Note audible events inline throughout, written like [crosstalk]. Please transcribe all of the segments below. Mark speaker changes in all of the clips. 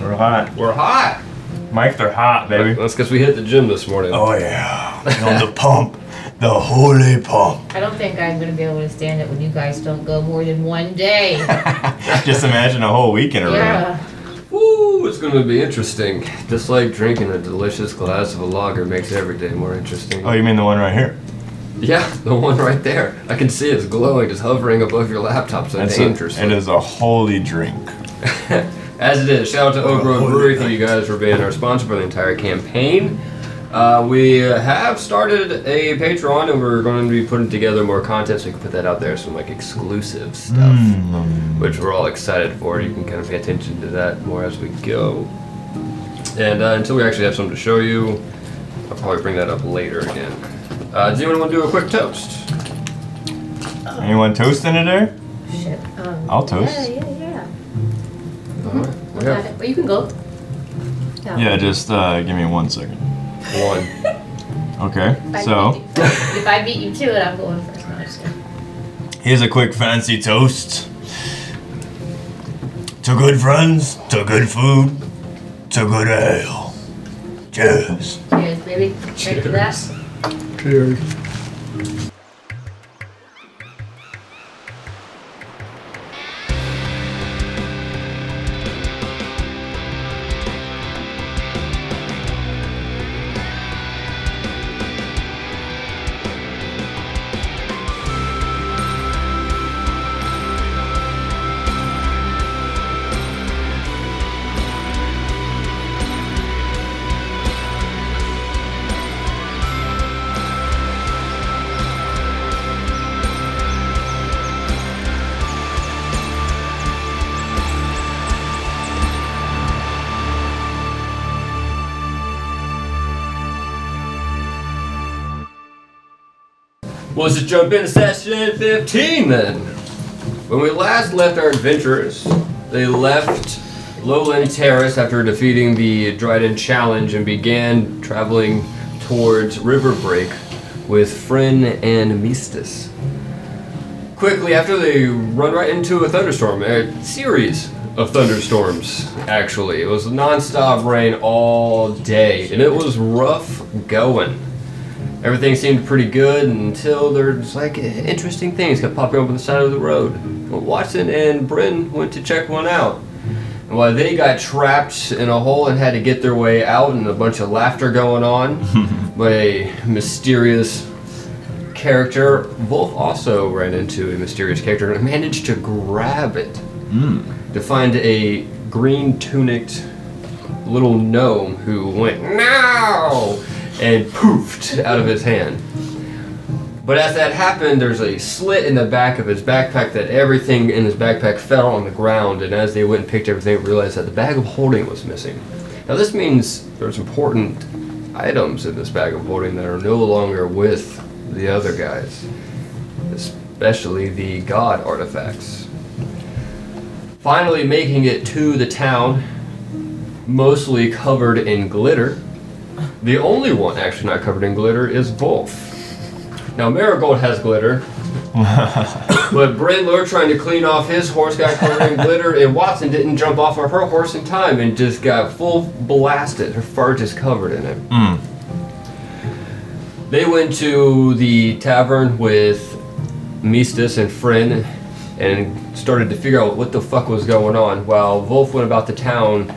Speaker 1: We're hot.
Speaker 2: We're hot.
Speaker 1: Mike, they're hot, baby.
Speaker 3: That's because we hit the gym this morning.
Speaker 1: Oh, yeah. On the pump. The holy pump.
Speaker 4: I don't think I'm gonna be able to stand it when you guys don't go more than one day.
Speaker 1: Just imagine a whole week in a row.
Speaker 4: yeah.
Speaker 3: Woo, it's going to be interesting. Just like drinking a delicious glass of a lager makes every day more interesting.
Speaker 1: Oh, you mean the one right here?
Speaker 3: Yeah, [laughs] the one right there. I can see it's glowing, just hovering above your laptop, so
Speaker 1: That's a,
Speaker 3: dangerous.
Speaker 1: it is a holy drink.
Speaker 3: [laughs] As it is, shout out to Oak Grove Brewery for you guys for being our sponsor for the entire campaign. Uh, we uh, have started a Patreon, and we're going to be putting together more content, so we can put that out there, some like exclusive stuff, which we're all excited for. You can kind of pay attention to that more as we go. And uh, until we actually have something to show you, I'll probably bring that up later again. Uh, does anyone want to do a quick toast?
Speaker 1: Anyone toasting today?
Speaker 4: Shit. Um,
Speaker 1: I'll toast.
Speaker 4: Yeah, yeah, yeah.
Speaker 3: Alright, we
Speaker 4: Got
Speaker 3: have
Speaker 4: it. Well, you can go.
Speaker 1: Yeah, just uh, give me one second.
Speaker 3: one.
Speaker 1: Okay,
Speaker 4: If I
Speaker 1: so
Speaker 4: beat you- if I beat you to it, I'm going first. No, I'm just kidding.
Speaker 1: here's a quick fancy toast. To good friends, to good food, to good ale. Cheers.
Speaker 4: Cheers, baby. Cheers. to that.
Speaker 3: Well, let's just jump into session 15 then. When we last left our adventurers, they left Lowland Terrace after defeating the Dryden Challenge and began traveling towards River Break with Fryn and Mistis. Quickly after, they run right into a thunderstorm, a series of thunderstorms, actually. It was nonstop rain all day, and it was rough going everything seemed pretty good until there's like interesting things kept popping up on the side of the road. Well, Watson and Bryn went to check one out. And while they got trapped in a hole and had to get their way out, and a bunch of laughter going on by a mysterious character, Wolf also ran into a mysterious character and managed to grab it to find a green tunicked little gnome who went no and poofed out of his hand. But as that happened, there's a slit in the back of his backpack that everything in his backpack fell on the ground. And as they went and picked everything, they realized that the bag of holding was missing. Now this means there's important items in this bag of holding that are no longer with the other guys, especially the god artifacts. Finally, making it to the town, mostly covered in glitter. The only one actually not covered in glitter is Wolf. Now Marigold has glitter, but Brindler trying to clean off his horse got covered in glitter, and Watson didn't jump off of her horse in time and just got full blasted. Her fur just covered in it. They went to the tavern with Mistis and Friend and started to figure out what the fuck was going on while Wolf went about the town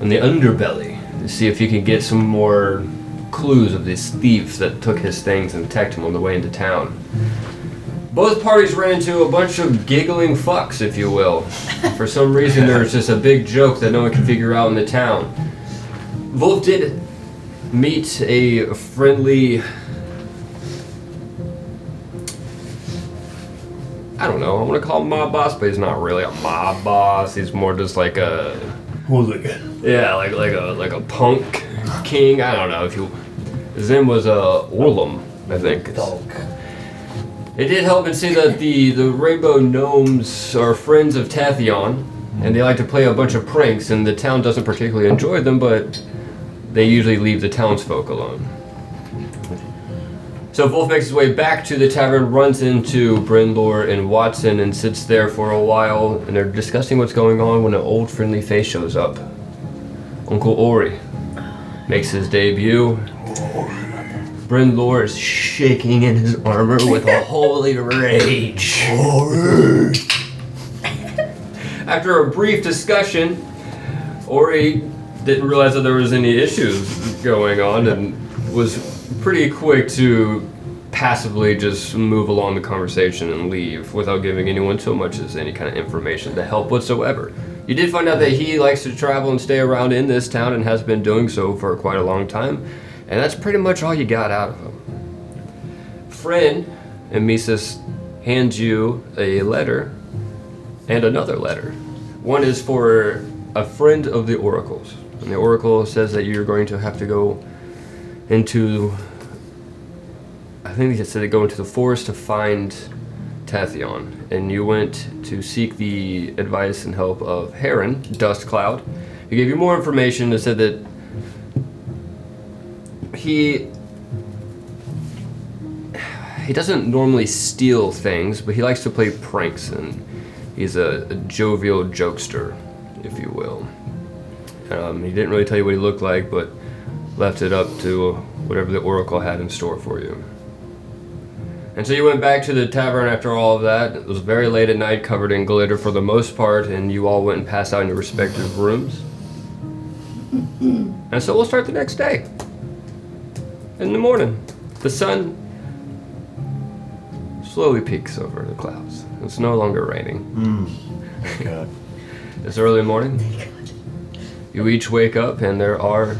Speaker 3: on the underbelly to see if he could get some more clues of these thieves that took his things and attacked him on the way into town. Both parties ran into a bunch of giggling fucks, if you will. For some reason, there was just a big joke that no one could figure out in the town. Wolf did meet a friendly. I don't know. I want to call him mob boss, but he's not really a mob boss. He's more just like a
Speaker 1: Hooligan.
Speaker 3: yeah, like like a like a punk king. I don't know if you. His name was uh, Orlum, I think. It did help and see that the the rainbow gnomes are friends of Tathion, and they like to play a bunch of pranks, and the town doesn't particularly enjoy them, but they usually leave the townsfolk alone. So Wolf makes his way back to the tavern, runs into Brindlor and Watson, and sits there for a while, and they're discussing what's going on when an old friendly face shows up Uncle Ori makes his debut. Bryn Lore is shaking in his armor with a holy rage.
Speaker 4: Ori!
Speaker 3: After a brief discussion, Ori didn't realize that there was any issues going on and was pretty quick to passively just move along the conversation and leave without giving anyone so much as any kind of information to help whatsoever. You did find out that he likes to travel and stay around in this town and has been doing so for quite a long time, and that's pretty much all you got out of him. Friend and Mises hands you a letter and another letter. One is for a friend of the oracle's, and the oracle says that you're going to have to go into. I think it said to go into the forest to find Tathion, and you went to seek the advice and help of Heron, Dust Cloud. He gave you more information and said that he he doesn't normally steal things, but he likes to play pranks, and he's a, a jovial jokester, if you will. Um, he didn't really tell you what he looked like, but left it up to whatever the oracle had in store for you. And so you went back to the tavern after all of that. It was very late at night, covered in glitter for the most part, and you all went and passed out in your respective rooms. and so we'll start the next day. In the morning, the sun slowly peeks over the clouds. It's no longer raining.
Speaker 4: God.
Speaker 3: It's early
Speaker 2: Oh
Speaker 3: morning. You each wake up and there are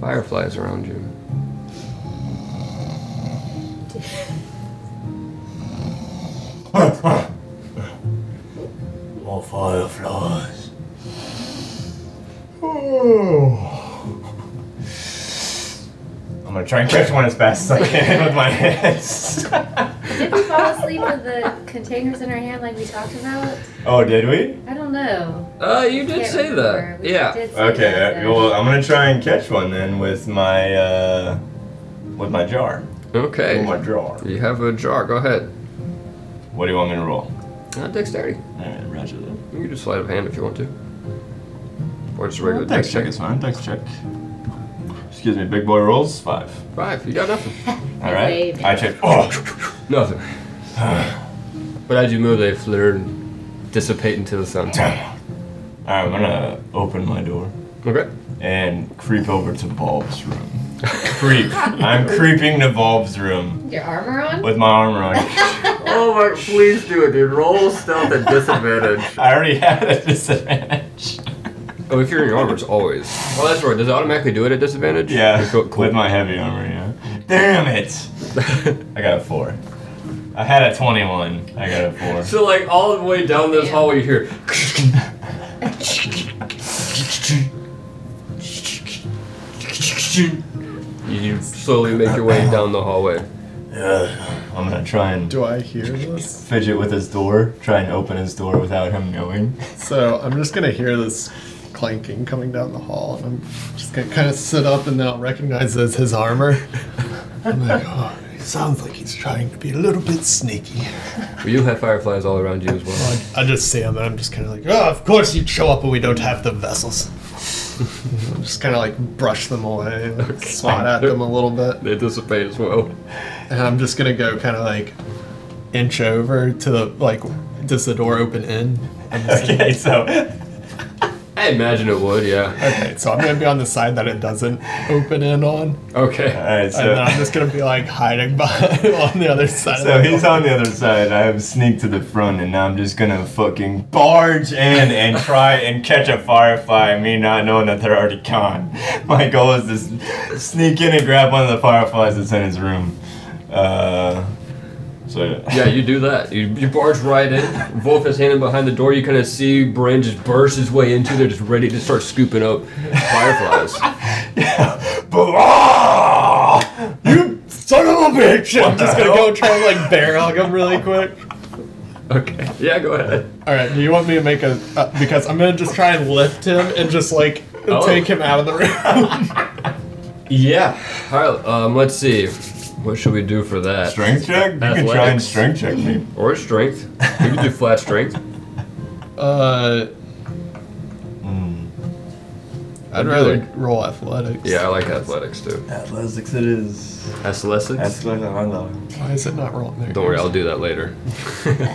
Speaker 3: fireflies around you.
Speaker 4: More fireflies. I'm Oh. gonna try and catch one as fast as I can with my hands.
Speaker 2: Did we fall asleep with the containers in our hand like we talked about?
Speaker 4: [laughs] oh, did we?
Speaker 2: I don't know.
Speaker 3: Uh, you did
Speaker 2: Can't
Speaker 3: say
Speaker 2: remember.
Speaker 3: that.
Speaker 2: We
Speaker 3: Yeah.
Speaker 2: did say that,
Speaker 4: Okay, uh,
Speaker 2: though.
Speaker 4: well, I'm gonna try and catch one then with my uh, with my jar. With
Speaker 3: Okay.
Speaker 4: Oh my drawer.
Speaker 3: You have a jar. Go ahead.
Speaker 4: What do you want me to roll?
Speaker 3: Uh, dexterity.
Speaker 4: Alright, Roger that.
Speaker 3: You can do sleight of hand if you want to. Or just
Speaker 4: Well,
Speaker 3: regular
Speaker 4: Dex check
Speaker 3: dexterity.
Speaker 4: is fine. Dex check. Excuse me, big boy rolls five.
Speaker 3: Five. You got nothing.
Speaker 4: All right.
Speaker 5: Wait.
Speaker 4: I check. Oh, [sighs]
Speaker 3: Nothing. but as you move, they flitter and dissipate into the sun.
Speaker 4: damn. All right, I'm gonna open my door
Speaker 3: Okay.
Speaker 4: and creep over to Bulb's room. Creep. I'm creeping to Bulb's room
Speaker 5: Your armor on?
Speaker 4: with my armor on.
Speaker 3: Oh my! Please do it, dude. Roll stealth at disadvantage.
Speaker 4: I already had a disadvantage.
Speaker 3: Oh, if you're in your armor, it's always. Oh, that's right. Does it automatically do it at disadvantage?
Speaker 4: Yeah,
Speaker 3: Cool.
Speaker 4: with my heavy armor. Yeah. Damn it!
Speaker 3: [laughs]
Speaker 4: I got a four. I had a 21. I got a four.
Speaker 3: So like all the way down this hallway, you hear. You slowly make your way down the hallway.
Speaker 4: Yeah. I'm gonna try and
Speaker 6: Do I hear this?
Speaker 4: fidget with his door, try and open his door without him knowing.
Speaker 6: So I'm just gonna hear this clanking coming down the hall, and I'm just gonna kind of sit up, and then I'll recognize it as his armor. [laughs] I'm like, oh, he sounds like he's trying to be a little bit sneaky.
Speaker 3: But you have fireflies all around you as well.
Speaker 6: I just see him, and I'm just kind of like, oh, of course you'd show up, when we don't have the vessels. [laughs] I'm just kind of like brush them away, and swat at them a little bit,
Speaker 3: They dissipate as well.
Speaker 6: and I'm just gonna go kind of like inch over to the like, does the door open in? I'm just
Speaker 4: [laughs]
Speaker 6: gonna-
Speaker 4: Okay, so
Speaker 3: I imagine it would, yeah.
Speaker 6: Okay, so I'm gonna be on the side that it doesn't open in on,
Speaker 3: Okay.
Speaker 4: alright,
Speaker 6: and then I'm
Speaker 4: so
Speaker 6: just gonna be like hiding behind [laughs] on the other side. of
Speaker 4: so
Speaker 6: the
Speaker 4: he's
Speaker 6: door.
Speaker 4: on the other side. I have sneaked to the front, and now I'm just gonna fucking barge in and try and catch a firefly. Me not knowing that they're already gone. [laughs] My goal is to s- sneak in and grab one of the fireflies that's in his room. Uh, so
Speaker 3: Yeah, you do that. You, you barge right in. Wolf is hanging behind the door. You kind of see Bran just burst his way into there, just ready to start scooping up fireflies.
Speaker 4: [laughs] But- ah! You son of a bitch!
Speaker 6: I'm just gonna go try and like bear hug him really quick.
Speaker 3: Okay. Yeah, go ahead.
Speaker 6: All right, do you want me to make a? Uh, because I'm gonna just try and lift him and just like
Speaker 3: Oh.
Speaker 6: take him out of
Speaker 3: [laughs]
Speaker 6: the room.
Speaker 3: Yeah. All right. Um, let's see. What should we do for that?
Speaker 4: Strength check? You can try and
Speaker 3: Athletics.
Speaker 4: strength check me.
Speaker 3: Or strength. You can do flat strength.
Speaker 6: uh, I'd
Speaker 3: do
Speaker 6: rather
Speaker 3: like-
Speaker 6: roll athletics.
Speaker 3: Yeah, I like athletics too.
Speaker 4: Athletics it is.
Speaker 3: Athletics?
Speaker 4: Athletics, I love.
Speaker 6: Why is it not rolling there?
Speaker 3: Don't worry, I'll do that later.
Speaker 4: [laughs]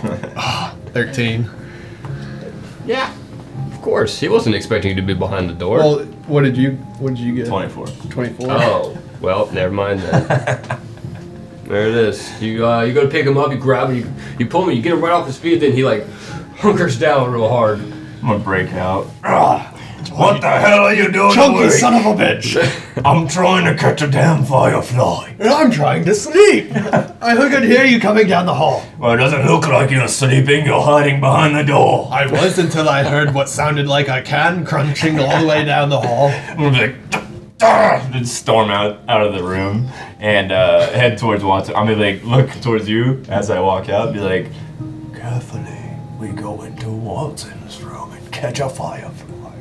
Speaker 6: Thirteen.
Speaker 3: yeah. Of course. He wasn't expecting you to be behind the door.
Speaker 6: Well, what did you? What did you
Speaker 4: [laughs]
Speaker 6: get?
Speaker 4: 24.
Speaker 6: Twenty-four.
Speaker 3: Oh, well, never
Speaker 4: [laughs]
Speaker 3: mind then. there it is. You uh, you go to pick him up, you grab him, you, you pull him, you get him right off his feet, then he like hunkers down real hard.
Speaker 4: I'm gonna break out. "Ah, What the hell are you doing?
Speaker 6: Chunky
Speaker 4: awake?
Speaker 6: son of a bitch!
Speaker 4: [laughs] I'm trying to catch a damn firefly.
Speaker 6: and I'm trying to sleep. I could hear you coming down the hall.
Speaker 4: Well, it doesn't look like you're sleeping. You're hiding behind the door.
Speaker 6: I was until I heard what sounded like a can crunching all the way down the hall.
Speaker 4: I'm gonna be like, "Duh, duh," and then storm out out of the room and uh, head towards Watson. I'm gonna like look towards you as I walk out. Be like, carefully, we go into Watson's room and catch a firefly.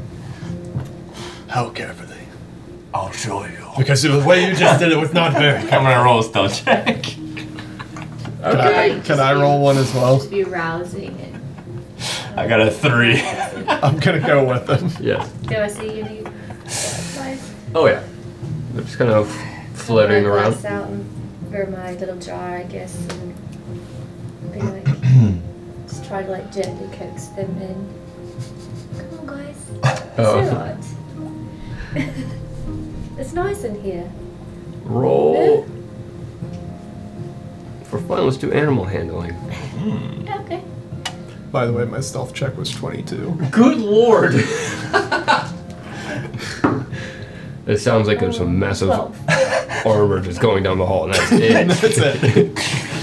Speaker 6: How carefully?
Speaker 4: I'll show you.
Speaker 6: Because the way you just did it was not [laughs] very.
Speaker 4: I'm gonna roll a stealth check. [laughs]
Speaker 3: Okay.
Speaker 6: Can I roll one as well?
Speaker 2: Just be rousing and
Speaker 4: I got a three. [laughs]
Speaker 6: I'm gonna go with them.
Speaker 3: Yes.
Speaker 2: do I see you need supplies?
Speaker 3: Oh yeah. They're just kind of floating
Speaker 2: my
Speaker 3: around.
Speaker 2: glass out and- or my little jar, I guess, and be
Speaker 3: [clears throat]
Speaker 2: like, just try to like gently coax them in. Come on, guys. It's
Speaker 3: Oh.
Speaker 2: alright. [laughs] it's nice in here.
Speaker 3: Roll. For fun, let's do animal handling.
Speaker 2: Okay.
Speaker 6: By the way, my stealth check was 22.
Speaker 3: Good lord. It sounds like there's some massive
Speaker 2: Twelve.
Speaker 3: armor just going down the hall, and that's it.
Speaker 6: [laughs] That's it.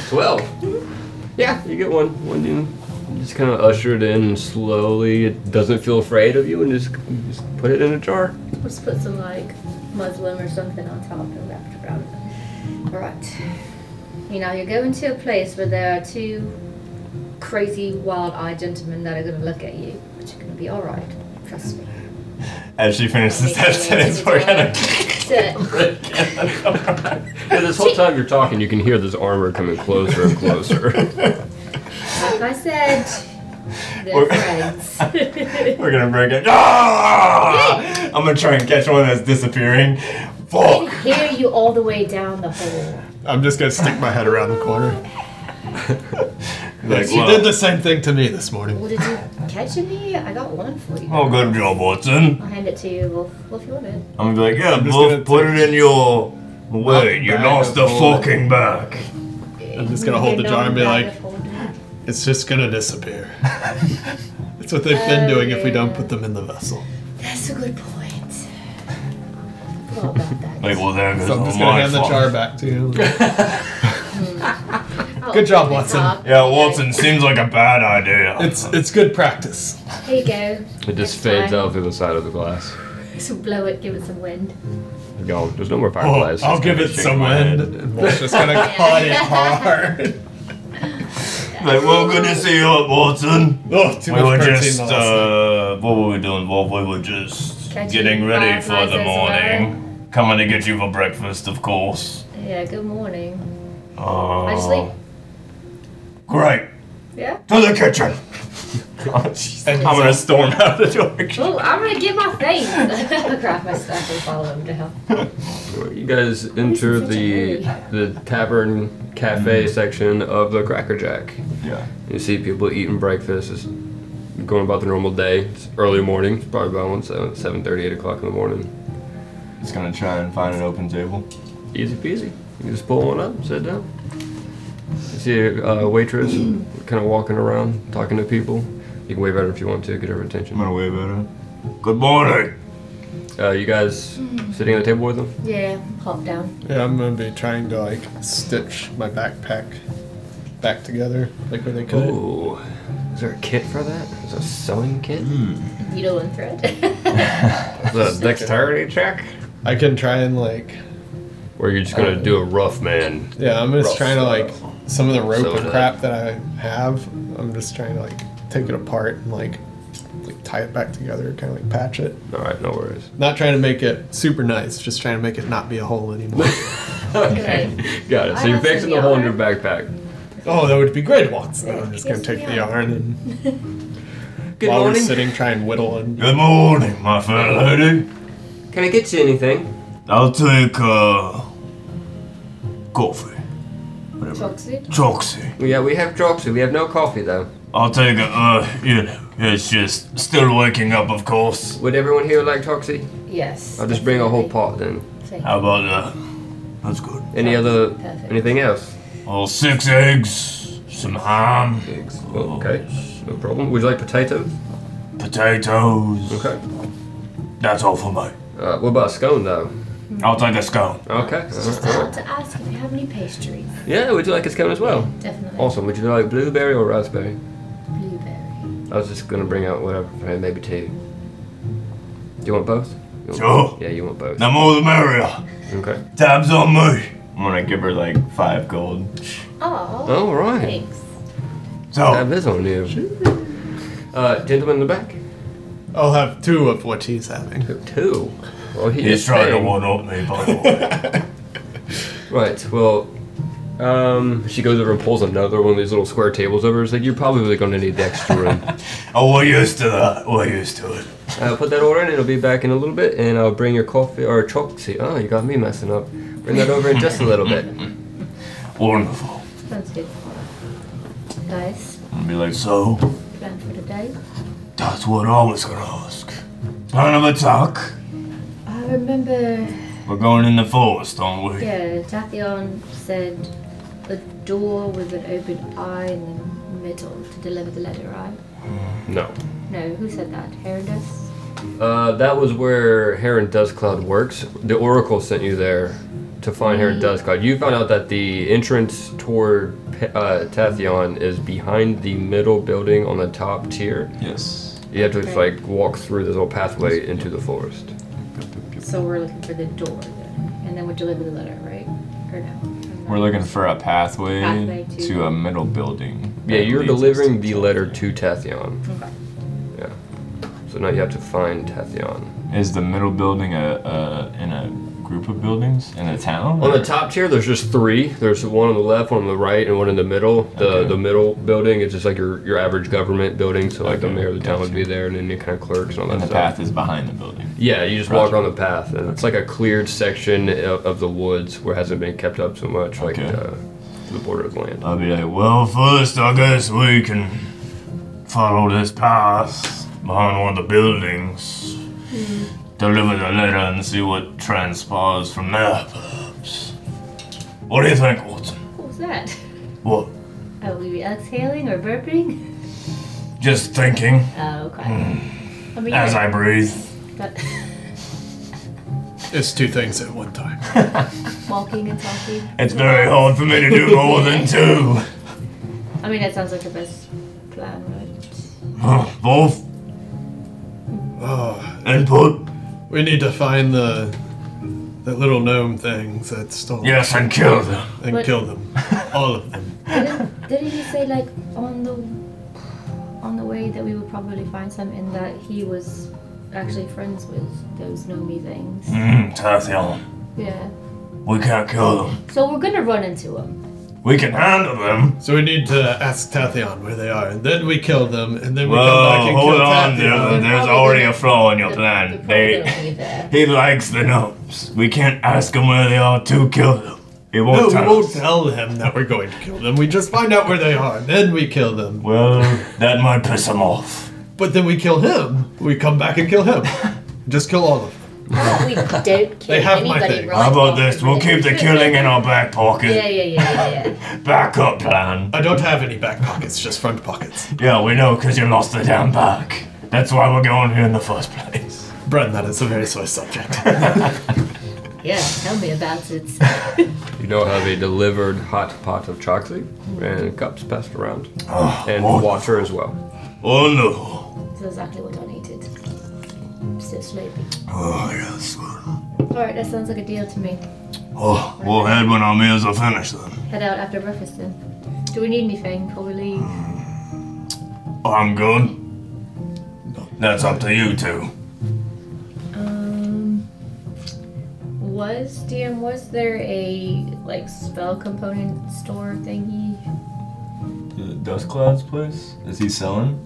Speaker 3: 12. Yeah, you get one. One demon. Just kind of ushered in and slowly. It doesn't feel afraid of you and just, just put it in a jar.
Speaker 2: Let's put some like muslin or something on top and wrap it around it. Alright. You know, you're going to a place where there are two crazy wild eyed gentlemen that are going to look at you, but you're going to be alright. Trust me.
Speaker 4: As she finishes that sentence, we're gonna.
Speaker 2: Sit.
Speaker 3: Yeah, this whole time you're talking, you can hear this armor coming closer and closer.
Speaker 2: Like I said, they're
Speaker 4: [laughs] [laughs]
Speaker 2: friends. [laughs]
Speaker 4: We're gonna break it. Ah! I'm gonna try and catch one that's disappearing.
Speaker 2: I
Speaker 4: Fuck!
Speaker 2: can hear you all the way down the hole.
Speaker 6: I'm just gonna stick my head around the corner.
Speaker 4: Like,
Speaker 6: You
Speaker 4: well,
Speaker 6: did the same thing to me this morning.
Speaker 2: Well, did you catch any? I got one for you.
Speaker 4: Oh, good job, Watson.
Speaker 2: I'll hand it to you, Wolf. Wolf, you want it?
Speaker 4: I'm gonna be like, yeah,
Speaker 6: just gonna
Speaker 4: Wolf, put it in your.
Speaker 6: Not
Speaker 4: Wait, you
Speaker 6: bag
Speaker 4: lost
Speaker 6: of
Speaker 4: the
Speaker 6: holding.
Speaker 4: fucking bag.
Speaker 6: I'm just gonna hold the jar and be like,
Speaker 2: like,
Speaker 6: it's just gonna disappear. [laughs] That's what they've been doing if we don't put them in the vessel.
Speaker 2: That's a good point. Forgot about that.
Speaker 4: Like, well, there goes
Speaker 6: So I'm
Speaker 4: all
Speaker 6: just gonna
Speaker 4: my
Speaker 6: hand the
Speaker 4: fault.
Speaker 6: jar back to you.
Speaker 2: Oh,
Speaker 6: good job,
Speaker 2: good
Speaker 6: Watson.
Speaker 2: job.
Speaker 4: Yeah, Watson seems like a bad idea.
Speaker 6: It's it's good practice.
Speaker 2: Here you go.
Speaker 3: It just
Speaker 2: Next
Speaker 3: fades
Speaker 2: time.
Speaker 3: out through the side of the glass.
Speaker 2: This will blow it, give it some wind.
Speaker 3: You go, there's no more
Speaker 6: Oh,
Speaker 3: fireflies.
Speaker 6: I'll give it
Speaker 4: shake
Speaker 6: some
Speaker 4: my
Speaker 6: wind.
Speaker 4: head.
Speaker 6: And Wolf's just gonna cut it [laughs] hard.
Speaker 4: like, well, good to see you, Watson.
Speaker 6: Oh, too
Speaker 4: We were
Speaker 6: much protein
Speaker 4: just,
Speaker 6: loss.
Speaker 4: uh, what were we doing, Wolf? We were just
Speaker 2: Catching
Speaker 4: getting ready for
Speaker 2: fireflies
Speaker 4: the
Speaker 2: as
Speaker 4: morning. Coming to get you for breakfast, of course.
Speaker 2: Yeah, good morning.
Speaker 4: Uh,
Speaker 2: I just sleep.
Speaker 4: Great.
Speaker 2: Yeah?
Speaker 4: To the
Speaker 6: [laughs]
Speaker 4: kitchen. I'm gonna storm out the door.
Speaker 2: Oh, I'm gonna give my face. [laughs] I grab my stuff and follow him down.
Speaker 3: You guys enter
Speaker 2: such a
Speaker 3: the [laughs] the tavern cafe section of the Cracker Jack.
Speaker 4: Yeah.
Speaker 3: You see people eating breakfast, just going about the normal day. It's early morning, it's probably about 7, 7 8 o'clock in the morning.
Speaker 4: Just gonna try and find an open table.
Speaker 3: Easy peasy. You just pull one up, sit down. You see a uh, waitress
Speaker 2: Mm.
Speaker 3: kind of walking around, talking to people. You can wave at her if you want to, get her
Speaker 4: I'm
Speaker 3: attention.
Speaker 4: gonna wave at her. Good morning.
Speaker 3: Uh, you guys
Speaker 2: Mm.
Speaker 3: sitting at the table with them?
Speaker 2: Yeah, hop down.
Speaker 6: Yeah, I'm gonna be trying to like stitch my backpack back together, like where they cut it.
Speaker 3: Ooh. Is there a kit for that? Is there a sewing kit?
Speaker 2: Needle and [laughs] thread.
Speaker 3: Is that a dexterity check?
Speaker 6: I can try and like,
Speaker 3: Or you're just
Speaker 6: Uh,
Speaker 3: gonna do a rough man.
Speaker 6: yeah, I'm just
Speaker 3: Rough
Speaker 6: trying to like some of the rope
Speaker 3: Sew it
Speaker 6: and
Speaker 3: up.
Speaker 6: crap that I have. I'm just trying to like take it apart and like like tie it back together, kind of like patch it.
Speaker 3: Alright, no worries.
Speaker 6: Not trying to make it super nice, just trying to make it not be a hole anymore.
Speaker 3: Okay. [laughs] Got it. So you're
Speaker 2: have some
Speaker 3: fixing the hole in your
Speaker 2: yarn.
Speaker 3: backpack.
Speaker 6: oh, that would be great, Watson. I'm just gonna
Speaker 2: Yes, we
Speaker 6: take the
Speaker 2: are.
Speaker 6: yarn and
Speaker 3: Good
Speaker 6: while we're
Speaker 3: morning.
Speaker 6: sitting, try and whittle and
Speaker 4: Good morning, my fair lady.
Speaker 3: Can I get you anything?
Speaker 4: I'll take uh, coffee, whatever.
Speaker 2: Chocolate.
Speaker 4: Choxy.
Speaker 3: Yeah, we have Droxy. We have no coffee though.
Speaker 4: I'll take a uh, you know, it's just still waking up, of course.
Speaker 3: Would everyone here like Droxy?
Speaker 7: Yes.
Speaker 3: I'll just bring a whole pot then.
Speaker 2: Thank
Speaker 4: How about that? That's good.
Speaker 3: Any other?
Speaker 2: Perfect.
Speaker 3: Anything else?
Speaker 4: Oh, six eggs, some ham,
Speaker 3: Eggs. Oh, Okay. No problem. Would you like potatoes?
Speaker 4: potatoes.
Speaker 3: Okay.
Speaker 4: That's all for me.
Speaker 3: Uh, what about a scone though?
Speaker 4: I'll take a scone.
Speaker 3: Okay. Uh-huh.
Speaker 2: Just hard to ask if you have any pastries.
Speaker 3: Yeah, would you like a scone as well?
Speaker 2: Definitely.
Speaker 3: Awesome. Would you like blueberry or raspberry?
Speaker 2: Blueberry.
Speaker 3: I was just gonna bring out whatever, for him, maybe two. Do you want both? You want
Speaker 6: Oh!
Speaker 4: Sure.
Speaker 3: both? Yeah, you want both.
Speaker 4: The more the merrier.
Speaker 3: Okay.
Speaker 4: Tabs on me. I'm gonna give her like five gold.
Speaker 2: Oh.
Speaker 3: All right.
Speaker 2: Thanks.
Speaker 3: That
Speaker 4: So
Speaker 3: is on you. Uh, gentleman in the back.
Speaker 6: I'll have two of what he's having. [laughs]
Speaker 3: Two. Well, he
Speaker 4: he's
Speaker 3: is
Speaker 4: trying to
Speaker 3: paying.
Speaker 4: one up me, by [laughs] the way.
Speaker 3: Right. Well, um, she goes over and pulls another one of these little square tables over. It's like you're probably going to need the
Speaker 4: [laughs]
Speaker 3: extra room.
Speaker 4: Oh, we're used to that. We're used to it.
Speaker 3: uh, put that order in. It'll be back in a little bit, and I'll bring your coffee or chocolate. Oh, you got me messing up. Bring that over in just a little bit.
Speaker 4: Wonderful.
Speaker 2: Sounds good. Guys,
Speaker 4: I'll be like, so
Speaker 2: plan for the day.
Speaker 4: that's what I was gonna ask. Plan of attack.
Speaker 2: I remember,
Speaker 4: We're going in the forest, aren't we?
Speaker 2: yeah, Tathion said a door with an open eye in the middle to deliver the letter, right?
Speaker 3: No.
Speaker 2: No, who said that? Herodus?
Speaker 3: Uh, that was where Heron Dustcloud works. The Oracle sent you there to find Heron Dustcloud. You found out that the entrance toward P- uh, Tathion is behind the middle building on the top tier.
Speaker 4: Yes.
Speaker 3: You have to
Speaker 2: Okay.
Speaker 3: like walk through this little pathway into the forest.
Speaker 2: So we're looking for the door then, and then we deliver the letter, right? Or no?
Speaker 4: We're looking for a pathway,
Speaker 2: Pathway to-
Speaker 4: to, a middle building.
Speaker 3: Yeah,
Speaker 4: that
Speaker 3: you're
Speaker 4: leads us
Speaker 3: delivering
Speaker 4: to
Speaker 3: the
Speaker 4: Tathion.
Speaker 3: letter to Tathion.
Speaker 2: Okay.
Speaker 3: Yeah. So now you have to find Tathion.
Speaker 4: Is the middle building a, a in a group of buildings in a town?
Speaker 3: On the
Speaker 4: or-
Speaker 3: top tier, there's just three. There's one on the left, one on the right, and one in the middle. The
Speaker 4: Okay.
Speaker 3: the middle building is just like your, your average government building. So like the
Speaker 4: Okay,
Speaker 3: mayor of the town would be there, and then your kind of clerks and all that
Speaker 4: And the
Speaker 3: stuff.
Speaker 4: path is behind the building.
Speaker 3: Yeah, you just walk on the path, and it's like a cleared section of, of the woods where it hasn't been kept up so much, like
Speaker 4: Okay.
Speaker 3: uh, to the border of land.
Speaker 4: I'll be like, well, first I guess we can follow this path behind one of the buildings, deliver the letter, and see what transpires from there, perhaps. What do you think, Watson?
Speaker 2: What was that?
Speaker 4: What?
Speaker 2: Are we exhaling or burping?
Speaker 4: Just thinking
Speaker 2: Oh, okay. I mean,
Speaker 4: as I breathe.
Speaker 2: got
Speaker 6: It's two things at one time.
Speaker 2: [laughs] walking and talking.
Speaker 4: It's very hard for me to do more than two.
Speaker 2: I mean, that sounds like the best plan, right?
Speaker 4: Both
Speaker 6: Oh,
Speaker 4: input.
Speaker 6: we need to find the the little gnome things that stole
Speaker 4: Yes, and kill them.
Speaker 6: and
Speaker 2: But-
Speaker 6: kill them, all of them.
Speaker 4: [laughs]
Speaker 2: Didn't, didn't you say like on the on the way that we would probably find some, and that he was actually friends with those gnomey things?
Speaker 4: Mm, Tathion,
Speaker 2: Yeah.
Speaker 4: we can't kill them.
Speaker 2: So we're gonna run into him.
Speaker 4: We can handle them.
Speaker 6: So we need to ask Tathion where they are, and then we kill them, and then we
Speaker 4: Well,
Speaker 6: come
Speaker 4: hold
Speaker 6: back
Speaker 4: on,
Speaker 6: and kill
Speaker 4: there-
Speaker 6: Tathion.
Speaker 4: there's
Speaker 7: probably
Speaker 4: already a
Speaker 7: gonna-
Speaker 4: flaw in your
Speaker 7: They're-
Speaker 4: plan.
Speaker 7: they're probably
Speaker 4: They,
Speaker 7: gonna be there.
Speaker 4: he likes the gnomes. We can't ask him where they are to kill them. He
Speaker 6: No,
Speaker 4: won't
Speaker 6: we
Speaker 4: tell
Speaker 6: won't
Speaker 4: us.
Speaker 6: tell them that we're going to kill them. We just find out where they are, then we kill them.
Speaker 4: Well, that might piss him off.
Speaker 6: But then we kill him. We come back and kill him. Just kill all of them.
Speaker 7: How about
Speaker 4: [laughs]
Speaker 7: we don't kill
Speaker 6: have my
Speaker 7: anybody
Speaker 6: thing.
Speaker 7: right
Speaker 4: How about
Speaker 7: off
Speaker 4: this? We'll keep
Speaker 2: [laughs]
Speaker 4: the killing in our back
Speaker 7: Yeah, yeah,
Speaker 4: pocket.
Speaker 7: yeah, yeah, yeah.
Speaker 4: Backup plan.
Speaker 6: I don't have any back pockets, just front pockets.
Speaker 4: Yeah, we know because you lost the damn back. That's why we're going here in the first place.
Speaker 6: Bren, that is a very sore subject.
Speaker 7: yeah, tell me about it.
Speaker 3: You now have a delivered hot pot of chocolate and cups passed around,
Speaker 4: Oh,
Speaker 3: and
Speaker 4: wonderful.
Speaker 3: water as well.
Speaker 4: Wonderful.
Speaker 2: That's exactly what I needed. I'm so sleepy.
Speaker 4: Oh, yes. well.
Speaker 2: All right, that sounds like a deal to me.
Speaker 4: Oh, we'll head when our meals are finished then.
Speaker 2: Head out after breakfast then. Do we need anything before we leave?
Speaker 4: I'm good. That's up to you two.
Speaker 2: Um. Was DM was there a like spell component store thingy?
Speaker 4: The Dust Clouds place? Is he selling?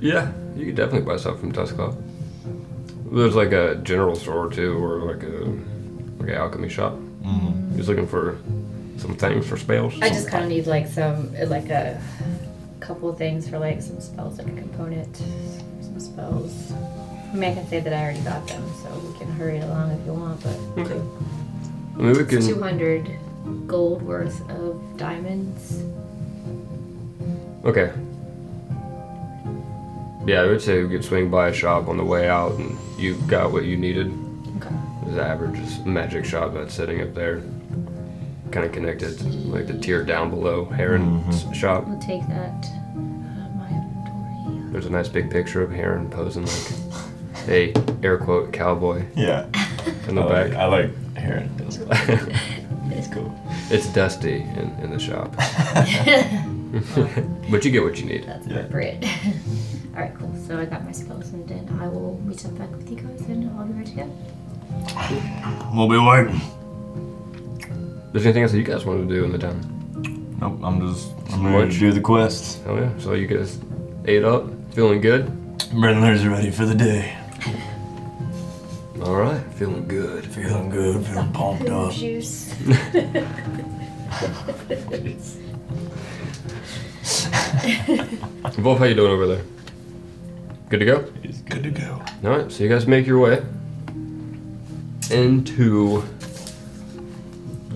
Speaker 3: Yeah, you could definitely buy stuff from Dust Club. There's like a general store too, or like a like an alchemy shop. He's looking for some things for spells.
Speaker 4: I just kind of need like some, like a couple of things for like some spells, like a component, some spells. I mean, I can say that I already got them, so we can hurry it along if you want, but
Speaker 3: Okay. I mean, we can.
Speaker 4: 200 gold worth of diamonds.
Speaker 3: Okay. Yeah, I would say we could swing by a shop on the way out, and you got what you needed.
Speaker 4: Okay.
Speaker 3: There's an average magic shop that's sitting up there, kind of connected, like the tier down below Heron's shop.
Speaker 4: We'll take that. out
Speaker 2: Uh,
Speaker 4: of my inventory.
Speaker 3: There's a nice big picture of Heron posing like a air quote cowboy
Speaker 1: Yeah.
Speaker 3: in the
Speaker 1: I like,
Speaker 3: back.
Speaker 1: I like Heron. It's it's cool.
Speaker 3: [laughs] it's dusty in, in the [laughs] shop, but you get what you need.
Speaker 4: That's
Speaker 2: [laughs]
Speaker 1: Yeah.
Speaker 4: appropriate. All right, cool. So I got my spells, and then I will meet up back with you guys, and I'll be ready to go.
Speaker 1: we'll be waiting.
Speaker 3: There's anything else that you guys wanted to do in the town?
Speaker 1: Nope, I'm just I'm ready to do the quest.
Speaker 3: Hell yeah! So you guys ate up, feeling good.
Speaker 1: Brindler's ready for the day.
Speaker 3: All right, feeling good.
Speaker 1: Feeling good, feeling pumped up. [laughs]
Speaker 4: Juice.
Speaker 3: Wolf, how you doing over there? Good to go.
Speaker 1: He's good.
Speaker 6: Good to go.
Speaker 3: All right, so you guys make your way into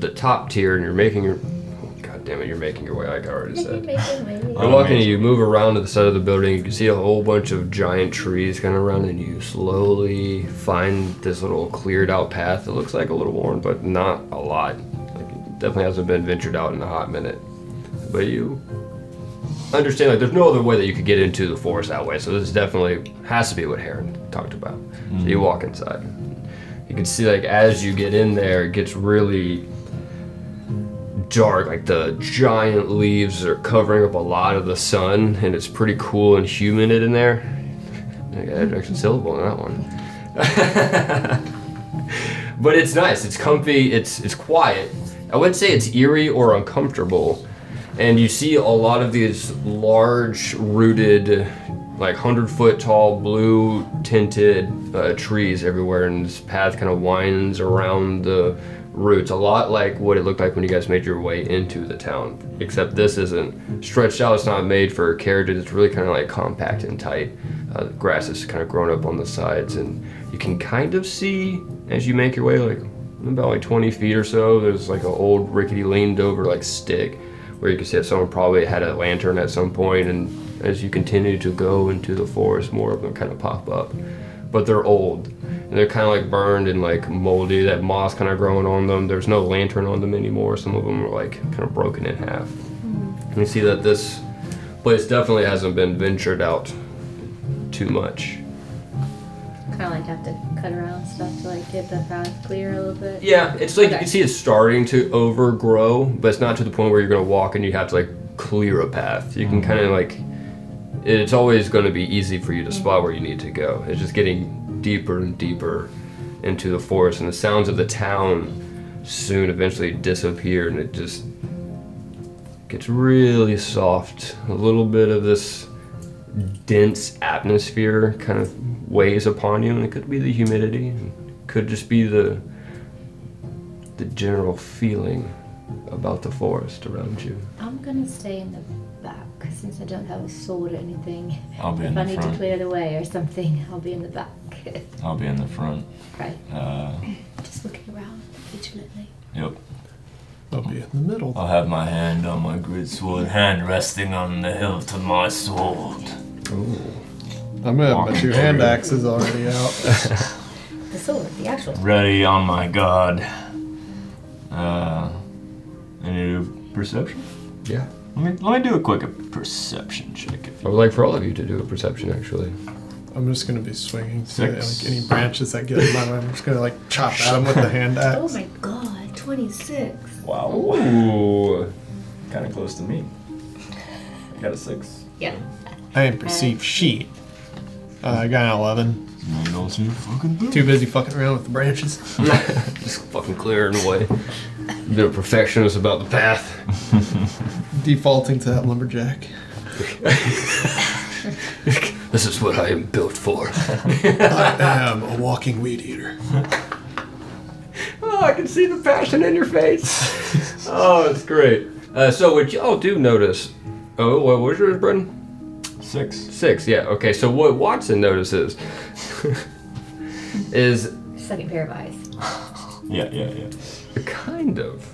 Speaker 3: the top tier, and you're making your. oh, God damn it, you're making your way. Like I already said.
Speaker 1: Uh,
Speaker 3: You're walking and you move around to the side of the building. You can see a whole bunch of giant trees kind of around, and you slowly find this little cleared out path that looks like a little worn, but not a lot. Like it definitely hasn't been ventured out in a hot minute. But you understand, like, there's no other way that you could get into the forest that way. So this definitely has to be what Heron talked about. So you walk inside. You can see, like, as you get in there, it gets really dark. Like the giant leaves are covering up a lot of the sun, and it's pretty cool and humid in there. I got an extra syllable in that one. [laughs] but it's nice. It's comfy. It's it's quiet. I wouldn't say it's eerie or uncomfortable. And you see a lot of these large rooted, like 100 foot tall, blue tinted uh, trees everywhere. And this path kind of winds around the roots, a lot like what it looked like when you guys made your way into the town. Except this isn't stretched out, it's not made for carriages, it's really kind of like compact and tight. Uh, the grass is kind of grown up on the sides, and you can kind of see as you make your way, like about like 20 feet or so, there's like an old rickety leaned over like stick where you can see that someone probably had a lantern at some point and as you continue to go into the forest more of them kind of pop up but they're old and they're kind of like burned and like moldy that moss kind of growing on them there's no lantern on them anymore some of them are like kind of broken in half and you see that this place definitely hasn't been ventured out too much
Speaker 2: Kind of like have to cut around stuff to like get the path clear a little bit.
Speaker 3: Yeah, it's like you
Speaker 2: Okay.
Speaker 3: can see it's starting to overgrow, but it's not to the point where you're gonna walk and you have to like clear a path. You can kind of like, it's always gonna be easy for you to spot where you need to go. It's just getting deeper and deeper into the forest, and the sounds of the town soon eventually disappear, and it just gets really soft. A little bit of this dense atmosphere kind of weighs upon you, and it could be the humidity, and could just be the the general feeling about the forest around you.
Speaker 2: I'm gonna stay in the back since I don't have a sword or anything.
Speaker 1: I'll be in
Speaker 2: If I
Speaker 1: the
Speaker 2: need to
Speaker 1: front.
Speaker 2: clear the way or something, [laughs] I'll be in the back. [laughs]
Speaker 1: I'll be in the front.
Speaker 2: right.
Speaker 1: Uh,
Speaker 2: Just looking around vigilantly.
Speaker 1: yep.
Speaker 6: I'll be in the middle.
Speaker 1: I'll have my hand on my great sword, hand resting on the hilt of my sword.
Speaker 6: I'm gonna have my two hand axes already out.
Speaker 4: The sword, the actual.
Speaker 1: Ready on my guard. Uh, I need a perception.
Speaker 3: Yeah.
Speaker 1: Let me let me do a quick perception check. If
Speaker 3: I would like for all of you to do a perception, actually.
Speaker 6: [laughs] I'm just gonna be swinging through
Speaker 1: Six.
Speaker 6: like any branches that get in my way. I'm just gonna like chop at them with the hand
Speaker 2: Oh [laughs]
Speaker 6: axe.
Speaker 2: my god, 26.
Speaker 1: you, wow,
Speaker 3: [laughs] Ooh.
Speaker 1: kind of close to me. I got a six.
Speaker 4: Yeah.
Speaker 6: I didn't perceive shit. Uh, I got an 11. Too busy fucking around with the branches.
Speaker 3: Just fucking clearing the way. Been a perfectionist about the path.
Speaker 6: Defaulting to that lumberjack.
Speaker 3: This is what I am built for.
Speaker 6: I am a walking weed eater.
Speaker 3: Oh, I can see the passion in your face. oh, it's great. Uh, so, what y'all do notice? Oh, what was yours, Brendan?
Speaker 1: Six.
Speaker 3: Six. Yeah. Okay. So, what Watson notices [laughs] is
Speaker 4: Second pair of eyes.
Speaker 1: Yeah, yeah, yeah.
Speaker 3: kind of.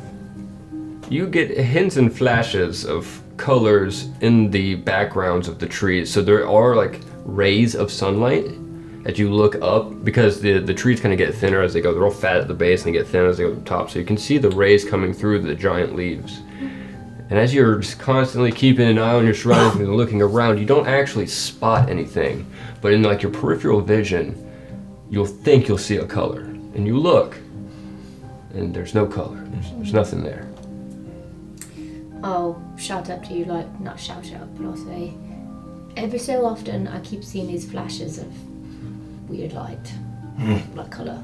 Speaker 3: You get hints and flashes of colors in the backgrounds of the trees. So there are like rays of sunlight that you look up because the the trees kind of get thinner as they go. They're all fat at the base and they get thin as they go to the top. So you can see the rays coming through the giant leaves. And as you're just constantly keeping an eye on your surroundings and looking around, you don't actually spot anything. But in like your peripheral vision, you'll think you'll see a color. And you look, and there's no color. There's, there's nothing there.
Speaker 2: I'll shout up to you, like, not shout out, but I'll say, every so often I keep seeing these flashes of weird light, like colour,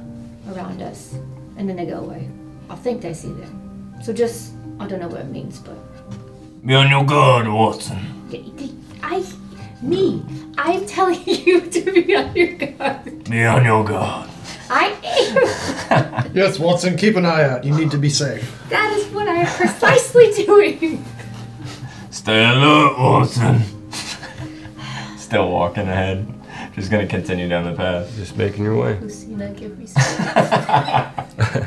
Speaker 2: around us, and then they go away. I think they see them. So just, I don't know what it means, but.
Speaker 1: Be on your guard, Watson.
Speaker 2: I. Me. I'm telling [laughs] you to be on your guard.
Speaker 1: Be on your guard.
Speaker 2: I am.
Speaker 6: Yes, Watson, keep an eye out. You need to be safe.
Speaker 2: That is what I am precisely [laughs] doing.
Speaker 1: Stay alert, Watson. [laughs] Still walking ahead. Just gonna continue down the path.
Speaker 3: Just making your way.
Speaker 2: Lucina, give me some.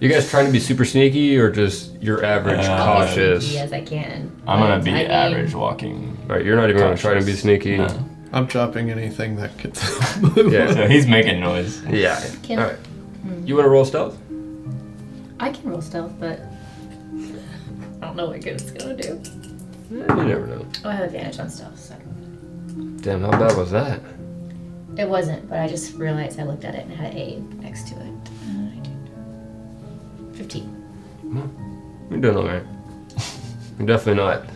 Speaker 3: You guys trying to be super sneaky or just your average
Speaker 1: Uh,
Speaker 3: cautious?
Speaker 4: Yes, I can.
Speaker 1: I'm gonna be
Speaker 4: I mean-
Speaker 1: average walking.
Speaker 3: All right, you're not even going to try to be
Speaker 1: Cautious.
Speaker 3: sneaky.
Speaker 1: No.
Speaker 6: I'm dropping anything that gets. [laughs]
Speaker 3: Yeah.
Speaker 4: [laughs]
Speaker 1: So he's making noise.
Speaker 3: Yeah.
Speaker 4: Can-
Speaker 3: All right. You want to roll stealth?
Speaker 4: I can roll stealth, but [laughs] I don't know what good it's gonna do.
Speaker 3: Eh, You never know.
Speaker 4: Oh, I have advantage on stealth, so
Speaker 3: Damn, how bad was that?
Speaker 4: it wasn't. But I just realized I looked at it and it had a next to it. Uh, I did- Fifteen.
Speaker 3: You're doing all right. You're definitely not, this-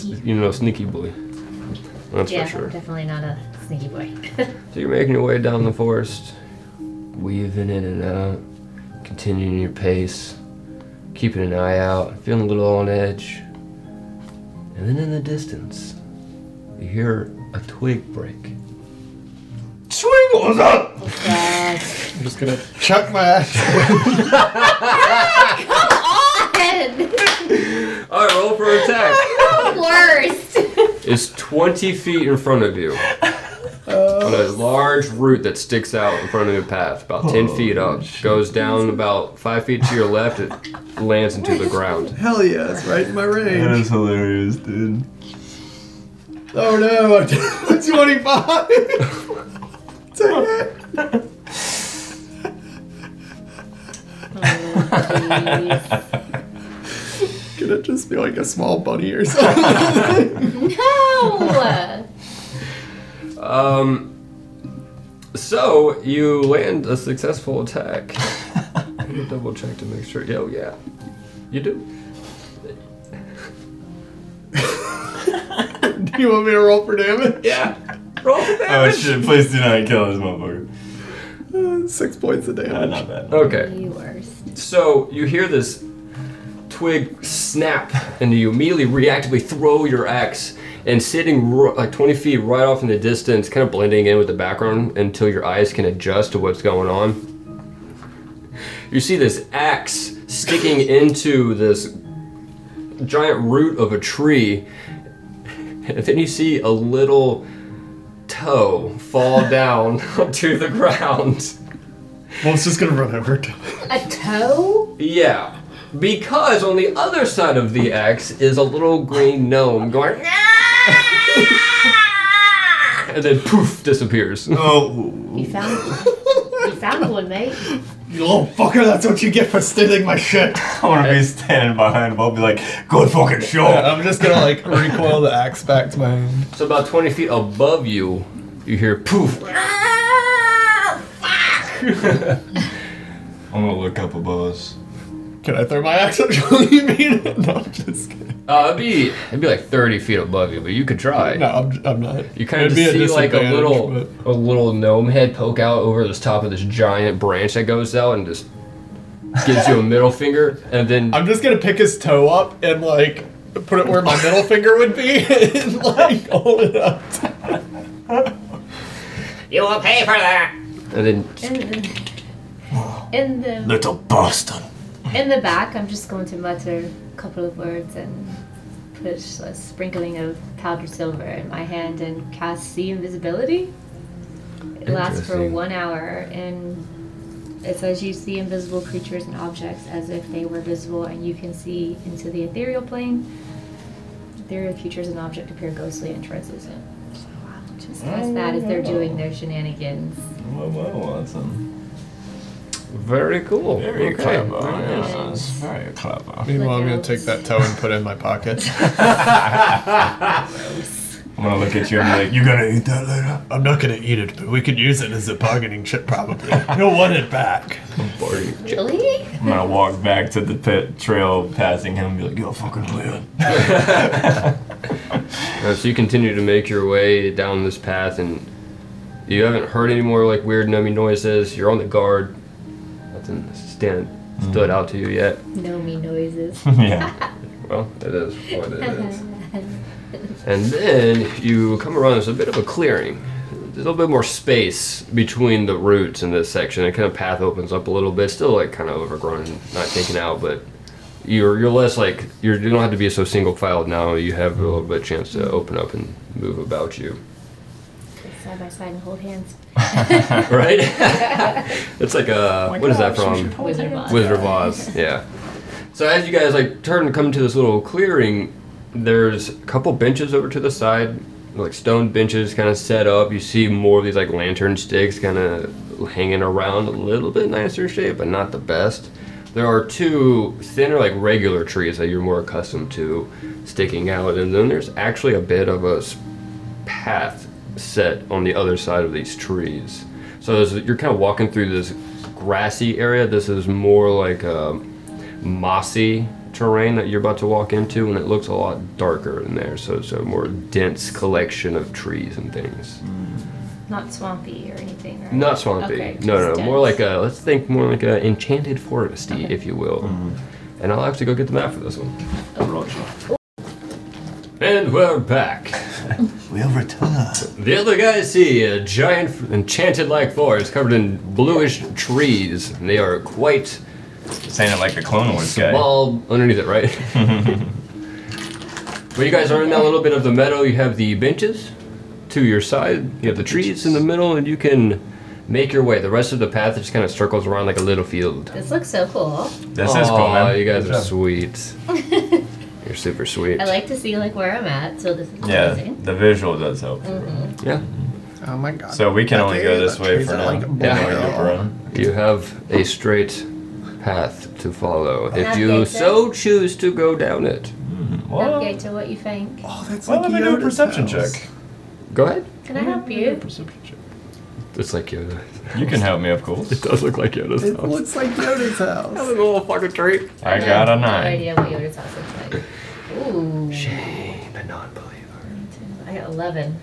Speaker 4: Sneaky.
Speaker 3: you know, sneaky boy. That's
Speaker 4: Yeah,
Speaker 3: for sure.
Speaker 4: I'm definitely not a sneaky boy.
Speaker 3: So you're making your way down the forest, weaving in and out, continuing your pace, keeping an eye out, feeling a little on edge. And then in the distance, you hear a twig break.
Speaker 1: Swingles up!
Speaker 4: [laughs]
Speaker 6: I'm just gonna chuck my ass.
Speaker 3: All right, roll for attack.
Speaker 4: [laughs]
Speaker 1: [laughs]
Speaker 4: Worst.
Speaker 3: It's 20 feet in front of you on a large root that sticks out in front of your path, about 10 feet up. Goes down about 5 feet to your left, it lands into the ground.
Speaker 6: Hell [laughs] yeah, it's right in my
Speaker 1: That
Speaker 6: range.
Speaker 1: is hilarious, dude.
Speaker 6: Oh no, [laughs] 25. Take it. Could it just be like a small bunny or something? [laughs]
Speaker 4: No.
Speaker 3: Um, so, you land a successful attack. Let me double check to make sure. Oh, yeah. You do.
Speaker 6: Do you want me to roll for damage?
Speaker 3: Yeah. Roll for
Speaker 1: Oh
Speaker 3: damage.
Speaker 1: shit, please do not kill this motherfucker.
Speaker 6: Uh, Six points of
Speaker 1: Uh,
Speaker 6: damage.
Speaker 1: not bad.
Speaker 3: Okay.
Speaker 4: You worst.
Speaker 3: So you hear this twig snap, and you immediately reactively throw your axe. And sitting ro- like 20 feet right off in the distance, kind of blending in with the background until your eyes can adjust to what's going on. You see this axe sticking into this giant root of a tree, and then you see a little toe fall down [laughs] to the ground.
Speaker 6: Well, it's just gonna run over. it.
Speaker 4: A toe?
Speaker 3: Yeah, because on the other side of the X is a little green gnome going, "Ah!" and then poof disappears.
Speaker 1: Oh,
Speaker 4: [laughs] You found. you found one, mate.
Speaker 6: [laughs] You little fucker, that's what you get for stealing my shit.
Speaker 1: I wanna be standing behind him. I'll be like, good fucking
Speaker 6: [laughs]
Speaker 1: shot.
Speaker 6: I'm just gonna like recoil the axe back to my hand.
Speaker 3: So about 20 feet above you, you hear poof.
Speaker 1: I'm gonna look up above us.
Speaker 6: Can I throw my axe at Johnny Bean? [laughs] No, I'm just kidding.
Speaker 3: Uh, it'd be it'd be like 30 feet above you, but you could try.
Speaker 6: No, I'm, I'm not.
Speaker 3: You kind of
Speaker 6: It'd
Speaker 3: just
Speaker 6: be
Speaker 3: see like a
Speaker 6: disadvantage,
Speaker 3: little
Speaker 6: but-
Speaker 3: a little gnome head poke out over the top of this giant branch that goes out and just gives you a middle finger, and
Speaker 6: [laughs]
Speaker 3: then
Speaker 6: I'm just gonna pick his toe [laughs] up and like put it where my middle finger would be and like hold it up.
Speaker 3: You will pay for that. And then
Speaker 2: In the, in the
Speaker 4: Little Boston.
Speaker 2: in the back, I'm just going to mutter a couple of words and put a sprinkling of powdered silver in my hand and cast see invisibility. It lasts for
Speaker 3: Interesting.
Speaker 2: one hour and it says you see invisible creatures and objects as if they were visible and you can see into the ethereal plane. Ethereal creatures and objects appear ghostly and translucent. So I'll Just cast that as they're doing their shenanigans.
Speaker 4: Whoa, whoa, Watson.
Speaker 3: very cool.
Speaker 4: Very
Speaker 3: Okay,
Speaker 4: clever.
Speaker 3: very nice.
Speaker 4: Yes, very clever.
Speaker 6: Meanwhile, I'm gonna
Speaker 2: out.
Speaker 6: take that toe and put it in my pocket.
Speaker 3: [laughs]
Speaker 4: I'm gonna look at you and be like, you gonna eat that later?
Speaker 6: I'm not gonna eat it, but we could use it as a bargaining chip, probably. You'll want it back.
Speaker 2: Really?
Speaker 4: I'm gonna walk back to the pit trail, passing him, and be like, yo, fucking weird.
Speaker 3: Uh, so you continue to make your way down this path, and you haven't heard any more like weird numbing noises. You're on the guard. Nothing stand stood out to you yet.
Speaker 2: No me
Speaker 4: [laughs]
Speaker 2: noises.
Speaker 4: [laughs]
Speaker 2: [laughs]
Speaker 4: yeah.
Speaker 3: Well, it is what it is. and then you come around. There's a bit of a clearing. There's a little bit more space between the roots in this section. It kind of path opens up a little bit. Still like kind of overgrown, and not taken out, but you're you're less like you're, you don't have to be so single filed now. You have a little bit chance to open up and move about you.
Speaker 2: side by side and hold hands.
Speaker 3: [laughs] right? it's like a Uh, what is that from?
Speaker 2: Wizard mod.
Speaker 3: Wizard of Oz. Yeah. So as you guys like turn and come to this little clearing, there's a couple benches over to the side, like stone benches kind of set up. You see more of these like lantern sticks kind of hanging around, a little bit nicer shape, but not the best. There are two thinner, like regular trees that you're more accustomed to sticking out, and then there's actually a bit of a s- path set on the other side of these trees. So there's, you're kind of walking through this grassy area. This is more like a mossy terrain that you're about to walk into, and it looks a lot darker in there. So it's a more dense collection of trees and things.
Speaker 2: Not swampy or anything, right?
Speaker 3: Not swampy.
Speaker 2: Okay,
Speaker 3: no, no,
Speaker 2: just
Speaker 3: more
Speaker 2: dense.
Speaker 3: like a let's think more like a enchanted foresty, if you will. And I'll have to go get the map for this one. And we're back.
Speaker 6: We'll return.
Speaker 3: The other guys see a giant enchanted like forest covered in bluish trees. and They are quite
Speaker 4: Saying it like the Clone Wars guy.
Speaker 3: small underneath it, right?
Speaker 4: [laughs]
Speaker 3: but you guys are in that little bit of the meadow. You have the benches to your side, you have the trees in the middle, and you can make your way. The rest of the path just kind of circles around like a little field.
Speaker 2: This looks so cool.
Speaker 4: this is cool,
Speaker 3: Aw,
Speaker 4: man.
Speaker 3: You guys
Speaker 4: Good
Speaker 3: are
Speaker 4: job.
Speaker 2: [laughs]
Speaker 3: sweet. You're super sweet.
Speaker 2: I like to see like where I'm at, so this is
Speaker 4: Yeah,
Speaker 2: amazing.
Speaker 4: the visual does help.
Speaker 3: yeah.
Speaker 6: Oh my god.
Speaker 4: So we can
Speaker 6: That
Speaker 4: only
Speaker 6: day,
Speaker 4: go this
Speaker 6: that
Speaker 4: way
Speaker 6: trees
Speaker 4: for
Speaker 6: are
Speaker 4: now.
Speaker 6: like a
Speaker 4: and then we
Speaker 6: barrel.
Speaker 4: loop around.
Speaker 3: You have a straight path to follow if
Speaker 2: That
Speaker 3: you
Speaker 2: makes sense.
Speaker 3: so choose to go down it.
Speaker 4: Well,
Speaker 2: Okay, to what you think.
Speaker 6: Oh, that's
Speaker 4: well, let
Speaker 6: like
Speaker 4: me do a
Speaker 6: Yoda's
Speaker 4: perception
Speaker 6: house.
Speaker 4: check.
Speaker 3: Go ahead.
Speaker 2: Can I help
Speaker 4: Do a
Speaker 2: you?
Speaker 4: Perception check.
Speaker 3: It's like Yoda.
Speaker 4: You can help me, of course.
Speaker 3: [laughs] It does look like Yoda's
Speaker 6: It
Speaker 3: house.
Speaker 6: looks like Yoda's house.
Speaker 3: little fucking tree.
Speaker 4: I got a
Speaker 2: have No
Speaker 4: nine.
Speaker 2: idea what Yoda's house looks like. Ooh.
Speaker 3: Shame, a non-believer.
Speaker 2: I got 11.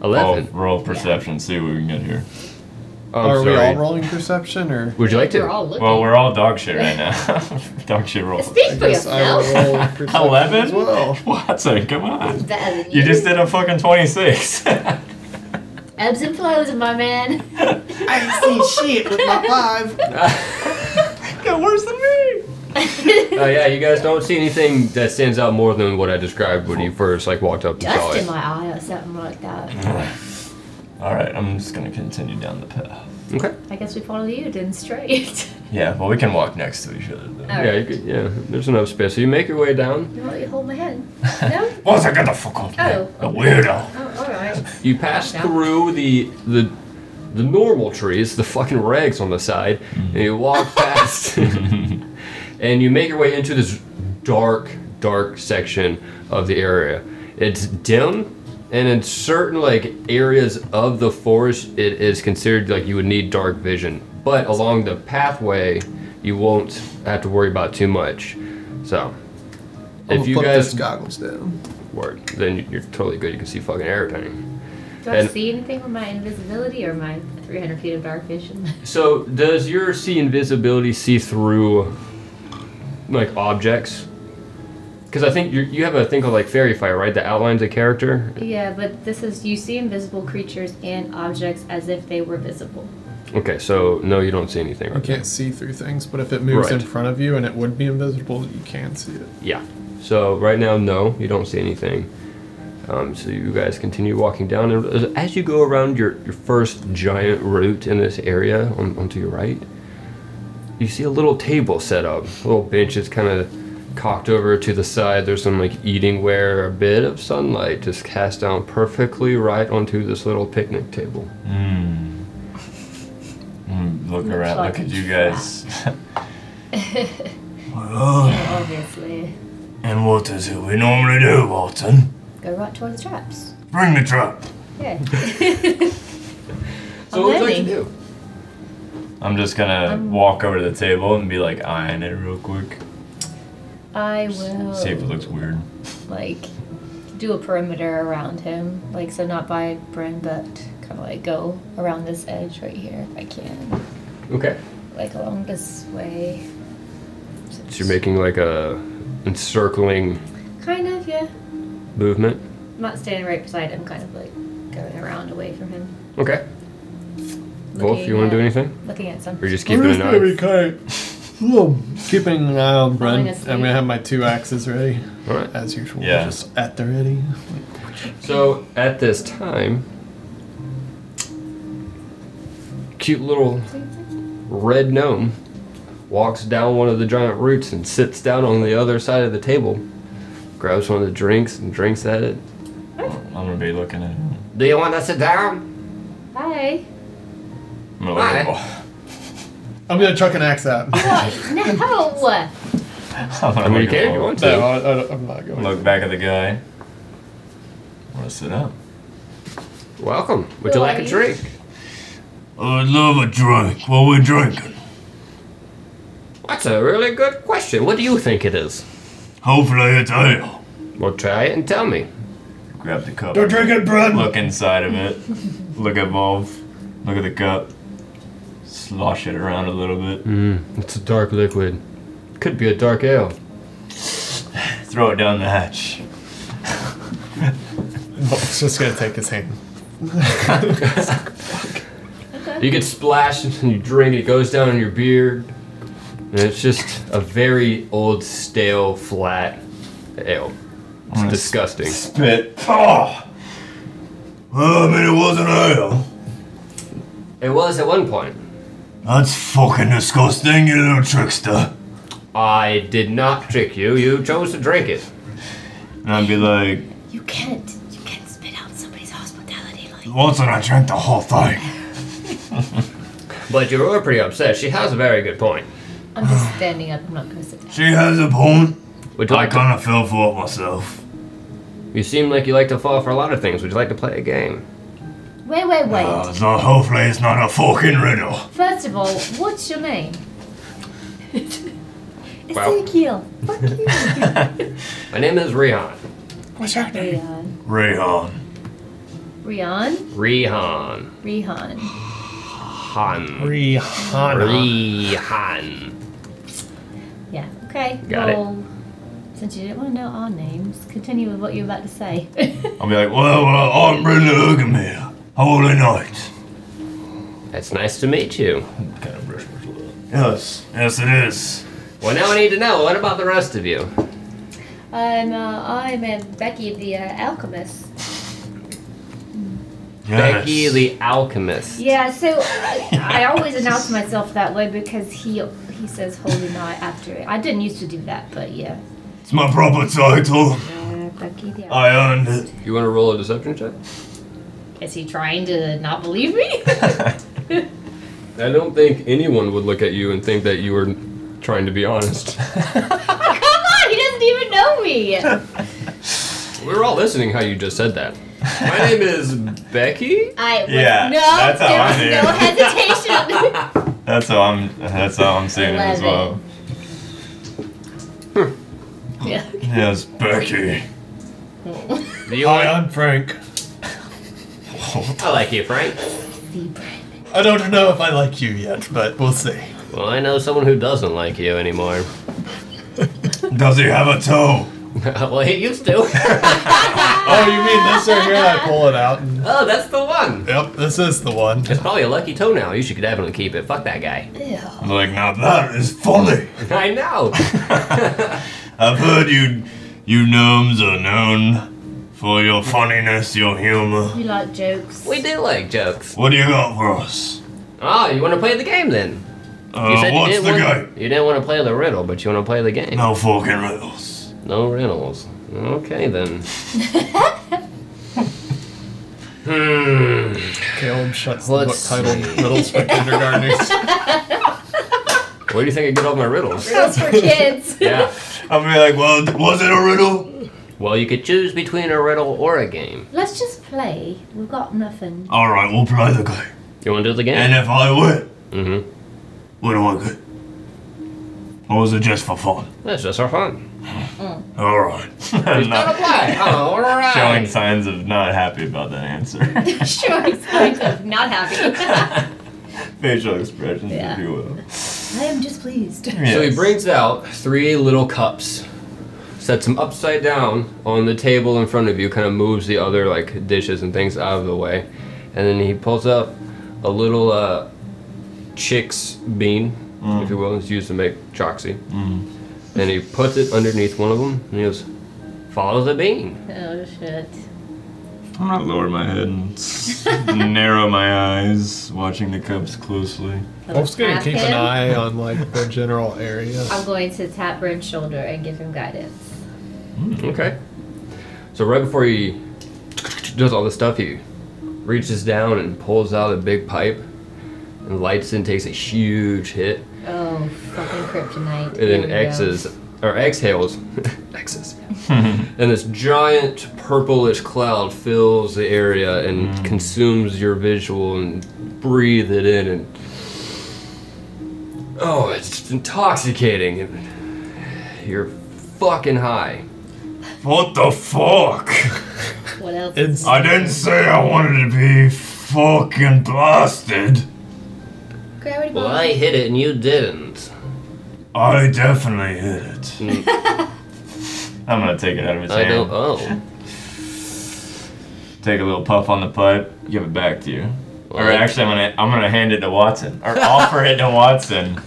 Speaker 4: Roll,
Speaker 3: Eleven.
Speaker 4: roll perception, see what we can get here.
Speaker 3: Oh, I'm
Speaker 6: Are we
Speaker 3: sorry.
Speaker 6: all rolling perception or?
Speaker 3: Would you like
Speaker 2: We're
Speaker 3: to? [laughs]
Speaker 2: all looking.
Speaker 4: Well, we're all dog shit right now. [laughs] dog shit roll.
Speaker 2: Speak for
Speaker 6: will
Speaker 2: yourself.
Speaker 6: [laughs] roll
Speaker 4: [laughs]
Speaker 6: perception
Speaker 4: Eleven?
Speaker 6: as well.
Speaker 4: Watson, come on.
Speaker 2: That is
Speaker 4: You just did a fucking 26.
Speaker 2: ebbs and flows, my man.
Speaker 3: [laughs]
Speaker 2: [laughs]
Speaker 6: I see shit with my five. [laughs]
Speaker 4: Got worse than me.
Speaker 3: Oh yeah, you guys don't see anything that stands out more than what I described when you first like walked up and saw
Speaker 2: Dust in
Speaker 3: it.
Speaker 2: my eye or something like
Speaker 3: Mm-hmm.
Speaker 2: that.
Speaker 4: [laughs] All right, I'm just gonna continue down the path.
Speaker 3: Okay.
Speaker 2: I guess we follow you, didn't straight. [laughs]
Speaker 4: Yeah, well, we can walk next to each other. Though.
Speaker 3: Yeah, you could, yeah. There's enough space. So you make your way down.
Speaker 2: You want me to hold my hand?
Speaker 3: [laughs]
Speaker 2: No?
Speaker 4: Watson, get the fuck off me.
Speaker 2: Oh,
Speaker 4: The weirdo.
Speaker 2: Oh, alright.
Speaker 3: You pass
Speaker 2: Yeah.
Speaker 3: through the the the normal trees, the fucking rags on the side, and you walk past, [laughs] and you make your way into this dark, dark section of the area. It's dim, and in certain like areas of the forest, it is considered like you would need dark vision. But along the pathway, you won't have to worry about too much. So,
Speaker 6: I'm
Speaker 3: if
Speaker 6: gonna
Speaker 3: you
Speaker 6: put
Speaker 3: guys
Speaker 6: those goggles down.
Speaker 3: work, then you're totally good. You can see fucking everything.
Speaker 2: Do I
Speaker 3: And-
Speaker 2: see anything with my invisibility or my 300 feet of dark vision? [laughs]
Speaker 3: So does your see invisibility see through like objects? Because I think you you have a thing called like fairy fire, right? That outlines a character.
Speaker 2: Yeah, but this is you see invisible creatures and objects as if they were [sighs] visible.
Speaker 3: Okay, so no, you don't see anything.
Speaker 6: You
Speaker 3: Right?
Speaker 6: can't see through things, but if it moves in
Speaker 3: Right.
Speaker 6: front of you and it would be invisible, you can see it.
Speaker 3: Yeah. So right now, no, you don't see anything. Um, so you guys continue walking down, and as- as you go around your, your first giant route in this area on, onto your right, you see a little table set up, a little bench is kind of cocked over to the side. There's some like eating ware, a bit of sunlight just cast down perfectly right onto this little picnic table.
Speaker 4: Mm. Mm, look
Speaker 2: Looks
Speaker 4: around.
Speaker 2: like
Speaker 4: look at
Speaker 2: a
Speaker 4: you guys. [laughs]
Speaker 2: Obviously,
Speaker 4: and what is it we normally do, Walton?
Speaker 2: go right toward the traps.
Speaker 4: Bring the trap.
Speaker 2: Yeah. [laughs]
Speaker 3: So what would you like to do?
Speaker 4: I'm just gonna
Speaker 2: Um,
Speaker 4: walk over to the table and be like eyeing it real quick.
Speaker 2: I
Speaker 4: S-
Speaker 2: will
Speaker 4: See if it looks weird.
Speaker 2: like do a perimeter around him, like so not by Bryn, but kind of like go around this edge right here if I can,
Speaker 3: Okay.
Speaker 2: like along this way.
Speaker 3: So you're making like a encircling
Speaker 2: kind of yeah.
Speaker 3: movement.
Speaker 2: I'm not standing right beside him, kind of like going around away from him.
Speaker 3: Okay. Wolf,
Speaker 2: Looking
Speaker 3: you want to do
Speaker 2: at-
Speaker 3: anything?
Speaker 2: Looking at
Speaker 3: Or
Speaker 2: something.
Speaker 3: just keeping an eye?
Speaker 6: Keeping an eye on Brent.
Speaker 2: Falling
Speaker 6: I'm
Speaker 2: asleep.
Speaker 6: gonna have my two axes ready,
Speaker 3: All right.
Speaker 6: as usual.
Speaker 4: Yeah.
Speaker 6: Just at the ready.
Speaker 3: So at this time, cute little red gnome walks down one of the giant roots and sits down on the other side of the table, grabs one of the drinks and drinks at it.
Speaker 4: I'm gonna be looking at it.
Speaker 3: Do you want to sit down?
Speaker 2: Hi.
Speaker 4: I'm gonna look at-
Speaker 6: I'm gonna chuck an
Speaker 3: [laughs]
Speaker 6: axe at. him.
Speaker 2: What? No.
Speaker 4: [laughs] I'm gonna
Speaker 3: I mean, you
Speaker 4: look at
Speaker 3: can if you
Speaker 4: Walt-
Speaker 3: want
Speaker 6: no,
Speaker 3: to.
Speaker 6: I, I, don't- I'm not going.
Speaker 4: Look back at the guy. Wanna sit up?
Speaker 3: Welcome. Would you
Speaker 2: Who
Speaker 3: like
Speaker 2: are
Speaker 3: a
Speaker 2: you?
Speaker 3: drink?
Speaker 4: I'd love a drink. What we drinking?
Speaker 3: That's a really good question. What do you think it is?
Speaker 4: Hopefully it's ale.
Speaker 3: Well, try it and tell me.
Speaker 4: Grab the cup.
Speaker 6: Don't drink it, Brent.
Speaker 4: Look inside of it. Look at Wolf. Look at the cup. Slosh it around a little bit.
Speaker 3: Hmm. It's a dark liquid. Could be a dark ale.
Speaker 4: Throw it down the hatch.
Speaker 6: [laughs] It's just gonna take his hand.
Speaker 3: You get splashed and you drink, it goes down in your beard. And it's just a very old, stale, flat ale. It's disgusting.
Speaker 4: Spit. Oh. Well, I mean, it wasn't ale.
Speaker 3: It was at one point.
Speaker 4: That's fucking disgusting, you little trickster.
Speaker 3: I did not trick you, you chose to drink it.
Speaker 4: And I'd be like,
Speaker 2: You can't. You can't spit out somebody's hospitality like.
Speaker 4: Watson, I drank the whole thing.
Speaker 3: But you were pretty upset. She has a very good point.
Speaker 2: I'm just standing up. I'm not gonna sit down.
Speaker 4: She has a point.
Speaker 3: Would you, like to-
Speaker 4: of fell for it myself.
Speaker 3: you seem like you like to fall for a lot of things. Would you like to play a game?
Speaker 2: Wait, wait, wait.
Speaker 3: Uh.
Speaker 4: it's not, Uh, hopefully, it's not a fucking riddle.
Speaker 2: First of all, what's
Speaker 3: [laughs]
Speaker 2: your name?
Speaker 3: Wow.
Speaker 2: Ezekiel. Fuck
Speaker 3: [laughs]
Speaker 2: you.
Speaker 3: My name is Rihan.
Speaker 2: Rihan.
Speaker 4: Rehan.
Speaker 2: Rihan.
Speaker 3: Rihan.
Speaker 2: Rihan.
Speaker 3: Han.
Speaker 6: Rihanna.
Speaker 3: Rihan.
Speaker 2: Yeah. Okay.
Speaker 3: Got it.
Speaker 2: well, Since you didn't want to know our names, continue with what you were about to say. [laughs]
Speaker 4: I'll be like, well, well I'm Brenda Ugamere, Holy Knight.
Speaker 3: It's nice to meet you.
Speaker 4: Kind of brush my Yes, yes, it is.
Speaker 3: Well, now I need to know what about the rest of you?
Speaker 2: I'm uh, I'm uh, Becky the uh, alchemist.
Speaker 3: Becky the Alchemist.
Speaker 2: Yeah, so I, I always announce myself that way because he he says holy night after it. I didn't used to do that, but yeah.
Speaker 4: It's my proper title.
Speaker 2: Uh, Becky the
Speaker 4: I earned it.
Speaker 3: You want to roll a deception check?
Speaker 2: Is he trying to not
Speaker 4: [laughs]
Speaker 2: believe me? [laughs]
Speaker 3: I don't think anyone would look at you and think that you were trying to be honest.
Speaker 2: Come on, he doesn't even know me.
Speaker 3: We [laughs] were all listening how you just said that. My name is Becky.
Speaker 2: I was,
Speaker 4: Yeah,
Speaker 2: no,
Speaker 4: that's how
Speaker 2: there
Speaker 4: I
Speaker 2: was
Speaker 4: knew.
Speaker 2: no hesitation.
Speaker 4: [laughs]
Speaker 2: [laughs]
Speaker 4: That's how I'm. That's how I'm seeing it as well.
Speaker 2: Eleven. yeah.
Speaker 4: Yes, Becky.
Speaker 3: Do you
Speaker 6: Hi,
Speaker 3: like?
Speaker 6: I'm Frank.
Speaker 3: I like you, Frank.
Speaker 6: I don't know if I like you yet, but we'll see.
Speaker 3: Well, I know someone who doesn't like you anymore.
Speaker 4: Does he have a toe?
Speaker 3: [laughs] well, it used to.
Speaker 6: Oh, you mean this right here? I pull it out. And,
Speaker 3: oh, that's the one.
Speaker 6: yep, this is
Speaker 3: [laughs]
Speaker 6: the one.
Speaker 3: It's probably a lucky toenail. You should definitely keep it. Fuck that guy.
Speaker 1: I'm like, now that is funny.
Speaker 3: [laughs] I know.
Speaker 1: I've heard you, you gnomes are known for your funniness, your humor.
Speaker 2: You like jokes.
Speaker 3: we do like jokes.
Speaker 1: What do you got for us?
Speaker 3: Oh, you want to play the game then? You
Speaker 1: Uh,
Speaker 3: said you
Speaker 1: what's
Speaker 3: didn't
Speaker 1: the
Speaker 3: want-
Speaker 1: game?
Speaker 3: You didn't want to play the riddle, but you want to play the game.
Speaker 1: No fucking riddles.
Speaker 3: No riddles. Okay [laughs] then. hmm.
Speaker 6: Caleb shuts
Speaker 3: Let's
Speaker 6: the book titled Riddles for Kindergartners.
Speaker 3: Where do you think I get all my riddles?
Speaker 2: That's
Speaker 4: [laughs]
Speaker 2: for kids.
Speaker 3: [laughs] yeah.
Speaker 1: [laughs] I'll be like, well, was it a riddle?
Speaker 3: [laughs] Well, you could choose between a riddle or a game.
Speaker 2: Let's just play. We've got [laughs] nothing.
Speaker 1: All right, we'll play the game.
Speaker 3: You want to do the game?
Speaker 1: And if I win,
Speaker 3: mm-hmm.
Speaker 1: what do I get? Or was it just for fun?
Speaker 3: That's just our fun.
Speaker 1: All right. [laughs]
Speaker 3: He's gotta play. Oh, [laughs] all right.
Speaker 1: Showing signs of not happy about that answer. [laughs]
Speaker 4: sure,
Speaker 2: [laughs]
Speaker 4: exactly. Not happy.
Speaker 1: Facial expressions,
Speaker 2: Yeah.
Speaker 1: if you will.
Speaker 2: I am just
Speaker 1: [laughs]
Speaker 2: pleased.
Speaker 3: So he
Speaker 1: Yes.
Speaker 3: brings out three little cups, sets them upside down on the table in front of you, kind of moves the other like dishes and things out of the way, and then he pulls up a little uh, chick's bean, if you will, it's used to make choxy, and he puts it underneath one of them, and he goes, "Follow the bean."
Speaker 2: Oh shit.
Speaker 1: I'm gonna lower my head and s- [laughs] narrow my eyes, watching the cups closely.
Speaker 6: I'm just gonna
Speaker 2: Ask
Speaker 6: keep
Speaker 2: him.
Speaker 6: an eye on like the general area.
Speaker 2: I'm going to tap Brent's shoulder and give him guidance.
Speaker 3: Okay. So right before he does all this stuff, he reaches down and pulls out a big pipe, and lights it and takes a huge hit.
Speaker 2: Oh, fucking kryptonite.
Speaker 3: and
Speaker 2: Here we
Speaker 3: then
Speaker 2: go.
Speaker 3: X's or exhales, [laughs] X's, and this giant purplish cloud fills the area and consumes your visual and breathe it in and oh, it's intoxicating. and You're fucking high.
Speaker 1: What the fuck?
Speaker 2: What else?
Speaker 6: It's
Speaker 1: I didn't say I wanted to be fucking blasted.
Speaker 2: Gravity
Speaker 3: Well,
Speaker 2: bomb.
Speaker 3: I hit it and you didn't.
Speaker 1: I definitely hit it. I'm gonna take it out of his
Speaker 3: I don't.
Speaker 1: hand.
Speaker 3: Oh,
Speaker 1: [laughs] Take a little puff on the pipe. Give it back to you. Or
Speaker 3: Well,
Speaker 1: actually, I'm gonna I'm gonna hand it to Watson
Speaker 3: [laughs]
Speaker 1: or offer it to Watson.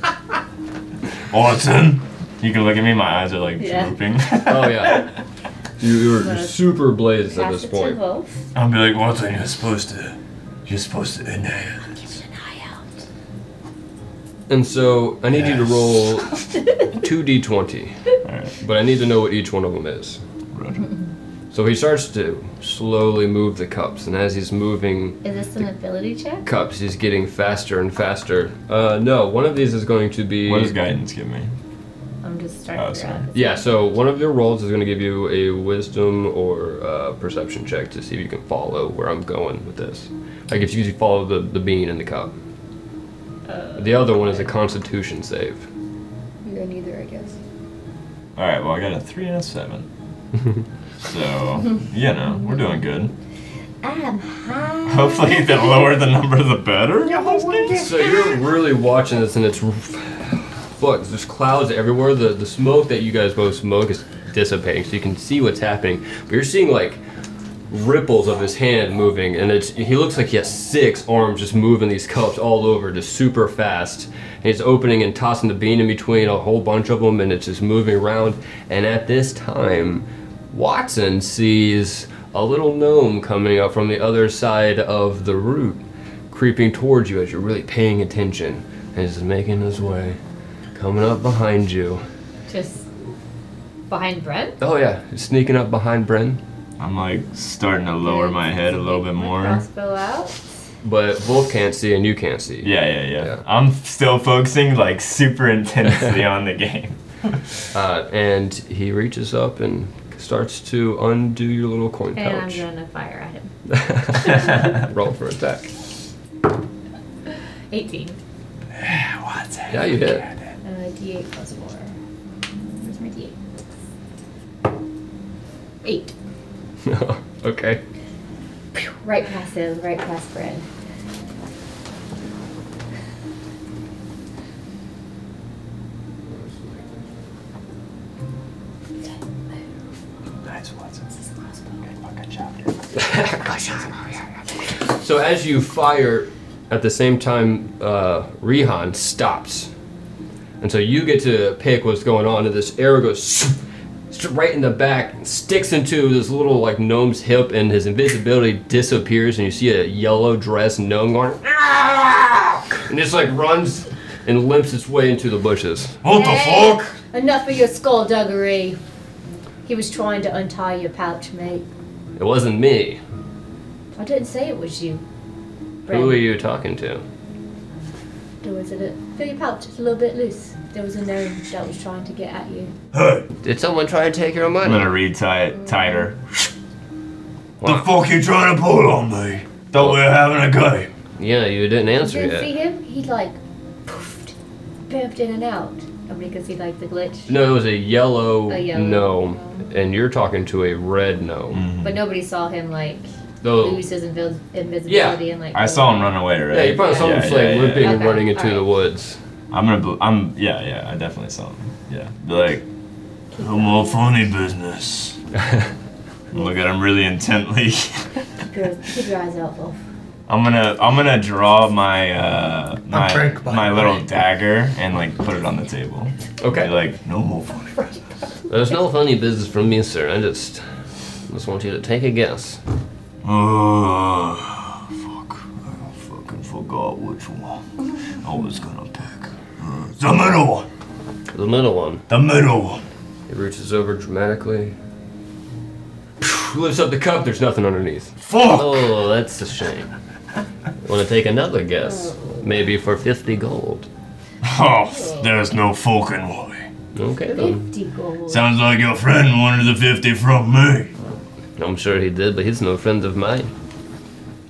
Speaker 1: Watson, you can look at me. My eyes are like
Speaker 2: Yeah.
Speaker 1: drooping.
Speaker 3: oh yeah. [laughs] You, you were super blazed at
Speaker 2: Pass
Speaker 3: this
Speaker 2: it to
Speaker 3: point.
Speaker 2: Wolf.
Speaker 1: [laughs] I'll be like, Watson, you're supposed to, you're supposed to inhale.
Speaker 3: And so I need you to
Speaker 1: Yes.
Speaker 3: roll two d20,
Speaker 1: Alright.
Speaker 3: but I need to know what each one of them is.
Speaker 1: Roger.
Speaker 3: So he starts to slowly move the cups, and as he's moving
Speaker 2: Is this an ability check?
Speaker 3: cups, he's getting faster and faster. Uh, no, one of these is going to be.
Speaker 1: What does guidance give me?
Speaker 2: I'm just
Speaker 1: Oh,
Speaker 2: starting to
Speaker 1: sorry.
Speaker 2: figure out.
Speaker 3: Yeah, so one of your rolls is going to give you a wisdom or uh, perception check to see if you can follow where I'm going with this. Like if you you follow the, the bean in the cup. the other one is a constitution save.
Speaker 2: You're neither, I guess.
Speaker 1: All right. Well, I got a three and
Speaker 3: [laughs]
Speaker 1: a seven. so you know we're doing good.
Speaker 2: I'm high.
Speaker 1: Hopefully, the lower the number, the better.
Speaker 3: So uh, you're really watching this, and it's fuck. There's clouds everywhere. The the smoke that you guys both smoke is dissipating, so you can see what's happening. But you're seeing like ripples of his hand moving, and it's he looks like he has six arms just moving these cups all over, just super fast. And he's opening and tossing the bean in between a whole bunch of them, and it's just moving around. And at this time, Watson sees a little gnome coming up from the other side of the root, creeping towards you as you're really paying attention. And he's making his way, coming up behind you.
Speaker 2: Just behind Brent?
Speaker 3: Oh yeah, he's sneaking up behind Bren.
Speaker 1: I'm like starting to lower my head a little bit more. Yeah,
Speaker 2: Crossbow
Speaker 1: [laughs]
Speaker 2: out.
Speaker 3: But Wolf can't see and you can't see.
Speaker 1: yeah, yeah.
Speaker 3: Yeah.
Speaker 1: I'm still focusing like
Speaker 3: [laughs]
Speaker 1: super intensely on the game. [laughs]
Speaker 3: Uh, and he reaches up and starts to undo your little coin
Speaker 2: And I'm
Speaker 3: pouch.
Speaker 2: gonna fire at
Speaker 3: [laughs]
Speaker 2: him.
Speaker 3: Roll for attack.
Speaker 2: 18.
Speaker 3: Yeah, you hit. [laughs]
Speaker 2: Uh, D8 plus 4. Where's my D8? 8.
Speaker 3: okay.
Speaker 2: Phew, Right past him, right past Brent.
Speaker 3: So as you fire, at the same time, uh, Rihan stops, and so you get to pick what's going on. And this arrow goes right in the back, sticks into this little like gnome's hip, and his invisibility disappears. And you see a yellow dressed gnome going, "Ah!" and just like runs and limps its way into the bushes.
Speaker 1: What the
Speaker 2: Hey,
Speaker 1: fuck?
Speaker 2: Enough of your skullduggery. He was trying to untie your pouch, mate.
Speaker 3: It wasn't me.
Speaker 2: I didn't say it was you.
Speaker 3: Who are
Speaker 2: Brandon.
Speaker 3: you talking to?
Speaker 2: There was a little, feel your pouch, it's a little bit loose. There was a gnome that was trying to get at you.
Speaker 1: Hey.
Speaker 3: Did someone try to take your
Speaker 1: I'm
Speaker 3: money?
Speaker 1: gonna retie it tighter.
Speaker 3: Wow.
Speaker 1: The fuck you trying to pull on me? Thought we were having a game.
Speaker 3: Yeah, you didn't answer
Speaker 2: Didn't see
Speaker 3: yet.
Speaker 2: him? He like poofed, pimped in and out. Nobody could see like the glitch.
Speaker 1: Mm-hmm.
Speaker 3: No, it was a yellow,
Speaker 2: A yellow
Speaker 3: gnome, and you're talking to a red gnome.
Speaker 1: Mm-hmm.
Speaker 2: But nobody saw him like
Speaker 3: Though,
Speaker 2: lose his invis- invisibility and like.
Speaker 1: Oh. I saw him run away, right?
Speaker 3: yeah, you probably saw him just like limping and
Speaker 2: Okay,
Speaker 3: running into the
Speaker 2: alright.
Speaker 3: woods.
Speaker 1: I'm gonna. Bl- I'm. Yeah, yeah. I definitely saw him. Yeah. Be like, no more funny business. Look at him really intently.
Speaker 2: Keep your, keep your eyes out, Wolf.
Speaker 1: [laughs] I'm gonna. I'm gonna draw my uh my
Speaker 6: prank bite.
Speaker 1: my little dagger and like put it on the table. Be
Speaker 3: Okay,
Speaker 1: like, no more funny. [sighs] business.
Speaker 3: there's no funny business from me, sir. I just just want you to take a guess.
Speaker 1: Oh fuck! I fucking forgot which one I was gonna pick. [sighs] Uh, The middle one.
Speaker 3: The middle one.
Speaker 1: The middle one.
Speaker 3: It reaches over dramatically. Lifts up the cup. There's nothing underneath.
Speaker 1: Fuck.
Speaker 3: Oh, that's a shame. Want to take another guess?
Speaker 2: Oh.
Speaker 3: Maybe for fifty gold.
Speaker 1: Oh, there's no fucking way.
Speaker 3: Okay then.
Speaker 2: Fifty [laughs] gold.
Speaker 1: Sounds like your friend wanted the 50 from me.
Speaker 3: I'm sure he did, but he's no friend of mine.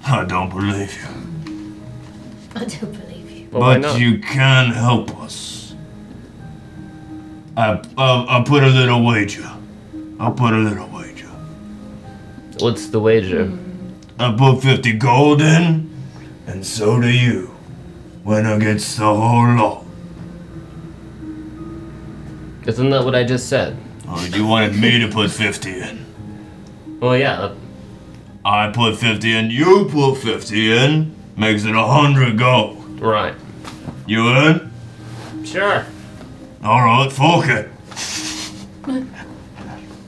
Speaker 1: I don't believe you.
Speaker 2: I don't believe you.
Speaker 3: Well, why
Speaker 1: but
Speaker 3: not?
Speaker 1: you can help us. I, I, I put a little wager. I put a little wager.
Speaker 3: What's the wager?
Speaker 1: I put 50 gold in, and so do you. Winner gets the whole lot.
Speaker 3: Isn't that what I just said?
Speaker 1: Oh, you wanted me to put 50 in.
Speaker 3: Well, yeah.
Speaker 1: I put 50 in, you put 50 in. Makes it 100 gold.
Speaker 3: Right.
Speaker 1: You in?
Speaker 3: Sure.
Speaker 1: Alright, fuck it. I'm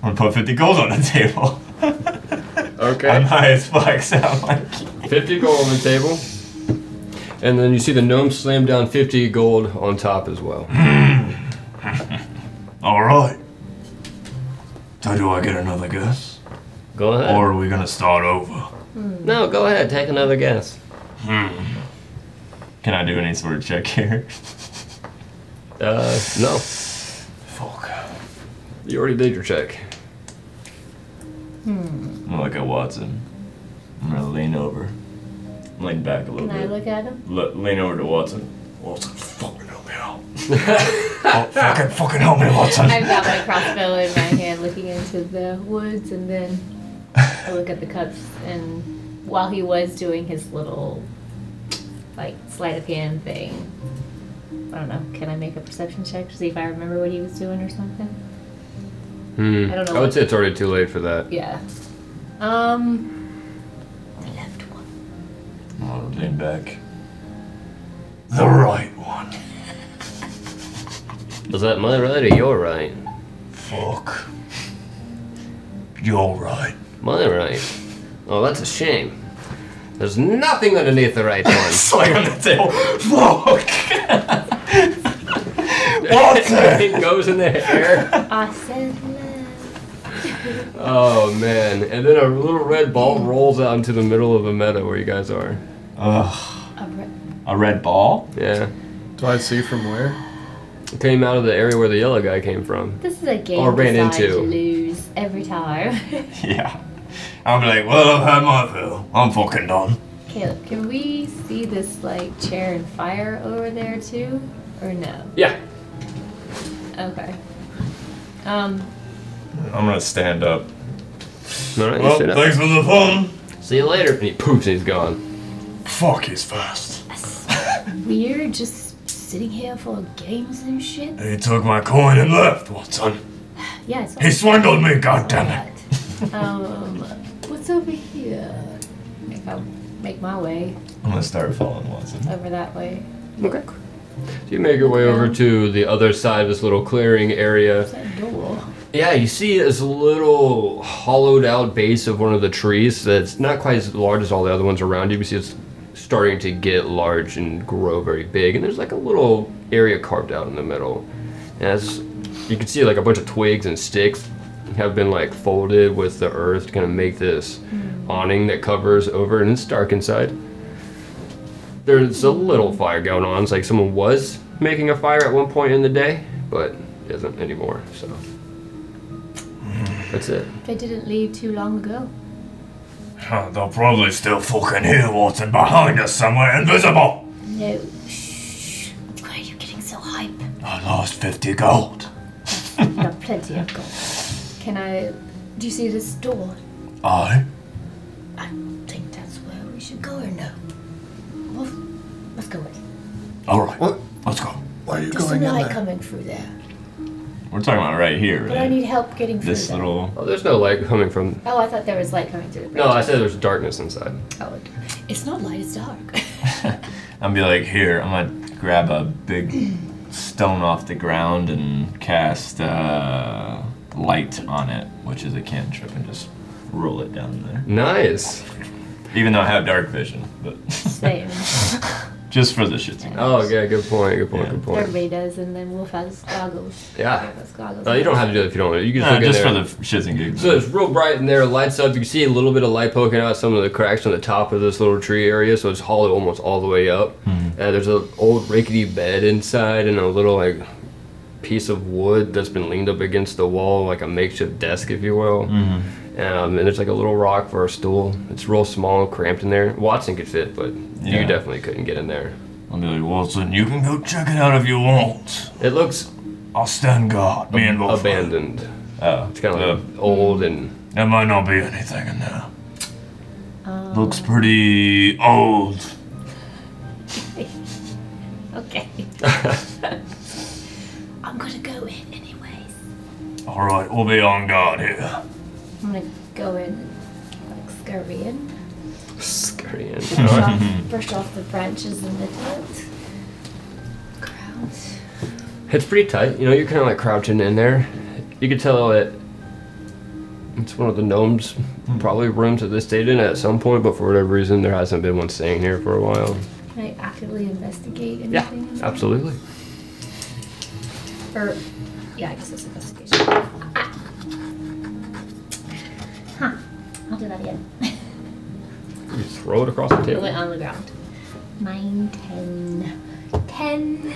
Speaker 1: gonna put 50 gold on the table. I'm
Speaker 3: Okay.
Speaker 1: high as fuck, so I'm like.
Speaker 3: 50 gold on the table. And then you see the gnome slam down 50 gold on top as well.
Speaker 1: Alright. So, do I get another guess?
Speaker 3: Go ahead.
Speaker 1: Or are we gonna start over?
Speaker 3: no, go ahead. Take another guess.
Speaker 1: Can I do any sort of check here?
Speaker 3: Uh, no.
Speaker 1: Fuck.
Speaker 3: You already did your check.
Speaker 1: I'm gonna look at Watson. I'm gonna lean over. Lean back a little
Speaker 2: Can I
Speaker 1: bit.
Speaker 2: look at him?
Speaker 1: Le- lean over to Watson. Watson, fucking help me out. Fuck- fucking, fucking help me, Watson.
Speaker 2: I've got my crossbow in my hand, looking into the woods, and then I look at the cups. And while he was doing his little like sleight of hand thing, I don't know. Can I make a perception check to see if I remember what he was doing or something?
Speaker 3: Hmm.
Speaker 2: I don't know
Speaker 3: I would
Speaker 2: what-
Speaker 3: say it's already too late for that.
Speaker 2: Yeah. Um. The left one.
Speaker 1: I'm gonna lean back. The right one.
Speaker 3: Was that my right or your right?
Speaker 1: Fuck. You're right.
Speaker 3: My right. Oh, that's a shame. There's nothing underneath the right one.
Speaker 1: Slide on the table. Fuck.
Speaker 3: [laughs]
Speaker 1: Watson.
Speaker 3: it goes in the air.
Speaker 2: I said left.
Speaker 3: Oh man! And then a little red ball rolls out into the middle of a meadow where you guys are.
Speaker 1: Ugh.
Speaker 2: A re-
Speaker 1: A red ball?
Speaker 3: Yeah,
Speaker 6: Do I see from where?
Speaker 3: it came out of the area where the yellow guy came from.
Speaker 2: This is a game
Speaker 3: Or ran
Speaker 2: designed
Speaker 3: into.
Speaker 2: to lose every time. [laughs]
Speaker 1: Yeah. I'm like, well, I've had my fill. I'm fucking done.
Speaker 2: Caleb, can we see this like chair and fire over there too, or no?
Speaker 3: Yeah.
Speaker 2: Okay. Um.
Speaker 1: I'm gonna stand up.
Speaker 3: All right.
Speaker 1: Well,
Speaker 3: sit up.
Speaker 1: thanks for the fun.
Speaker 3: See you later. And he poops and he's gone.
Speaker 1: Fuck, he's fast.
Speaker 2: Weird, just sitting here for games and shit.
Speaker 1: He took my coin and left, Watson.
Speaker 2: Yeah. It's
Speaker 1: He swindled me, goddammit.
Speaker 2: that. Um. What's What's over here? If I make my way
Speaker 1: I'm gonna start following Watson.
Speaker 2: over that way.
Speaker 3: Okay. So you make your way over to the other side of this little clearing area.
Speaker 2: What's that door?
Speaker 3: Yeah, you see this little hollowed out base of one of the trees that's not quite as large as all the other ones around you. You see it's starting to get large and grow very big, and there's like a little area carved out in the middle. And as you can see, like a bunch of twigs and sticks have been like folded with the earth to kind of make this awning that covers over, and it's dark inside. There's a little fire going on. It's like someone was making a fire at one point in the day, but isn't anymore, so. That's it.
Speaker 2: They didn't leave too long ago.
Speaker 1: Huh, they're probably still fucking here, Watson, behind us somewhere invisible.
Speaker 2: No. Shh. Why are you getting so hype?
Speaker 1: I lost 50 gold.
Speaker 2: You have plenty of gold. Can I? Do you see this door?
Speaker 1: I?
Speaker 2: I think that's where we should go or no? Well, let's go in.
Speaker 1: Alright.
Speaker 6: What?
Speaker 1: Let's go.
Speaker 6: Why are you
Speaker 2: There's
Speaker 6: going
Speaker 2: some
Speaker 6: in
Speaker 2: light
Speaker 6: there?
Speaker 2: coming through there.
Speaker 1: We're talking about right here,
Speaker 2: But I
Speaker 1: right?
Speaker 2: need help getting through
Speaker 1: This
Speaker 2: there.
Speaker 1: little.
Speaker 3: Oh, there's no light coming from.
Speaker 2: Oh, I thought there was light coming through the bridge.
Speaker 3: No, I said there's darkness inside.
Speaker 2: Oh, it- it's not light, it's
Speaker 3: [laughs]
Speaker 2: dark.
Speaker 1: I'm be like, here, I'm gonna grab a big stone off the ground and cast uh, light on it, which is a cantrip, and just roll it down there.
Speaker 3: Nice.
Speaker 1: Even though I have dark vision, but
Speaker 2: Same.
Speaker 1: just for the shits and
Speaker 3: Oh, yeah, good point, good point, good point.
Speaker 2: Everybody does, and then Wolf has goggles.
Speaker 3: Yeah.
Speaker 2: Wolf has goggles.
Speaker 3: No, Uh, you don't have to do it if you don't want to. You can still
Speaker 1: No,
Speaker 3: get
Speaker 1: Uh, just
Speaker 3: there.
Speaker 1: for the shits and gigs.
Speaker 3: so it's real bright in there, lights up. You can see a little bit of light poking out some of the cracks on the top of this little tree area, so it's hollow almost all the way up. Uh, there's an old rickety bed inside and a little, like, piece of wood that's been leaned up against the wall, like a makeshift desk, if you will. Um, and there's like a little rock for a stool. It's real small, cramped in there. Watson could fit, but
Speaker 1: Yeah.
Speaker 3: you definitely couldn't get in there.
Speaker 1: I'll be like, Watson, you can go check it out if you want.
Speaker 3: It looks
Speaker 1: I'll stand guard. Me and Wolf.
Speaker 3: abandoned.
Speaker 1: Oh,
Speaker 3: It's kind of like old and
Speaker 1: There might not be anything in there.
Speaker 2: Um,
Speaker 1: Looks pretty old.
Speaker 2: [laughs] Okay. I'm gonna go in anyways.
Speaker 1: All right, we'll be on guard here.
Speaker 2: I'm gonna go in and like scurry
Speaker 3: scurrying.
Speaker 2: in. Brush
Speaker 3: [laughs]
Speaker 2: off, brush off the branches in the dirt. Crowd.
Speaker 3: It's pretty tight. You know, you're kind of like crouching in there. You could tell that it's one of the gnomes probably rooms that they stayed in at some point, but for whatever reason, there hasn't been one staying here for a while.
Speaker 2: Can I actively investigate anything?
Speaker 3: Yeah,
Speaker 2: in there?
Speaker 3: absolutely.
Speaker 2: Or, yeah, I guess it's investigation. Ah. Huh. I'll do that again. [laughs]
Speaker 3: You throw it across the
Speaker 2: It
Speaker 3: table.
Speaker 2: went on the ground. Nine, ten. Ten.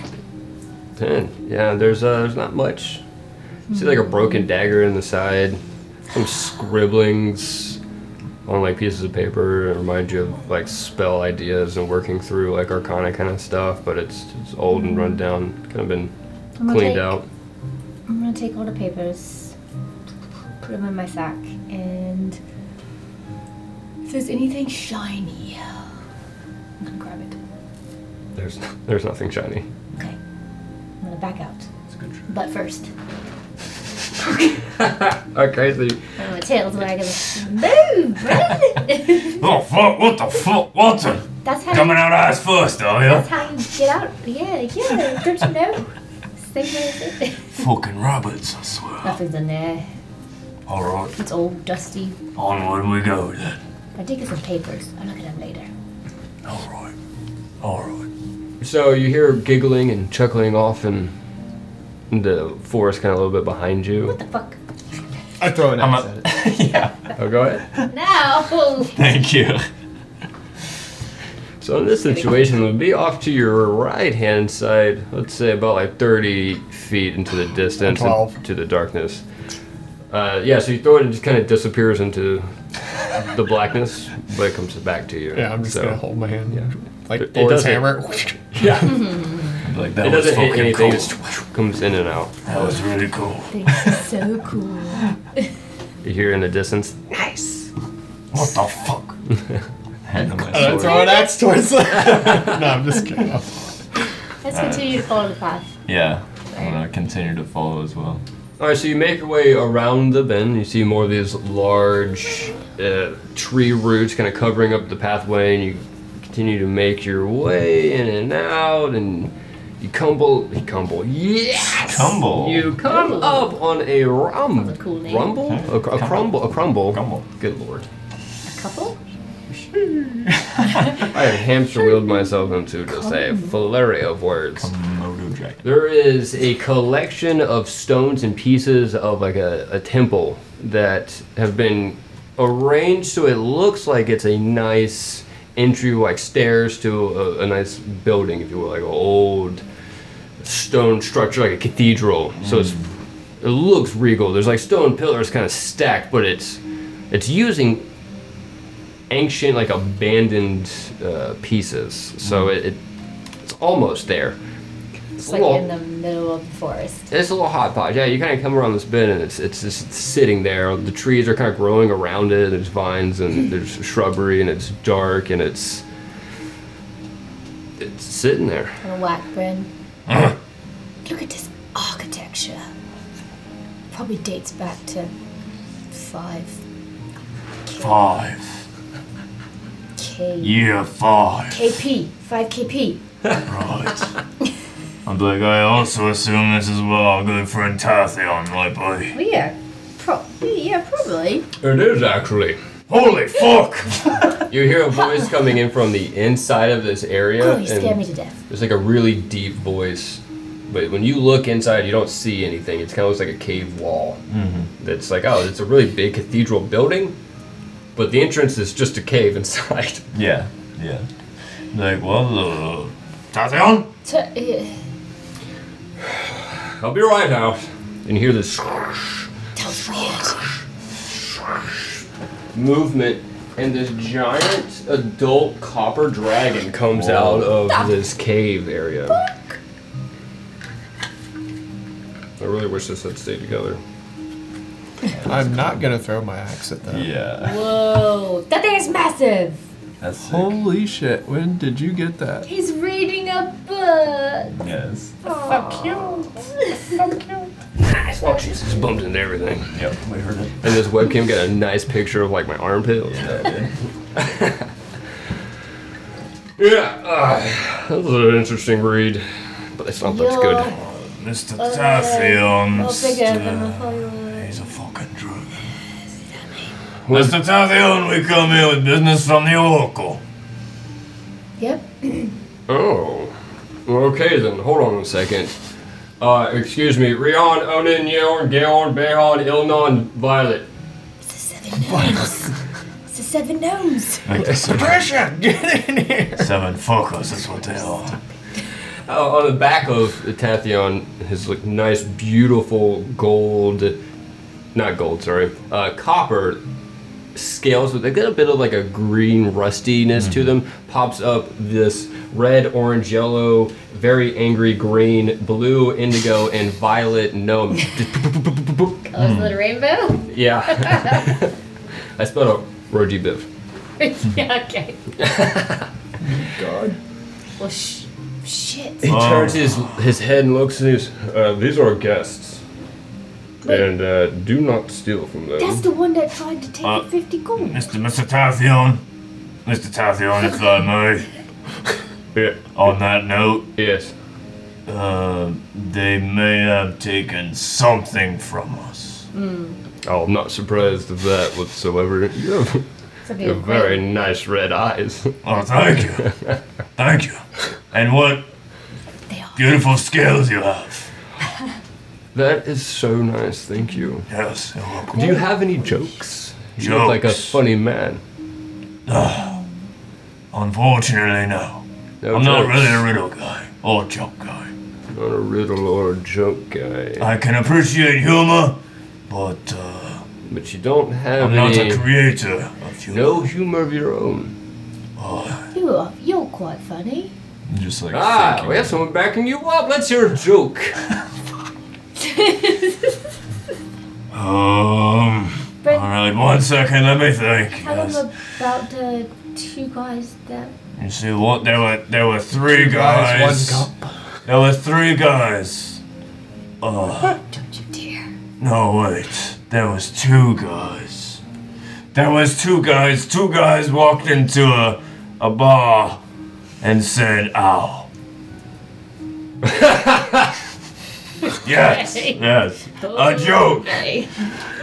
Speaker 3: Ten. Yeah, there's uh, there's not much. You see like a broken dagger in the side, some scribblings on like pieces of paper that remind you of like spell ideas and working through like arcana kind of stuff, but it's it's old and run down, kind of been
Speaker 2: I'm gonna
Speaker 3: cleaned
Speaker 2: take-
Speaker 3: out.
Speaker 2: I'm gonna take all the papers, put them in my sack, and if there's anything shiny, I'm gonna grab it.
Speaker 3: There's there's nothing [laughs] shiny.
Speaker 2: Okay. I'm gonna back out. But first,
Speaker 3: okay, so you-
Speaker 2: I'm gonna tails wagging. Move, [laughs] bro!
Speaker 1: Oh fuck! What the fuck, Watson?
Speaker 2: That's how
Speaker 1: Coming
Speaker 2: you,
Speaker 1: out eyes first, are ya?
Speaker 2: That's how you get out. Yeah, yeah. Don't you know? Same way as it.
Speaker 1: Fucking rabbits, I swear.
Speaker 2: [laughs] Nothing's in there.
Speaker 1: All right,
Speaker 2: It's all dusty.
Speaker 1: onward we go then.
Speaker 2: I did get some papers. I'll look at them later.
Speaker 1: All right, all right.
Speaker 3: so you hear giggling and chuckling off in in the forest, kind of a little bit behind you.
Speaker 2: What the fuck?
Speaker 6: I throw an
Speaker 1: I'm
Speaker 6: axe at
Speaker 1: a-
Speaker 6: it.
Speaker 1: yeah.
Speaker 3: Oh, go ahead.
Speaker 2: [laughs]
Speaker 6: [laughs]
Speaker 2: No!
Speaker 1: Thank you.
Speaker 3: So in this situation, it would be off to your right hand side, let's say about like 30 feet into the distance, and
Speaker 6: 12.
Speaker 3: to the darkness. Uh, yeah, so you throw it and it just kind of disappears into the blackness, but it comes back to you.
Speaker 6: Yeah, I'm just
Speaker 3: So [laughs]
Speaker 6: gonna hold my hand.
Speaker 3: yeah. It-
Speaker 6: Like
Speaker 3: it
Speaker 6: Thor's
Speaker 3: doesn't-
Speaker 6: [laughs] hammer. Uh,
Speaker 1: Like that
Speaker 3: It
Speaker 1: was
Speaker 3: doesn't hit
Speaker 1: fucking
Speaker 3: anything,
Speaker 1: cool.
Speaker 3: it just [laughs] comes in and out.
Speaker 1: That was really cool.
Speaker 2: so cool.
Speaker 3: You hear in the distance,
Speaker 1: What the fuck?
Speaker 3: [laughs]
Speaker 1: Hand them
Speaker 3: Oh,
Speaker 1: my
Speaker 6: And I
Speaker 1: sword.
Speaker 6: throw an axe towards [laughs] it. no, I'm just kidding.
Speaker 2: Let's continue to follow the path.
Speaker 1: Yeah, I'm gonna continue to follow as well.
Speaker 3: All right, so you make your way around the bend. You see more of these large uh, tree roots kind of covering up the pathway, and you continue to make your way in and out, and you cumble, you cumble, yes,
Speaker 1: Cumble.
Speaker 3: You come
Speaker 2: Ooh.
Speaker 3: up on a rum,
Speaker 4: That's a cool name.
Speaker 3: rumble, a, cr- a
Speaker 1: Cumble.
Speaker 3: crumble, a crumble.
Speaker 1: Cumble.
Speaker 3: Good lord,
Speaker 4: A couple?
Speaker 3: I have hamster wheeled myself into just a flurry of words.
Speaker 1: Komodo dragon.
Speaker 3: There is a collection of stones and pieces of like a, a temple that have been arranged so it looks like it's a nice entry, like stairs to a, a nice building, if you will, like an old stone structure, like a cathedral. So it's it looks regal. There's like stone pillars kind of stacked, but it's it's using ancient, like abandoned uh, pieces. So it, it it's almost there.
Speaker 4: It's like
Speaker 3: Well-
Speaker 4: in the middle of the forest.
Speaker 3: it's a little hot pot. Yeah, you kind of come around this bend and it's it's just sitting there. The trees are kind of growing around it. There's vines and there's shrubbery and it's dark and it's it's sitting there.
Speaker 4: And a whack
Speaker 3: [clears throat]
Speaker 4: Bryn. Look at this architecture. Probably dates back to five
Speaker 1: Five.
Speaker 4: K.
Speaker 1: Yeah, five.
Speaker 4: KP. Five KP.
Speaker 1: Right. I'm like, I also assume this is where our good friend Tathion might be.
Speaker 2: Well, yeah. Pro- yeah, probably.
Speaker 3: It is actually.
Speaker 1: Holy fuck!
Speaker 3: You hear a voice coming in from the inside of this area.
Speaker 4: Oh, you scared
Speaker 3: and
Speaker 4: me to death.
Speaker 3: There's like a really deep voice, but when you look inside, you don't see anything. It's kind of looks like a cave wall. That's like, oh, it's a really big cathedral building, but the entrance is just a cave inside.
Speaker 1: yeah, yeah. Like, well, uh, Tathion?
Speaker 4: T- uh,
Speaker 3: I'll be right out. And you hear this swoosh,
Speaker 4: that was weird.
Speaker 3: movement, and this giant adult copper dragon comes out of this cave area. I really wish this had stayed together.
Speaker 6: I'm not gonna throw my axe at that.
Speaker 1: Yeah.
Speaker 4: Whoa, that thing is massive.
Speaker 1: That's sick.
Speaker 6: Holy shit! When did you get that?
Speaker 4: He's reading a book.
Speaker 1: Yes.
Speaker 4: Fuck you.
Speaker 3: Oh, Jesus, bumped into everything.
Speaker 1: Yep, we heard it.
Speaker 3: And this webcam got a nice picture of like my armpit. [laughs] Yeah, uh, that was an interesting read, but it's not that's good.
Speaker 1: Mr.
Speaker 4: Oh, Well, bigger than I
Speaker 1: Tathion's.
Speaker 4: thought you were.
Speaker 1: He's a fucking drug. Mr. Tathion, we come here with business from the Oracle.
Speaker 4: Yep.
Speaker 3: Oh. Well, okay then. Hold on a second. Uh, excuse me. Rion, Onin, Yeon, Geon, Behon, Ilnon, Violet.
Speaker 4: It's the seven gnomes. it's the seven gnomes.
Speaker 6: Pressure! [laughs] Get in here!
Speaker 1: Seven fuckers, that's what they are.
Speaker 3: Uh, on the back of the Tathion, his like nice, beautiful gold, not gold, sorry, uh, copper scales with they got a bit of like a green rustiness to them. Pops up this red, orange, yellow, very angry green, blue, indigo, and violet gnome.
Speaker 4: Oh,
Speaker 2: Colors of the rainbow?
Speaker 3: Yeah. [laughs] I spelled out Roji Biv.
Speaker 2: [laughs] yeah, okay.
Speaker 6: God.
Speaker 2: Well, sh-
Speaker 4: Shit.
Speaker 3: He
Speaker 1: Oh.
Speaker 3: turns his, his head and looks and he's, uh, these are guests. And uh, do not steal from them.
Speaker 4: That's the one that tried to take
Speaker 1: Uh,
Speaker 4: the 50 gold.
Speaker 1: Mr. Mr. Tathion. Mr. Tathion, if I may.
Speaker 3: yeah.
Speaker 1: On that note,
Speaker 3: Yes.
Speaker 1: uh, they may have taken something from us.
Speaker 3: Oh, I'm not surprised of that whatsoever. [laughs] You have, you have [laughs] very nice red eyes. [laughs]
Speaker 1: Oh, [laughs] thank you. thank you. And what
Speaker 4: They are.
Speaker 1: beautiful scales you have.
Speaker 3: that is so nice, thank you.
Speaker 1: Yes, you're welcome.
Speaker 3: Do you have any jokes? You look like a
Speaker 1: Jokes.
Speaker 3: funny man.
Speaker 1: Unfortunately, no.
Speaker 3: No
Speaker 1: I'm not
Speaker 3: jokes.
Speaker 1: really a riddle guy or joke guy.
Speaker 3: Not a riddle or a joke guy.
Speaker 1: I can appreciate humor, but uh,
Speaker 3: But you don't have
Speaker 1: I'm not
Speaker 3: any.
Speaker 1: a creator of humor.
Speaker 3: no humor of your own.
Speaker 4: You are, you're quite funny.
Speaker 2: [laughs]
Speaker 1: Just like
Speaker 3: Ah, we have someone backing you up. Let's hear a joke.
Speaker 1: Um.
Speaker 4: But-
Speaker 1: all right, one second. Let me think.
Speaker 4: Tell
Speaker 1: Yes.
Speaker 4: them about the two guys that.
Speaker 1: You see what? There were there were three
Speaker 6: Guys,
Speaker 1: guys.
Speaker 6: one cup.
Speaker 1: There were three guys. Uh,
Speaker 4: Don't you dare.
Speaker 1: no wait. There was two guys. there was two guys. Two guys walked into a, a bar and said, "Ow." [laughs] yes, yes. A joke.
Speaker 2: Okay.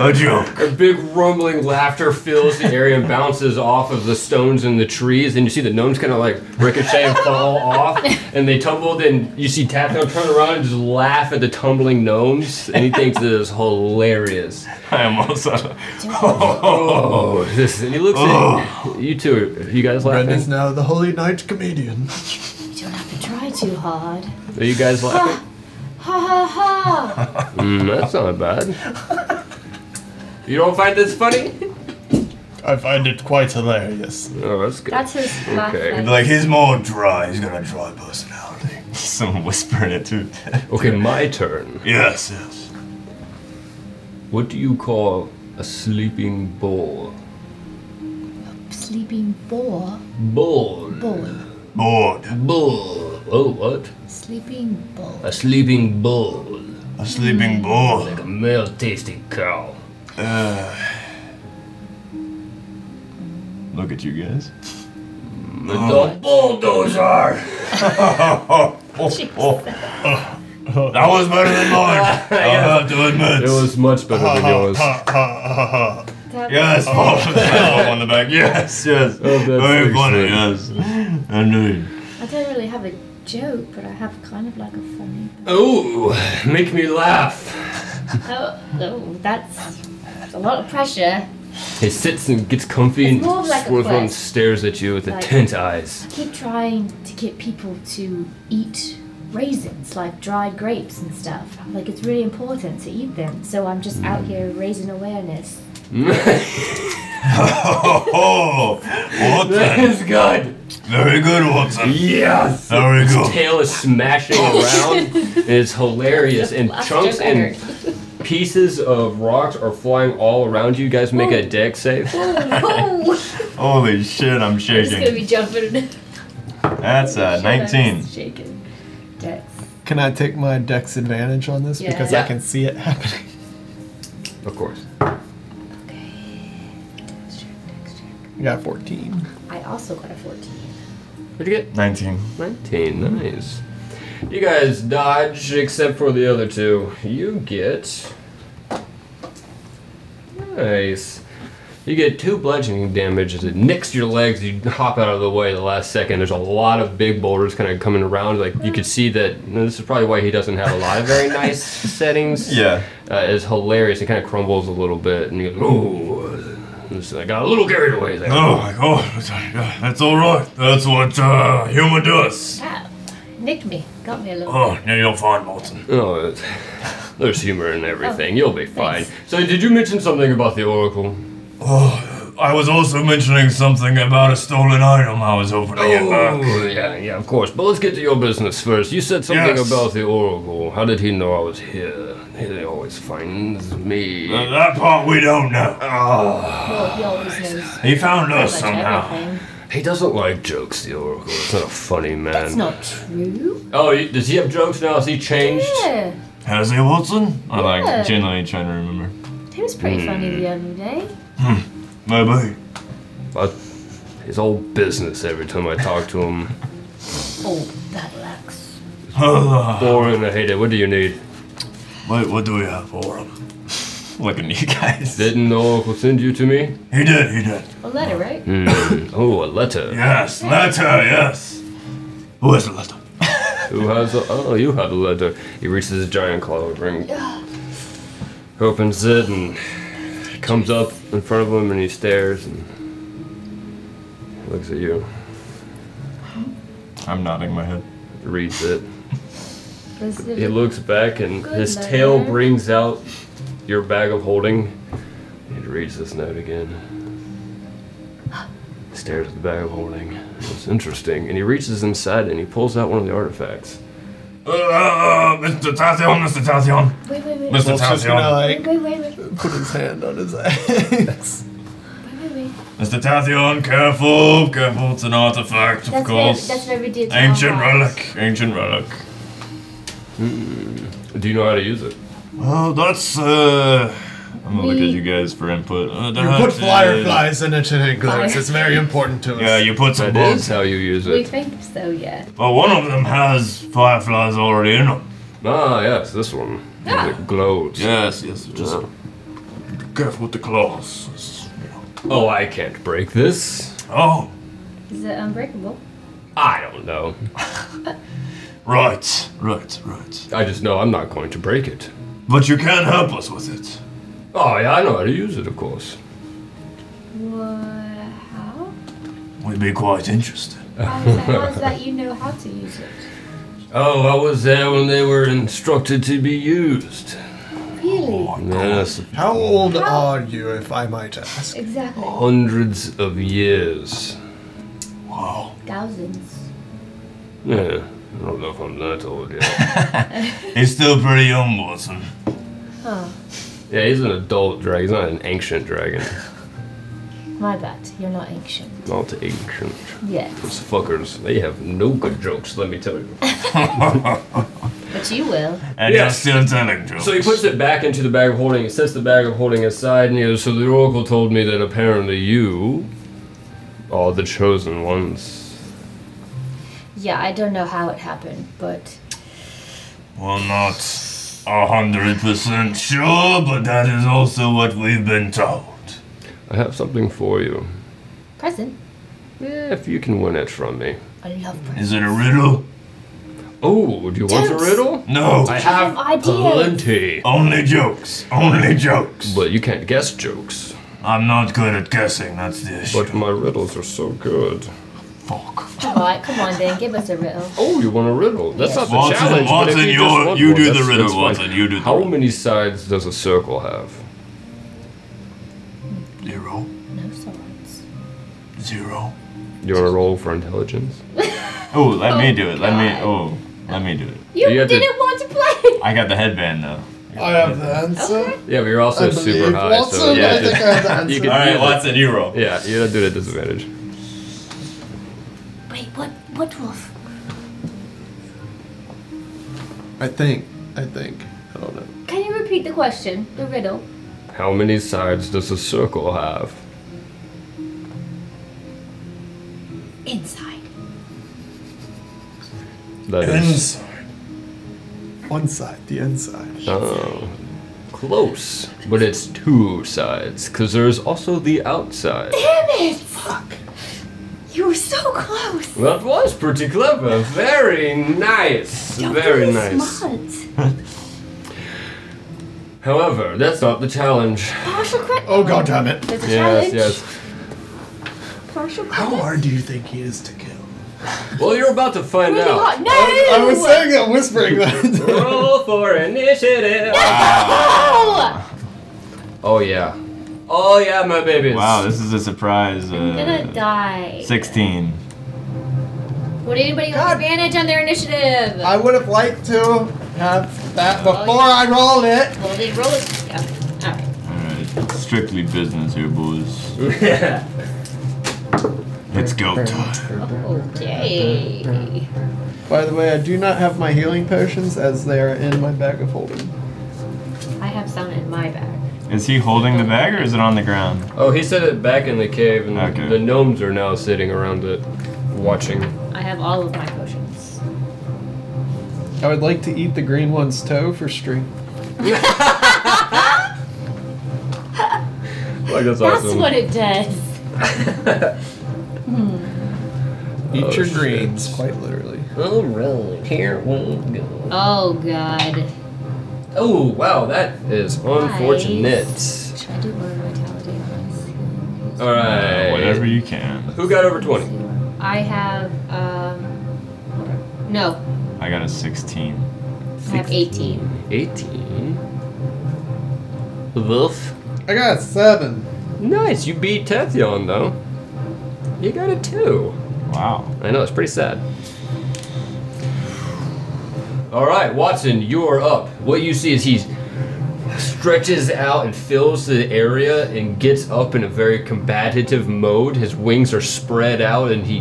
Speaker 1: A joke.
Speaker 3: A big rumbling laughter fills the area and bounces off of the stones and the trees. And you see the gnomes kind of like ricochet and fall off. And they tumbled. And you see Tathiel turn around and just laugh at the tumbling gnomes. And he thinks this is hilarious.
Speaker 1: I am also.
Speaker 3: Oh, [laughs] this, and he looks at you two. Are you guys
Speaker 6: Brendan's
Speaker 3: laughing?
Speaker 6: now the Holy Knight comedian.
Speaker 2: You don't have to try too hard.
Speaker 3: Are you guys laughing?
Speaker 2: Ha ha ha!
Speaker 3: [laughs] Mm, that's not bad. You don't find this funny?
Speaker 6: I find it quite hilarious.
Speaker 3: Oh, that's good.
Speaker 8: That's his laugh.
Speaker 3: Okay.
Speaker 8: face.
Speaker 1: Like he's more dry. He's got a dry personality. Some whispering it too.
Speaker 3: Okay, my turn.
Speaker 1: yes, yes.
Speaker 3: What do you call a sleeping bull?
Speaker 2: Sleeping boar.
Speaker 3: Bull.
Speaker 2: Bull.
Speaker 1: Bored.
Speaker 3: Bull. Oh, what?
Speaker 2: Sleeping bull.
Speaker 3: A sleeping bull.
Speaker 1: A sleeping bull.
Speaker 3: Like a male tasting cow.
Speaker 1: Look at you guys.
Speaker 3: Oh, The bulldozer!
Speaker 1: Oh, oh, oh. That was better than mine. I'll have to admit.
Speaker 3: It was much better than yours.
Speaker 1: Yes, [laughs] Paul. on the back. Yes, yes.
Speaker 4: Oh,
Speaker 3: that's
Speaker 1: Very funny. Yes,
Speaker 3: excellent.
Speaker 1: indeed.
Speaker 2: I don't really have a joke, but I have kind of like a funny.
Speaker 3: Oh, make me laugh.
Speaker 2: Oh, oh that's a lot of pressure.
Speaker 3: He sits and gets comfy
Speaker 2: It's
Speaker 3: and
Speaker 2: more of like a
Speaker 3: swirls around and
Speaker 2: quest.
Speaker 3: stares at you with
Speaker 2: Like-
Speaker 3: intent eyes. [laughs]
Speaker 2: Keep trying to get people to eat raisins, like dried grapes and stuff. Like it's really important to eat them. So I'm just out here raising awareness.
Speaker 1: [laughs] Oh,
Speaker 3: that
Speaker 1: Watson.
Speaker 3: is good!
Speaker 1: Very good, Watson.
Speaker 3: Yes!
Speaker 1: Very good.
Speaker 3: tail is
Speaker 2: [laughs]
Speaker 3: smashing around. and it's hilarious. And
Speaker 2: Laughter
Speaker 3: chunks [laughs] and pieces of rocks are flying all around you. You guys make a deck save.
Speaker 8: Whoa!
Speaker 1: Holy shit, I'm
Speaker 2: It's gonna
Speaker 1: shaking.
Speaker 2: be jumping.
Speaker 1: That's uh, a
Speaker 2: [laughs]
Speaker 1: 19.
Speaker 2: Shaking. Dex.
Speaker 6: Can I take my dex advantage on this
Speaker 2: Yeah.
Speaker 6: because I
Speaker 3: Yeah.
Speaker 6: can see it happening? [laughs]
Speaker 3: Of course.
Speaker 2: Okay. Dex check, dex check.
Speaker 6: I got 14.
Speaker 2: I also got a 14.
Speaker 3: What'd you get?
Speaker 1: 19.
Speaker 3: 19. Nice. You guys dodge, except for the other two. You get. Nice. You get two bludgeoning damage as it nicks your legs. You hop out of the way at the last second. There's a lot of big boulders kind of coming around. Like you could see that this is probably why he doesn't have a lot of very
Speaker 1: [laughs]
Speaker 3: nice settings.
Speaker 1: Yeah.
Speaker 3: uh, is hilarious. It kind of crumbles a little bit, and you go, "Ooh!" And so I got a little carried away there.
Speaker 1: Oh my god, that's alright. That's what uh, humor does.
Speaker 2: Ah, nicked me. Got me a little.
Speaker 1: Oh, now you're fine, Watson.
Speaker 3: Oh, [laughs] it's- there's humor in everything. You'll be fine.
Speaker 2: Oh, thanks.
Speaker 3: So, did you mention something about the oracle?
Speaker 1: Oh, I was also mentioning something about a stolen item I was uh, hoping to get back.
Speaker 3: Oh, yeah, yeah, of course. But let's get to your business first. You said something
Speaker 1: Yes.
Speaker 3: about the oracle. How did he know I was here? He always finds me.
Speaker 1: Uh, that part we don't know.
Speaker 2: Well, he always knows
Speaker 1: He found us
Speaker 2: pretty much
Speaker 1: somehow.
Speaker 2: everything.
Speaker 3: he doesn't like jokes. The oracle. It's not a funny man.
Speaker 2: That's not true.
Speaker 3: Oh, you- does he have jokes now? Has he changed?
Speaker 2: Yeah.
Speaker 1: Has he, Watson? I
Speaker 2: Yeah.
Speaker 1: like genuinely trying to remember.
Speaker 2: He was pretty funny the other day.
Speaker 1: Maybe. [laughs]
Speaker 3: I- his whole business every time I talk to him.
Speaker 2: Oh, that lacks.
Speaker 3: Boring. I hate it. What do you need?
Speaker 1: Wait, what do we have for him? Look at you guys.
Speaker 3: Didn't the Oracle send you to me?
Speaker 1: He did, he did.
Speaker 2: A letter, right?
Speaker 3: Oh, a letter.
Speaker 1: Yes, letter, yes. Who has the letter?
Speaker 3: Who has a. Oh, you have a letter. He reaches his giant claw over and opens it and he comes up in front of him and he stares and looks at you,
Speaker 1: I'm nodding my head.
Speaker 3: reads it.
Speaker 2: Was it-
Speaker 3: He looks back and
Speaker 2: Good
Speaker 3: his tail
Speaker 2: letter.
Speaker 3: brings out your bag of holding. He reads this note again. Stares at the bag of holding. It's interesting. And he reaches inside and he pulls out one of the artifacts.
Speaker 1: Uh, uh, Mr. Tathion, Mr. Tathion.
Speaker 2: Wait, wait, wait.
Speaker 1: Mr.
Speaker 6: Wolf's just gonna
Speaker 1: Tathion.
Speaker 6: like
Speaker 2: Wait, wait, wait, wait, wait,
Speaker 6: put his hand on his
Speaker 1: [laughs]
Speaker 6: axe.
Speaker 2: wait, wait.
Speaker 1: Mr. Tathion, careful, careful. It's an artifact, of
Speaker 2: That's
Speaker 1: course.
Speaker 2: Very, that's very dear to our
Speaker 1: Ancient
Speaker 2: hearts.
Speaker 1: relic, ancient relic.
Speaker 3: Do you know how to use it?
Speaker 1: Well, that's uh, I'm gonna look at
Speaker 2: We-
Speaker 1: you guys for input. Uh,
Speaker 6: You
Speaker 1: that
Speaker 6: put
Speaker 1: is-
Speaker 6: fireflies in it at a glance.
Speaker 2: Fire.
Speaker 6: It's very important to us.
Speaker 1: Yeah, you put some
Speaker 3: That
Speaker 1: bugs.
Speaker 3: is how you use
Speaker 2: We
Speaker 3: it.
Speaker 2: think so, yeah.
Speaker 1: Well, one of them has fireflies already in them.
Speaker 3: Ah, yes, this one.
Speaker 2: Ah.
Speaker 3: It glows.
Speaker 1: Yes, yes. Just be careful with the claws. It's-
Speaker 3: Oh, I can't break this.
Speaker 1: Oh,
Speaker 2: Is it unbreakable?
Speaker 3: I don't know.
Speaker 1: right, right, right.
Speaker 3: I just know I'm not going to break it.
Speaker 1: But you can help us with it.
Speaker 3: Oh, yeah, I know how to use it, of course.
Speaker 2: What? How?
Speaker 1: We'd be quite interested.
Speaker 2: How is, that, how is that you know how to use it?
Speaker 3: Oh, I was there when they were instructed to be used.
Speaker 2: Really?
Speaker 3: Yes,
Speaker 6: How
Speaker 1: Oh.
Speaker 6: old
Speaker 2: How-
Speaker 6: are you, if I might ask?
Speaker 2: Exactly.
Speaker 3: hundreds of years.
Speaker 1: Wow.
Speaker 2: Thousands.
Speaker 3: Yeah, I don't know if I'm that old yet.
Speaker 1: He's still pretty young, Watson.
Speaker 2: Huh.
Speaker 3: yeah, he's an adult dragon. He's not an ancient dragon.
Speaker 2: My bad. You're not ancient.
Speaker 3: Not ancient.
Speaker 2: Yet.
Speaker 3: Those fuckers, they have no good jokes, let me tell you.
Speaker 2: But you will.
Speaker 1: And
Speaker 3: Yeah.
Speaker 1: you're still telling jokes.
Speaker 3: So he puts it back into the bag of holding, sets the bag of holding aside, and he goes, So the Oracle told me that apparently you are the chosen ones.
Speaker 2: Yeah, I don't know how it happened, but
Speaker 1: Well, not a hundred percent sure, but that is also what we've been told.
Speaker 3: I have something for you.
Speaker 2: present.
Speaker 3: Yeah, if you can win it from me.
Speaker 2: I love present.
Speaker 1: Is it a riddle?
Speaker 3: Oh, do you want a
Speaker 2: Jokes.
Speaker 3: riddle?
Speaker 1: No.
Speaker 3: I have
Speaker 2: ideas.
Speaker 3: plenty.
Speaker 1: Only jokes. Only jokes.
Speaker 3: But you can't guess jokes.
Speaker 1: I'm not good at guessing, that's the issue.
Speaker 3: But my riddles are so good.
Speaker 1: Fuck.
Speaker 2: All right, come on then, give us a riddle.
Speaker 3: Oh, you want a riddle? That's not the
Speaker 1: Watson,
Speaker 3: challenge. but if
Speaker 1: Watson,
Speaker 3: you,
Speaker 1: you're-
Speaker 3: just want
Speaker 1: you
Speaker 3: one,
Speaker 1: do the
Speaker 3: that's-
Speaker 1: riddle,
Speaker 3: that's fine.
Speaker 1: Watson, you do the
Speaker 3: How
Speaker 1: riddle.
Speaker 3: many sides does a circle have?
Speaker 1: Zero.
Speaker 2: No swords.
Speaker 1: Zero.
Speaker 3: You want to roll for intelligence?
Speaker 1: Oh, let me do it. Let me. Oh, let me do it.
Speaker 2: You,
Speaker 3: You have to-
Speaker 2: didn't want to
Speaker 6: [laughs]
Speaker 2: play.
Speaker 1: I got the headband though.
Speaker 6: I have the answer.
Speaker 2: Okay.
Speaker 3: Yeah, but you're also
Speaker 6: I
Speaker 3: super
Speaker 6: believe
Speaker 3: high.
Speaker 6: Watson.
Speaker 3: so yeah,
Speaker 6: I think I have
Speaker 3: [laughs]
Speaker 6: the
Speaker 3: you
Speaker 6: answer.
Speaker 3: can-
Speaker 1: Alright, Watson, you roll.
Speaker 3: yeah, you're not doing it at disadvantage.
Speaker 2: Wait, what? What wolf?
Speaker 6: I think. I think. I don't know.
Speaker 2: Can you repeat the question? The riddle.
Speaker 3: How many sides does a circle have?
Speaker 2: Inside.
Speaker 3: That is
Speaker 6: Inside. One side. The inside.
Speaker 3: oh, close, but it's two sides because there's also the
Speaker 2: [laughs]
Speaker 3: outside.
Speaker 2: Damn it! Fuck. You were so close.
Speaker 3: That was pretty clever. Very nice. Very nice.
Speaker 2: Smart.
Speaker 3: However, that's not the challenge.
Speaker 2: Partial credit.
Speaker 6: Oh god damn it.
Speaker 2: There's a
Speaker 3: Yes,
Speaker 2: challenge.
Speaker 3: yes.
Speaker 2: Partial
Speaker 6: How
Speaker 2: credit.
Speaker 6: hard do you think he is to kill?
Speaker 3: Well, you're about to find
Speaker 2: Really hard.
Speaker 3: out.
Speaker 2: No.
Speaker 6: I was saying that whispering [laughs] that.
Speaker 3: Roll for
Speaker 2: [laughs]
Speaker 3: initiative.
Speaker 2: Oh!
Speaker 3: Oh yeah. Oh yeah, my babies.
Speaker 1: Wow, this is a surprise.
Speaker 2: I'm gonna
Speaker 1: Uh,
Speaker 2: die.
Speaker 1: 16.
Speaker 2: Would anybody have
Speaker 6: God.
Speaker 2: advantage on their initiative?
Speaker 6: I would have liked to have that before I rolled it.
Speaker 2: Well, they roll it. Yeah. All right.
Speaker 1: Alright, strictly business here, boys.
Speaker 3: [laughs] Yeah.
Speaker 1: It's go time.
Speaker 2: Okay.
Speaker 6: By the way, I do not have my healing potions as they are in my bag of holding.
Speaker 2: I have some in my bag.
Speaker 1: Is he holding the bag or is it on the ground?
Speaker 3: Oh, he said it back in the cave, and
Speaker 1: Okay.
Speaker 3: the gnomes are now sitting around it, watching.
Speaker 2: I have all of my potions.
Speaker 6: I would like to eat the green one's toe for strength.
Speaker 3: Like that's
Speaker 2: That's
Speaker 3: awesome.
Speaker 2: what it does.
Speaker 6: Eat
Speaker 3: Oh,
Speaker 6: your
Speaker 3: shit.
Speaker 6: greens, quite literally.
Speaker 3: [laughs] All right, here we go.
Speaker 2: Oh God.
Speaker 3: Oh wow, that is unfortunate.
Speaker 2: Should I do order vitality on this?
Speaker 3: All right.
Speaker 1: Uh, whatever you can.
Speaker 3: Who got over twenty?
Speaker 2: I have um. No,
Speaker 1: I got a 16.
Speaker 2: I have 18.
Speaker 3: 18. Wolf.
Speaker 6: I got seven.
Speaker 3: Nice, you beat Tethyon though. You got a two.
Speaker 1: Wow.
Speaker 3: I know, it's pretty sad. All right, Watson, you're up. What you see is he stretches out and fills the area and gets up in a very combative mode. His wings are spread out and he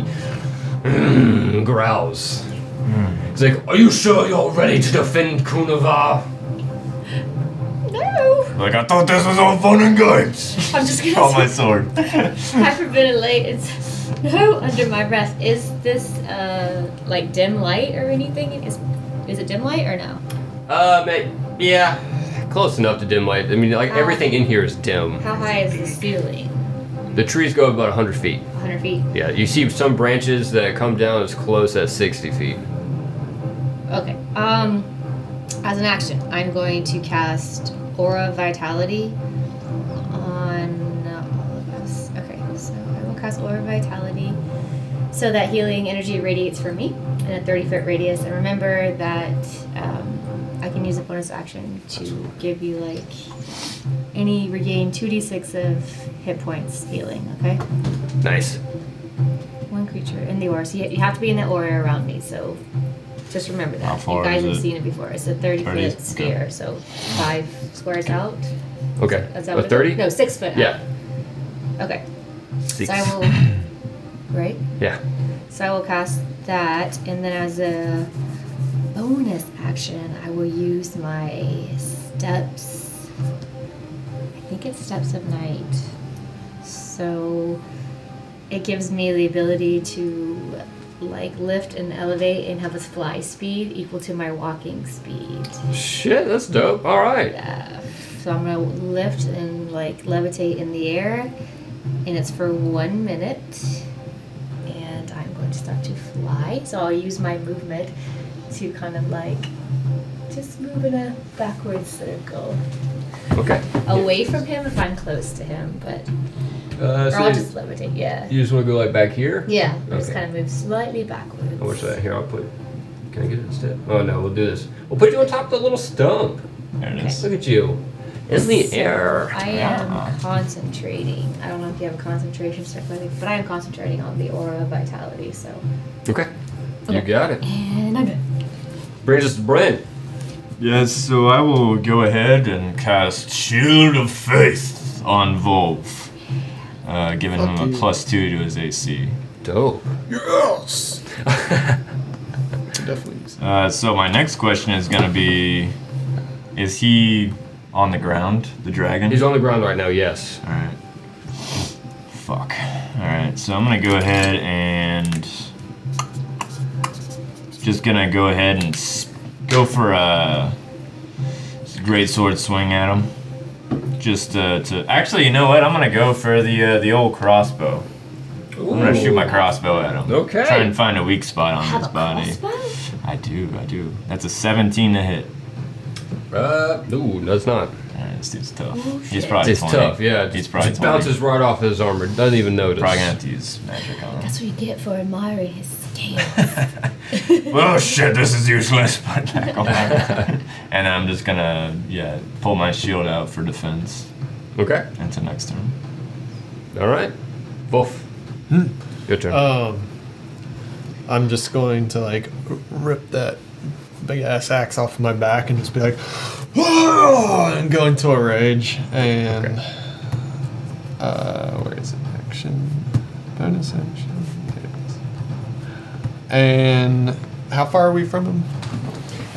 Speaker 3: [clears throat] growls. He's like, Are you sure you're ready to defend Kunavar?
Speaker 2: No.
Speaker 4: Like, I thought this was all fun and games.
Speaker 2: I'm [laughs] just
Speaker 1: [laughs]
Speaker 4: Draw my
Speaker 2: gonna
Speaker 4: sword.
Speaker 2: hyperventilate. It's no under my breath. Is this uh like dim light or anything? Is is it dim light or no?
Speaker 3: Uh, ma- yeah, close enough to dim light. I mean, like
Speaker 2: Uh,
Speaker 3: everything in here is dim.
Speaker 2: How high is the ceiling?
Speaker 3: The trees go about 100 feet.
Speaker 2: 100 feet.
Speaker 3: Yeah, you see some branches that come down as close as 60 feet.
Speaker 2: Okay. Um, as an action, I'm going to cast Aura Vitality on uh, all of us. Okay, so I will cast Aura Vitality so that healing energy radiates from me in a 30 foot radius. And remember that um, I can use a bonus action to give you like any regain 2d6 of hit points healing, okay?
Speaker 3: Nice.
Speaker 2: One creature in the aura. So you, you have to be in the aura around me. So just remember
Speaker 4: How
Speaker 2: that. You
Speaker 4: far
Speaker 2: guys
Speaker 4: is
Speaker 2: have
Speaker 4: it?
Speaker 2: seen it before. It's a 30
Speaker 4: 30?
Speaker 2: foot sphere. So five squares out.
Speaker 3: Okay.
Speaker 2: That's
Speaker 3: a
Speaker 2: what it-
Speaker 3: 30?
Speaker 2: No, six foot
Speaker 3: Yeah.
Speaker 2: out. Okay.
Speaker 3: Six.
Speaker 2: So I will. Right?
Speaker 3: Yeah.
Speaker 2: So I will cast that. And then as a bonus action, I will use my steps. I think it's steps of night. So it gives me the ability to like lift and elevate and have a fly speed equal to my walking speed.
Speaker 3: Shit, that's dope. All right.
Speaker 2: Uh, so I'm gonna lift and like levitate in the air, and it's for one minute. And I'm going to start to fly. So I'll use my movement to kind of like just move in a backward circle
Speaker 3: Okay.
Speaker 2: away from him if I'm close to him, but
Speaker 3: Uh,
Speaker 2: or I'll
Speaker 3: so
Speaker 2: just levitate. Yeah,
Speaker 3: you just want to go like back here?
Speaker 2: yeah. I just
Speaker 3: Okay.
Speaker 2: kind of move slightly backwards.
Speaker 3: I wish that here I'll put. Can I get it instead? Oh no, we'll do this. We'll put you on top of the little stump.
Speaker 4: There it is.
Speaker 3: Look at you, in the
Speaker 2: So,
Speaker 3: air.
Speaker 2: I
Speaker 4: Yeah.
Speaker 2: am concentrating. I don't know if you have a concentration check, but I- but I am concentrating on the aura of vitality. So.
Speaker 3: Okay. You got it.
Speaker 2: And I'm good.
Speaker 3: Brings us to Brent.
Speaker 4: Yes, so I will go ahead and cast Shield of Faith on Volv, uh, giving
Speaker 6: Fuck
Speaker 4: him a
Speaker 6: you.
Speaker 4: plus two to his AC.
Speaker 3: Dope.
Speaker 6: Yes! [laughs] Definitely. use-
Speaker 4: Uh, so my next question is going to be: Is he on the ground, the dragon?
Speaker 3: He's on the ground right now. Yes.
Speaker 4: All right. Fuck. All right. So I'm gonna go ahead and just gonna go ahead and s- go for a great sword swing at him. Just uh, to actually, you know what? I'm gonna go for the uh, the old crossbow. I'm gonna shoot my crossbow at him.
Speaker 3: Okay.
Speaker 4: Try and find a weak spot on his
Speaker 2: Have a
Speaker 4: body.
Speaker 2: crossbow?
Speaker 4: I do. I do. That's a 17 to hit.
Speaker 3: Uh, no, that's
Speaker 4: All
Speaker 3: not.
Speaker 4: right, this dude's tough.
Speaker 2: Oh,
Speaker 4: He's
Speaker 2: shit.
Speaker 4: probably
Speaker 3: it's
Speaker 4: 20.
Speaker 3: tough. Yeah, it
Speaker 4: He's
Speaker 3: just,
Speaker 4: probably
Speaker 3: just bounces
Speaker 4: 20.
Speaker 3: right off his armor. Doesn't even notice.
Speaker 4: Probably gonna have to use magic on him.
Speaker 2: That's what you get for admiring his scale.
Speaker 4: oh shit, this is
Speaker 1: [laughs]
Speaker 4: useless. Put it back on [laughs] my- and I'm just gonna, yeah, pull my shield out for defense
Speaker 3: Okay.
Speaker 4: until next turn.
Speaker 3: All right. Wolf.
Speaker 4: Hmm.
Speaker 3: Your turn.
Speaker 4: Uh,
Speaker 6: Um, I'm just going to like r- rip that big ass axe off my back and just be like, "Whoa!" and go into a rage. And uh, where is it? Action, bonus action. There it is. And how far are we from him?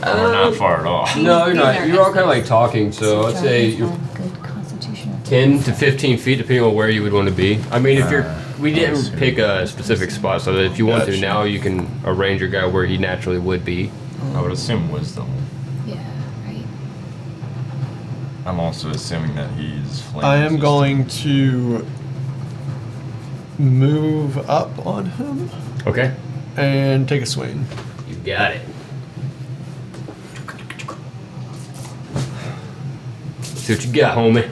Speaker 4: We're not far at all.
Speaker 3: no, you're not.
Speaker 2: These are
Speaker 3: You're all kind of like talking. So I'd say
Speaker 9: Dragons
Speaker 3: you're
Speaker 9: have good constitution.
Speaker 3: 10 to 15 feet depending on where you would want to be i mean if you're we
Speaker 4: Uh, let's
Speaker 3: didn't
Speaker 4: see.
Speaker 3: pick a specific spot so that if you want to
Speaker 6: Gotcha.
Speaker 3: now you can arrange your guy where he naturally would be
Speaker 4: I would assume wisdom.
Speaker 9: Yeah, right.
Speaker 4: I'm also assuming that he's flame.
Speaker 6: I am
Speaker 4: resistant.
Speaker 6: going to move up on him
Speaker 3: okay
Speaker 6: and take a swing.
Speaker 3: you got it see what you got homie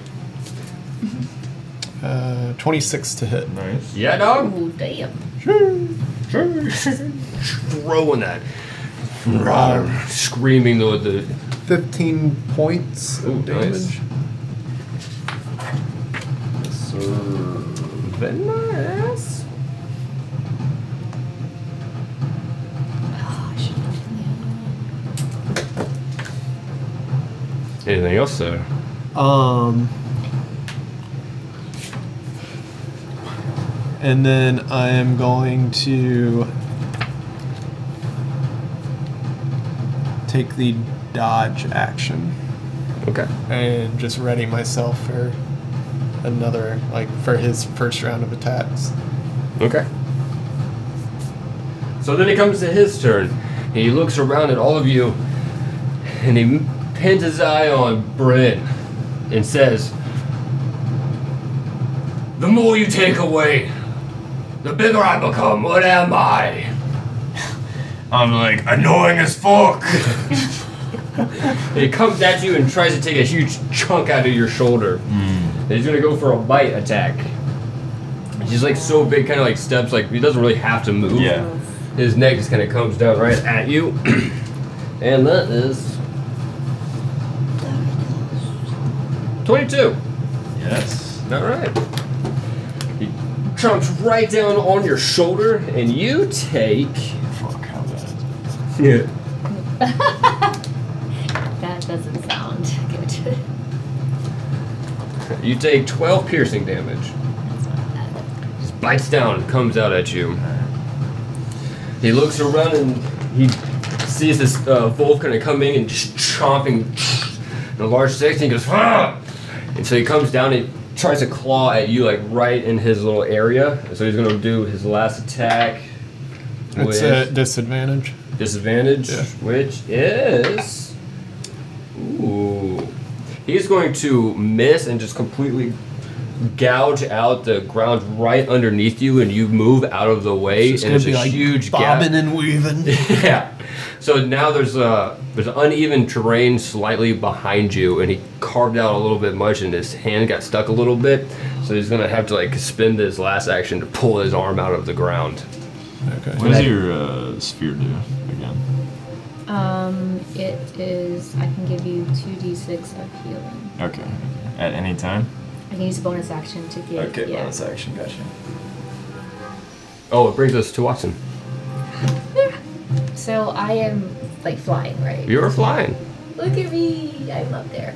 Speaker 6: Uh, 26 to hit.
Speaker 4: Nice.
Speaker 3: yeah dog
Speaker 2: oh, damn.
Speaker 3: [laughs] throwing that
Speaker 6: Um,
Speaker 3: Um, screaming though the
Speaker 6: 15 points
Speaker 3: Ooh,
Speaker 6: of damage.
Speaker 3: nice. Nice.
Speaker 2: Oh, I should have done
Speaker 3: anything else sir
Speaker 6: Um, and then I am going to take the dodge action.
Speaker 10: Okay.
Speaker 6: and just ready myself for another, like for his first round of attacks.
Speaker 10: Okay.
Speaker 3: So then it comes to his turn. He looks around at all of you and he pins his eye on Bryn and says, The more you take away, the bigger I become. What am I?
Speaker 4: I'm like, annoying as fuck!
Speaker 3: And he comes at you and tries to take a huge chunk out of your shoulder.
Speaker 4: Hmm.
Speaker 3: And he's gonna go for a bite attack. He's like so big, kind of like steps, like he doesn't really have to move.
Speaker 4: yeah.
Speaker 3: His neck just kind of comes down right
Speaker 4: [clears throat]
Speaker 3: at you. and that is. 22.
Speaker 4: Yes.
Speaker 3: Alright. He jumps right down on your shoulder, and you take.
Speaker 4: Fuck, how bad.
Speaker 3: Yeah.
Speaker 2: That doesn't sound [laughs] good.
Speaker 3: You take 12 piercing damage. Just bites down, comes out at you. He looks around and he sees this uh, wolf kind of coming and just chomping in a large six, and he goes, ah! And so he comes down and tries to claw at you, like right in his little area. So he's gonna do his last attack
Speaker 6: It's a disadvantage.
Speaker 3: disadvantage,
Speaker 6: Yeah.
Speaker 3: which is. Ooh. He's going to miss and just completely gouge out the ground right underneath you, and you move out of the way, and there's a huge gap.
Speaker 6: bobbing and weaving.
Speaker 3: [laughs] yeah. So now there's a there's uneven terrain slightly behind you, and he carved out a little bit much, and his hand got stuck a little bit. So he's gonna have to like spend his last action to pull his arm out of the ground.
Speaker 6: okay.
Speaker 4: What does your uh, sphere do again?
Speaker 2: Um, it is. I can give you two d6 of healing.
Speaker 4: Okay. At any time?
Speaker 2: I can use a bonus action to get.
Speaker 4: Okay,
Speaker 2: yeah.
Speaker 4: bonus action, gotcha.
Speaker 3: Oh, it brings us to Watson.
Speaker 2: So I am like flying, right?
Speaker 3: You're flying.
Speaker 2: Look at me. I'm up there.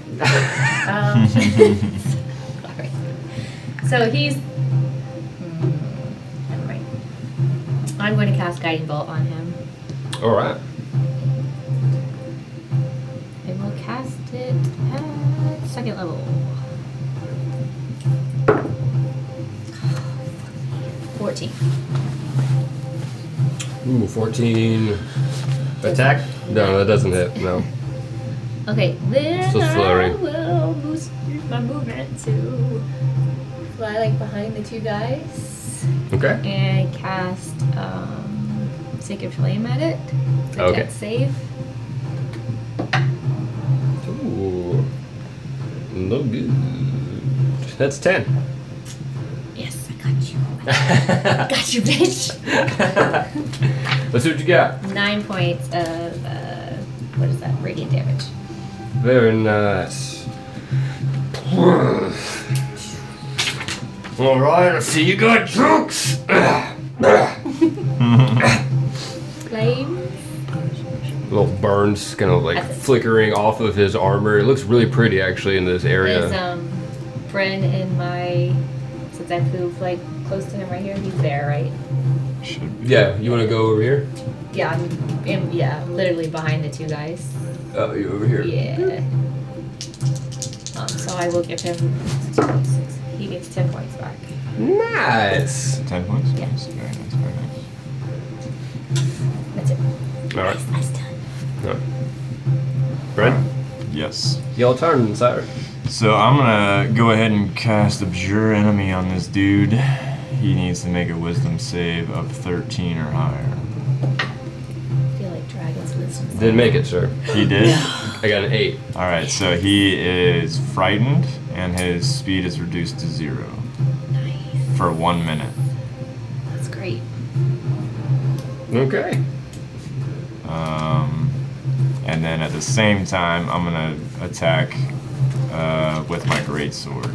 Speaker 2: um, [laughs] sorry. So he's. Mm, never mind. I'm going to cast Guiding Bolt on him.
Speaker 3: [laughs] All right.
Speaker 2: I will cast it at second level. [sighs] Fourteen.
Speaker 3: Ooh, 14. Attack? No, that doesn't hit. No.
Speaker 2: Okay, then
Speaker 3: Still
Speaker 2: I
Speaker 3: flurry.
Speaker 2: will boost my movement to fly like behind the two guys
Speaker 3: Okay.
Speaker 2: and cast um, Sacred Flame at it. It's a
Speaker 3: Okay.
Speaker 2: dex Save.
Speaker 3: Ooh. No good. That's 10.
Speaker 2: Yes, I got you.
Speaker 3: [laughs]
Speaker 2: [laughs]
Speaker 3: Let's
Speaker 2: Got you, bitch.
Speaker 3: see what you got.
Speaker 2: Nine points of uh, what is that? Radiant damage.
Speaker 3: Very nice. All right, I see you got jokes. [sighs]
Speaker 2: Flame.
Speaker 3: Little burns kind of
Speaker 2: [laughs]
Speaker 3: like
Speaker 2: That's it.
Speaker 3: flickering off of his armor. It looks really pretty actually in this
Speaker 2: There's
Speaker 3: area.
Speaker 2: um, Bryn in my since I flew like close to him right here. He's there, right?
Speaker 4: Should be.
Speaker 3: Yeah, you want to go over here?
Speaker 2: Yeah, I'm, I'm- yeah, literally behind the two guys.
Speaker 3: Oh, you over here.
Speaker 2: Yeah. Um, so I will give him six points. Six. He gets ten points back.
Speaker 3: Nice.
Speaker 4: 10 points?
Speaker 2: Yeah.
Speaker 4: Yes. Very nice, very nice.
Speaker 2: That's it.
Speaker 3: All right.
Speaker 2: Nice done.
Speaker 3: No. Brent?
Speaker 4: Yes.
Speaker 3: Y'all turn, sir.
Speaker 4: So I'm gonna go ahead and cast Abjure Enemy on this dude. He needs to make a wisdom save of 13 or higher.
Speaker 2: I feel like dragons wisdom.
Speaker 3: Didn't make it, sir.
Speaker 4: He did?
Speaker 3: I got an eight.
Speaker 4: Alright, so he is frightened and his speed is reduced to zero
Speaker 2: Nice.
Speaker 4: for one minute.
Speaker 2: That's great.
Speaker 3: Okay.
Speaker 4: Um, and then at the same time, I'm gonna attack uh, with my great sword.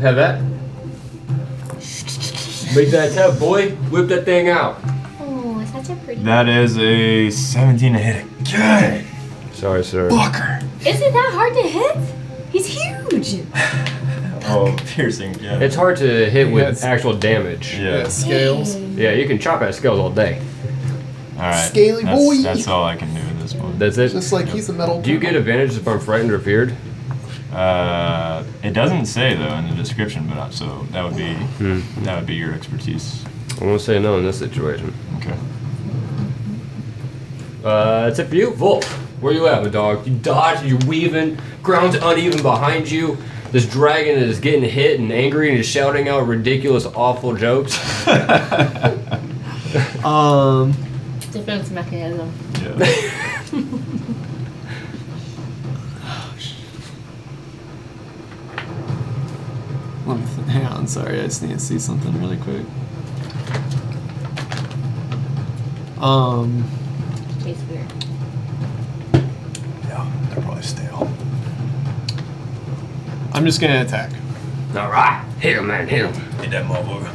Speaker 3: Have that. Make that tap, boy. Whip that thing out.
Speaker 2: Oh, it's such a pretty.
Speaker 4: That is a 17 to hit again.
Speaker 3: Sorry, sir.
Speaker 4: Fucker.
Speaker 2: Isn't that hard to hit? He's huge.
Speaker 4: Oh, [laughs] piercing. Yeah.
Speaker 3: It's hard to hit with
Speaker 6: Yes.
Speaker 3: actual damage. Yeah.
Speaker 4: yeah.
Speaker 6: Scales.
Speaker 3: you can chop at scales all day.
Speaker 4: All right.
Speaker 6: Scaly
Speaker 4: that's,
Speaker 6: boy.
Speaker 4: That's all I can do at this point.
Speaker 3: That's it.
Speaker 6: Just like he's a metal.
Speaker 3: Do you get advantage if I'm frightened or feared?
Speaker 1: Uh, it doesn't say though in the description, but uh, so that would be that would be your expertise.
Speaker 3: I won't say no in this situation.
Speaker 1: Okay.
Speaker 3: Uh, that's it for you, Volk. Where you at, my dog? You dodge, you're weaving. Ground's uneven behind you. This dragon is getting hit and angry and is shouting out ridiculous, awful jokes.
Speaker 11: Um,
Speaker 4: Defense mechanism.
Speaker 1: Yeah.
Speaker 11: let me th- hang on. Sorry, I just need to see something really quick. Um,
Speaker 4: Tastes weird.
Speaker 6: Yeah, they're probably stale. I'm just gonna attack.
Speaker 3: All right, hit him, man, hit him.
Speaker 1: Hit that motherfucker.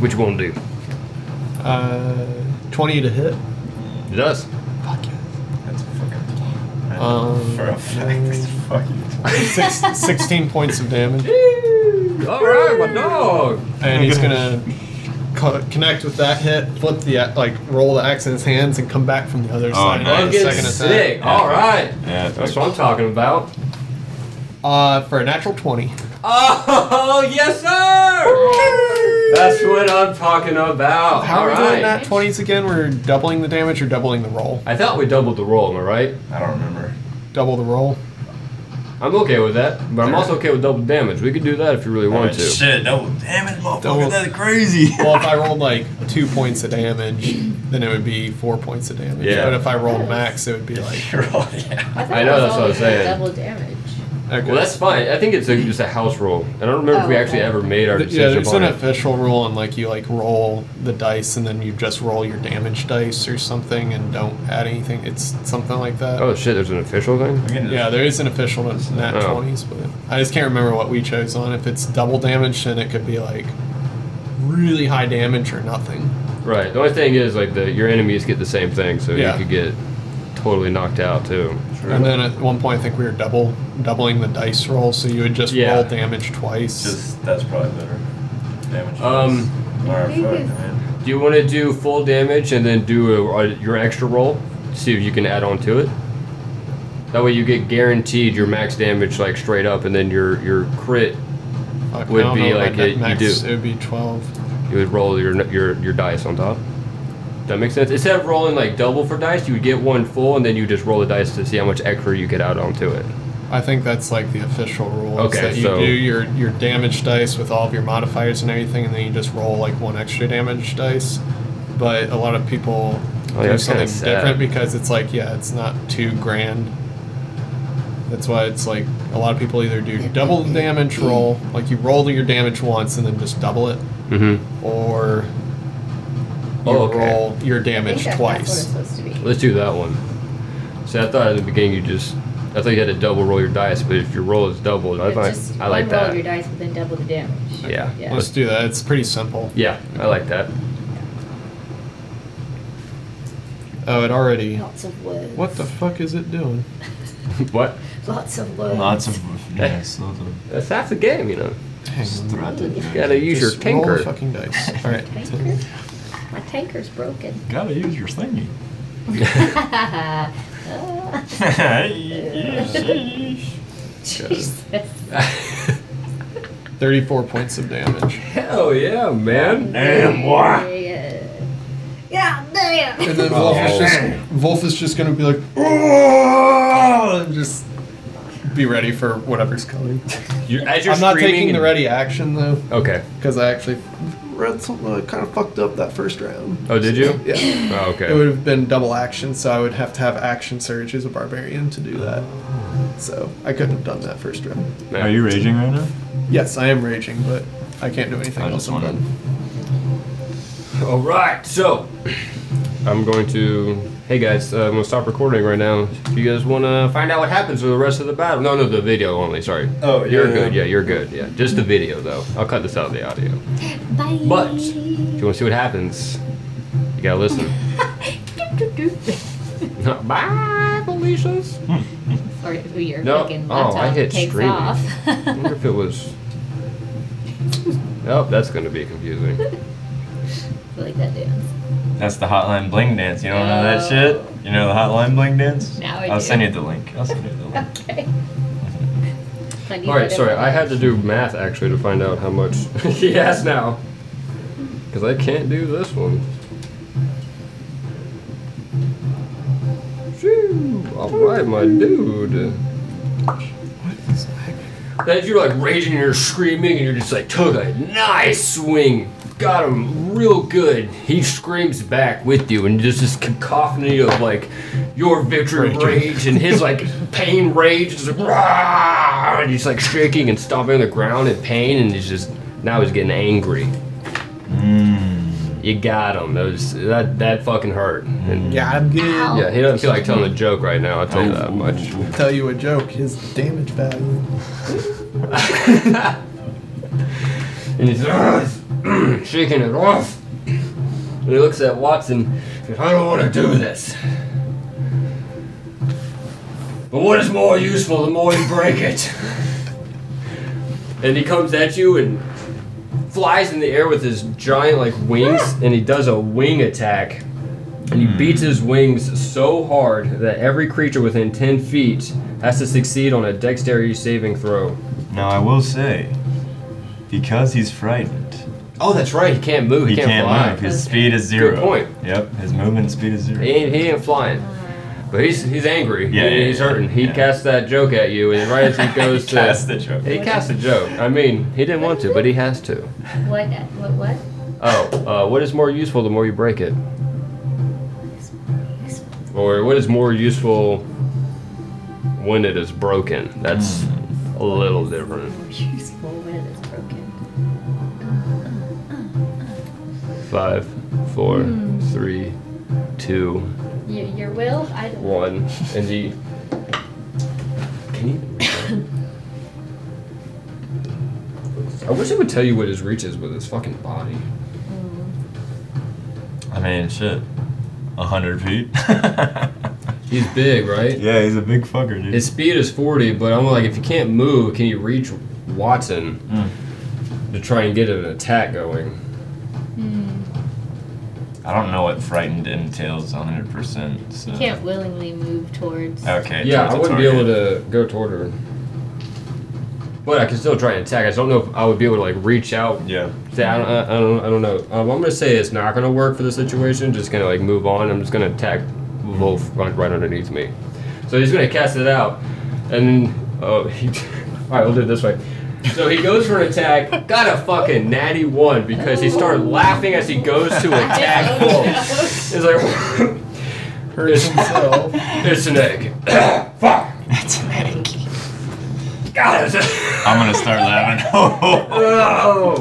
Speaker 3: What you gonna do?
Speaker 6: Uh, 20 to hit.
Speaker 3: It does.
Speaker 6: Fuck yeah.
Speaker 1: That's a fucking. I know
Speaker 6: Um,
Speaker 1: for a fact. [laughs] Fuck you.
Speaker 11: [laughs]
Speaker 6: Six, 16 points of damage.
Speaker 3: All right, my dog.
Speaker 6: and
Speaker 3: [laughs]
Speaker 6: he's gonna co- connect with that hit, flip the a- like roll the axe in his hands, and come back from the
Speaker 3: Oh,
Speaker 6: other side.
Speaker 1: nice.
Speaker 6: with
Speaker 3: I'm
Speaker 6: the
Speaker 3: getting
Speaker 6: second
Speaker 3: sick. All right.
Speaker 1: Yeah.
Speaker 3: That's what I'm talking about.
Speaker 6: Uh, for a natural twenty.
Speaker 3: Oh, [laughs] yes, sir! That's what I'm talking about.
Speaker 6: How
Speaker 3: All
Speaker 6: are we
Speaker 3: right.
Speaker 6: doing nat twenties again? We're doubling the damage or doubling the roll?
Speaker 3: I thought we doubled the roll, am I right?
Speaker 1: I don't remember.
Speaker 6: Double the roll.
Speaker 3: I'm okay with that, but I'm also okay with double damage. We could do that if you really want to.
Speaker 1: Shit, that was damn it,
Speaker 6: Double-
Speaker 1: motherfucker. That's crazy.
Speaker 6: [laughs] Well, if I rolled like two points of damage, then it would be four points of damage.
Speaker 3: Yeah.
Speaker 6: But if I rolled max, it would be like
Speaker 1: You're all- yeah.
Speaker 2: I, thought
Speaker 3: I
Speaker 2: it
Speaker 3: know,
Speaker 2: was
Speaker 3: that's what I was
Speaker 2: always like
Speaker 3: saying.
Speaker 2: Double damage.
Speaker 6: okay.
Speaker 3: Well, that's fine. I think it's a, just a house roll. I don't remember if
Speaker 2: Oh,
Speaker 3: we actually
Speaker 2: okay.
Speaker 3: ever made our
Speaker 6: Th- yeah,
Speaker 3: decision
Speaker 6: there's an
Speaker 3: on it.
Speaker 6: official rule on like you like roll the dice and then you just roll your damage dice or something and don't add anything. It's something like that.
Speaker 3: Oh shit, there's an official thing?
Speaker 1: We can just-
Speaker 6: Yeah, there is an official that's nat
Speaker 3: Oh.
Speaker 6: twenties, but I just can't remember what we chose on. If it's double damage, then it could be like really high damage or nothing.
Speaker 3: Right. The only thing is, like, the your enemies get the same thing, so
Speaker 6: Yeah.
Speaker 3: you could get totally knocked out, too.
Speaker 6: And then at one point, I think we were double doubling the dice roll, so you would just
Speaker 3: Yeah.
Speaker 6: roll damage twice.
Speaker 1: Just that's probably better. Damage.
Speaker 3: Um,
Speaker 1: Alright,
Speaker 2: think
Speaker 1: fuck,
Speaker 2: it's-
Speaker 1: man.
Speaker 3: Do you want to do full damage and then do a, a- your extra roll? See if you can add on to it. That way you get guaranteed your max damage like straight up, and then your your crit
Speaker 6: Fuck, I
Speaker 3: would
Speaker 6: don't
Speaker 3: be
Speaker 6: know what
Speaker 3: like
Speaker 6: my
Speaker 3: it- you
Speaker 6: max,
Speaker 3: do.
Speaker 6: It would be twelve.
Speaker 3: you would roll your your your dice on top. That makes sense. Instead of rolling like double for dice, you would get one full, and then you just roll the dice to see how much extra you get out onto it.
Speaker 6: I think that's like the official rule. is
Speaker 3: Okay,
Speaker 6: that you
Speaker 3: so-
Speaker 6: do your your damage dice with all of your modifiers and everything, and then you just roll like one extra damage dice. But a lot of people
Speaker 3: Oh, yeah,
Speaker 6: do
Speaker 3: that's kinda
Speaker 6: something
Speaker 3: sad.
Speaker 6: different because it's like yeah, it's not too grand. That's why it's like a lot of people either do double the damage roll, like you roll your damage once and then just double it,
Speaker 3: Mm-hmm.
Speaker 6: or you
Speaker 3: Oh, okay.
Speaker 6: roll your
Speaker 2: I think
Speaker 6: damage
Speaker 2: that-
Speaker 6: twice.
Speaker 2: That's what it's supposed to be.
Speaker 3: Let's do that one. See, I thought at the beginning you just, I thought you had to double roll your dice, but if your roll is doubled, I,
Speaker 2: It's
Speaker 3: like
Speaker 2: just
Speaker 3: I like
Speaker 2: one roll of
Speaker 3: that.
Speaker 2: your dice, but then double the damage.
Speaker 3: Yeah.
Speaker 2: Yeah.
Speaker 6: Let's do that. It's pretty simple.
Speaker 3: Yeah, I like that. [laughs]
Speaker 6: Oh, it already.
Speaker 2: Lots of words.
Speaker 6: What the fuck is it doing?
Speaker 3: what?
Speaker 2: Lots of words.
Speaker 1: Lots of yes, lots of
Speaker 3: That's half the game, you know.
Speaker 6: Hang on.
Speaker 3: You
Speaker 1: threaded.
Speaker 3: gotta use your
Speaker 6: Just roll the
Speaker 3: tinker.
Speaker 6: fucking dice. [laughs] All right.
Speaker 2: Tanker? My tanker's
Speaker 3: [laughs]
Speaker 2: broken. [laughs]
Speaker 1: Gotta use
Speaker 4: [laughs]
Speaker 1: your thingy.
Speaker 2: Ah,
Speaker 3: [laughs]
Speaker 2: Jesus.
Speaker 6: Thirty-four points of
Speaker 3: [laughs]
Speaker 6: damage.
Speaker 3: Hell yeah, man.
Speaker 1: Damn boy.
Speaker 2: Yeah. God damn.
Speaker 6: And then Wolf is just Wolf is just gonna be like, "Oh," and just be ready for whatever's coming.
Speaker 3: You're, as you're
Speaker 6: I'm not
Speaker 3: screaming
Speaker 6: taking the
Speaker 3: and-
Speaker 6: ready action though,
Speaker 3: Okay.
Speaker 6: because I actually read something that kind of fucked up that first round.
Speaker 3: Oh, did you?
Speaker 6: Yeah.
Speaker 3: Oh,
Speaker 6: [laughs] It would
Speaker 3: okay.
Speaker 6: have been double action, so I would have to have action surge as a barbarian to do that. So I couldn't have done that first round.
Speaker 1: Are you raging right now?
Speaker 6: Yes, I am raging, but I can't do anything
Speaker 1: I
Speaker 6: else.
Speaker 1: just
Speaker 6: I'm
Speaker 1: wanted.
Speaker 6: done.
Speaker 3: All right. So, I'm going to. Hey guys, uh, I'm gonna stop recording right now. If you guys wanna find out what happens for the rest of the battle, no, no, the video only. Sorry.
Speaker 1: Oh,
Speaker 3: You're
Speaker 1: yeah,
Speaker 3: good.
Speaker 1: yeah.
Speaker 3: Yeah, you're good. Yeah, just the video though. I'll cut this out of the audio. But if you wanna see what happens, you gotta listen. [laughs] Bye, Felicia's.
Speaker 4: Or who your
Speaker 3: No.
Speaker 4: fucking
Speaker 3: Oh, I
Speaker 4: laptop
Speaker 3: hit
Speaker 4: takes
Speaker 3: streaming. I [laughs]
Speaker 4: off.
Speaker 3: wonder if it was. Oh, that's going to be confusing.
Speaker 2: feel like that dance.
Speaker 1: That's the hotline bling dance. You don't know that shit? You know the hotline bling dance?
Speaker 2: Now I
Speaker 1: will
Speaker 2: do.
Speaker 1: send you the link. I'll send you the link.
Speaker 2: Okay. I need
Speaker 3: All right,
Speaker 2: whatever
Speaker 3: sorry. I had
Speaker 2: that
Speaker 3: to do math actually to find out how much [laughs] he has now, because I can't do this one. Phew, All right, my dude. That you're like raging and you're screaming and you're just like took a nice swing, got him real good. He screams back with you and there's this cacophony of like your victory rage and his like pain rage. It's like, "Rah!" and he's like shaking and stomping on the ground in pain and he's just now he's getting angry. You got him. That was that that fucking hurt. And
Speaker 6: Yeah, I'm good.
Speaker 3: yeah, he doesn't feel like telling a joke right now. I'll tell you that much.
Speaker 6: Tell you a joke. His damage value.
Speaker 3: and he's "Ugh," [clears throat] shaking it off. And he looks at Watson and says, I don't want to do this. But what is more useful the more you break it? and he comes at you and flies in the air with his giant like wings and he does a wing attack. And he beats his wings so hard that every creature within 10 feet has to succeed on a dexterity saving throw.
Speaker 1: Now I will say, because he's frightened,
Speaker 3: Oh, that's right. He can't move.
Speaker 1: he
Speaker 3: He,
Speaker 1: can't,
Speaker 3: fly.
Speaker 1: move. His speed is zero.
Speaker 3: point.
Speaker 1: Yep, his movement speed is zero.
Speaker 3: He ain't, he ain't flying. But he's he's angry.
Speaker 1: Yeah,
Speaker 3: He-
Speaker 1: yeah,
Speaker 3: he's
Speaker 1: yeah,
Speaker 3: hurting. He
Speaker 1: yeah.
Speaker 3: casts that joke at you, and right
Speaker 1: [laughs]
Speaker 3: as he goes to.
Speaker 1: That's the joke.
Speaker 3: He casts a joke. I mean, he didn't want to, but he has to.
Speaker 2: dance. What? What? What?
Speaker 3: Oh, uh, what is more useful the more you break it?
Speaker 2: [laughs]
Speaker 3: Or what is more useful when it is broken? That's
Speaker 1: Hmm.
Speaker 3: a little different.
Speaker 2: Well, when it is broken.
Speaker 3: Five, four, three, two,
Speaker 2: You, your will? I don't.
Speaker 3: one, and he. Can you? I wish I would tell you what his reach is with his fucking body.
Speaker 2: Mm.
Speaker 1: I mean, shit, a hundred feet. [laughs]
Speaker 3: He's big, right?
Speaker 1: yeah, he's a big fucker, dude.
Speaker 3: His speed is 40, but I'm like, if you can't move, can you reach Watson to try and get an attack going?
Speaker 1: I don't know what frightened entails a hundred percent. So
Speaker 4: You can't willingly move towards.
Speaker 2: [laughs]
Speaker 1: okay.
Speaker 3: yeah, I
Speaker 1: towards the
Speaker 3: wouldn't be able
Speaker 1: target.
Speaker 3: to go toward her. But I can still try and attack. I just don't know if I would be able to like reach out
Speaker 1: Yeah.
Speaker 3: See, I don't, I I don't, I don't know. Um, I'm gonna say it's not gonna work for the situation. Just gonna like move on. I'm just gonna attack Wolf like right underneath me. So he's gonna cast it out, and oh, he, [laughs] all right, we'll do it this way. So he goes for an attack. Got a fucking natty one because he started laughing as he goes
Speaker 11: [laughs]
Speaker 3: to attack Wolf.
Speaker 2: [laughs]
Speaker 3: It's like [laughs]
Speaker 6: Hurt himself.
Speaker 3: it's an egg. [coughs] Fuck.
Speaker 11: That's an egg.
Speaker 3: God. [laughs] It's a-
Speaker 1: I'm gonna start laughing. [laughs]
Speaker 3: oh.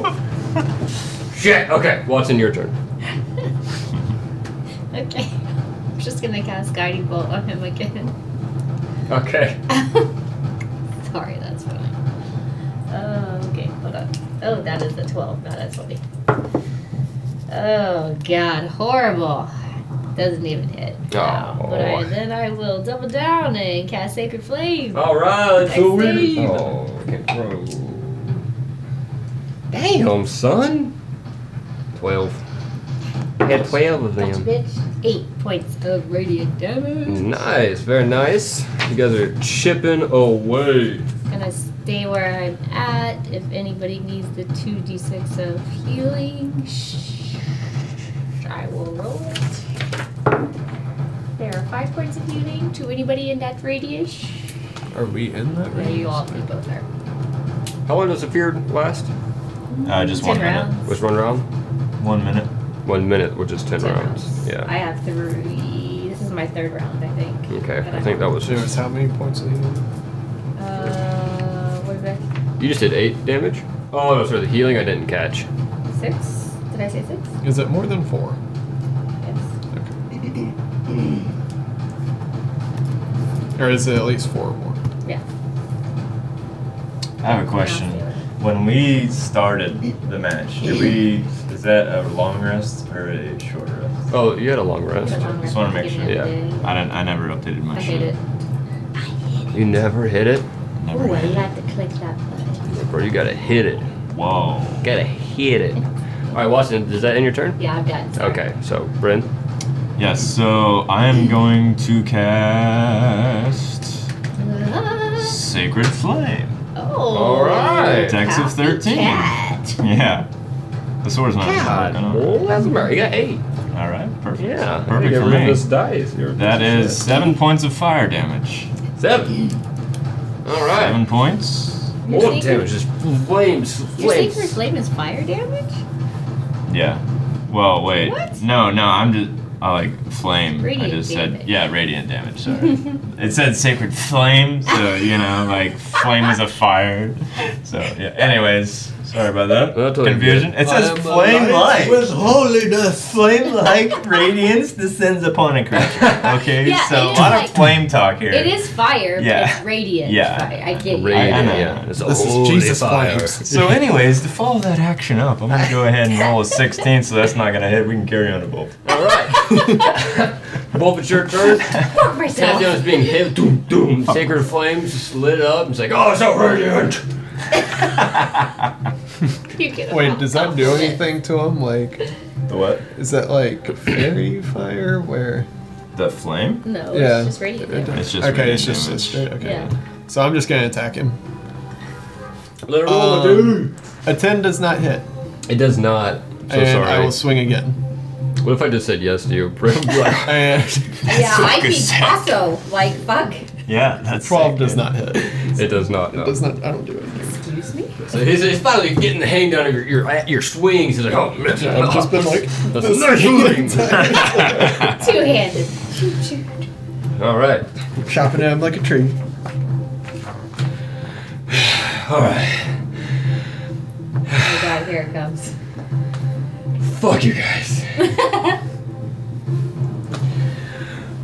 Speaker 3: [laughs] Shit. Okay, Watson, your turn.
Speaker 4: Okay. I'm just gonna cast Guiding Bolt on him again.
Speaker 3: Okay.
Speaker 2: [laughs]
Speaker 4: Sorry, that's fine. Uh, okay, hold on. Oh, that is the 12, not a 20.
Speaker 2: Oh God, horrible. Doesn't even hit. Wow. But I,
Speaker 3: Oh.
Speaker 2: then I will double down and cast Sacred Flame.
Speaker 3: All right, let's
Speaker 2: go with it.
Speaker 3: Oh, okay, bro. Damn, son. Twelve. Had twelve of
Speaker 2: Gotcha, bitch. Eight points of radiant damage.
Speaker 3: Nice, very nice. You guys are chipping away.
Speaker 2: Gonna stay where I'm at. If anybody needs the two d6 of healing, sh- I will roll it. There are five points of healing to anybody in that radius.
Speaker 11: Are we in that
Speaker 2: Yeah, you all, you both are.
Speaker 3: How long does the fear last?
Speaker 1: uh, just one
Speaker 2: Ten
Speaker 1: minute.
Speaker 2: rounds.
Speaker 3: Which one round?
Speaker 1: One minute.
Speaker 3: One minute, which is ten,
Speaker 2: Ten
Speaker 3: rounds. Yeah.
Speaker 2: I have three. This is my third round, I think.
Speaker 3: Okay,
Speaker 2: But
Speaker 3: I think that was.
Speaker 6: There was how many points of healing?
Speaker 2: Uh, what did I?
Speaker 3: You just did eight damage. Oh no, sorry, the healing I didn't catch.
Speaker 2: Six? Did I say six?
Speaker 6: Is it more than four?
Speaker 2: Yes.
Speaker 6: Or is it at least four more?
Speaker 1: I have a question. When we started the match, did we? Is that a long rest or a short rest?
Speaker 3: Oh, you had a long rest.
Speaker 1: Just wanna make sure.
Speaker 3: Yeah.
Speaker 1: I didn't. I never updated my
Speaker 2: I
Speaker 1: shit.
Speaker 2: hate it.
Speaker 3: You never hit it,
Speaker 1: Never
Speaker 2: Ooh, I
Speaker 1: did.
Speaker 2: like to click that button.
Speaker 3: bro. You gotta hit it.
Speaker 1: Whoa.
Speaker 3: Gotta hit it. All right, Watson, is that in your turn?
Speaker 4: Yeah, I've gotten.
Speaker 3: Okay, so Bryn.
Speaker 1: Yes, so I am going to cast
Speaker 2: Ah,
Speaker 1: Sacred Flame.
Speaker 2: oh.
Speaker 3: All right.
Speaker 1: Dex of 13.
Speaker 2: Cat.
Speaker 1: Yeah. The sword's not
Speaker 3: God,
Speaker 1: gonna work,
Speaker 3: oh, that's Mary. You got eight.
Speaker 1: I know. All right, perfect.
Speaker 3: Yeah.
Speaker 12: I gotta
Speaker 1: Perfect
Speaker 12: get
Speaker 1: for
Speaker 12: rid of
Speaker 1: me.
Speaker 12: this dice. You're a
Speaker 1: That
Speaker 12: piece of
Speaker 1: is
Speaker 12: shit.
Speaker 1: seven points of fire damage.
Speaker 3: Seven. All right.
Speaker 1: Seven points.
Speaker 4: Your
Speaker 3: More
Speaker 4: secret-
Speaker 3: damage. Just flames.
Speaker 4: Your secret
Speaker 3: Flames.
Speaker 4: flame is fire damage?
Speaker 1: Yeah. Well, wait.
Speaker 4: What?
Speaker 1: No, no, I'm just. I like flame. I
Speaker 4: Radiant
Speaker 1: just said.
Speaker 4: damage.
Speaker 1: Yeah, radiant
Speaker 4: [laughs]
Speaker 1: damage. Sorry. it said sacred flame, so, you know, like flame is a fire. So, yeah. Anyways, sorry about that.
Speaker 3: That's what I
Speaker 1: Confusion.
Speaker 3: did.
Speaker 1: It says
Speaker 3: I am
Speaker 1: flame like.
Speaker 6: holiness.
Speaker 4: [laughs]
Speaker 1: Flame like radiance descends upon a creature. Okay,
Speaker 4: Yeah,
Speaker 1: so
Speaker 4: it
Speaker 1: a
Speaker 4: is
Speaker 1: lot
Speaker 4: like-
Speaker 1: of flame talk here.
Speaker 4: It is fire,
Speaker 1: Yeah.
Speaker 4: but it's radiant
Speaker 1: Yeah.
Speaker 4: fire. I get you.
Speaker 2: [laughs]
Speaker 1: Radiant.
Speaker 3: Raid,
Speaker 1: know.
Speaker 3: yeah. It's a
Speaker 6: This is
Speaker 3: holy
Speaker 6: Jesus
Speaker 3: fire.
Speaker 6: flames.
Speaker 1: [laughs] So, anyways, to follow that action up, I'm gonna go ahead and roll a 16, so that's not gonna hit. We can carry on to both.
Speaker 3: All
Speaker 6: [laughs]
Speaker 3: right. Both it's your turn. [laughs]
Speaker 4: Fuck myself.
Speaker 3: Pantheon is being hit. Doom, doom. Sacred flames just lit up. It's like, oh, it's so radiant.
Speaker 4: You get a-
Speaker 6: Wait, does
Speaker 2: [laughs]
Speaker 6: that do anything to him? Like,
Speaker 1: The what?
Speaker 6: is that like fairy fire? Where?
Speaker 1: The flame?
Speaker 2: No,
Speaker 6: Yeah.
Speaker 2: it's just radiant damage.
Speaker 1: It's just
Speaker 6: Okay,
Speaker 1: radiant
Speaker 6: it's just
Speaker 1: damage.
Speaker 6: it's straight. Okay.
Speaker 2: Yeah.
Speaker 6: So I'm just gonna attack him.
Speaker 3: Let it roll,
Speaker 6: Um,
Speaker 3: dude.
Speaker 6: A ten does not hit,
Speaker 3: It does not. I'm so
Speaker 6: and
Speaker 3: sorry.
Speaker 6: I will swing again.
Speaker 3: What if I just said yes to you? [laughs] Bryn? Be like,
Speaker 6: And [laughs]
Speaker 1: [laughs]
Speaker 2: Yeah,
Speaker 1: so
Speaker 2: I'd be
Speaker 1: good.
Speaker 2: Picasso. Like, fuck.
Speaker 1: Yeah, that's
Speaker 6: twelve
Speaker 1: sick,
Speaker 6: does
Speaker 1: dude.
Speaker 6: not hit.
Speaker 3: it does not.
Speaker 6: It
Speaker 3: No.
Speaker 6: does not. I don't do anything.
Speaker 2: Excuse
Speaker 1: [laughs]
Speaker 2: me?
Speaker 3: So he's, he's finally getting the hang down of your your, your swings. He's like, oh, man.
Speaker 6: Yeah, I've just been like.
Speaker 3: That's nice shooting.
Speaker 2: Two handed. Oh
Speaker 3: All right.
Speaker 6: chopping at him like a tree.
Speaker 3: All right.
Speaker 2: Oh god, here it comes.
Speaker 3: Fuck you
Speaker 6: [laughs]
Speaker 3: guys.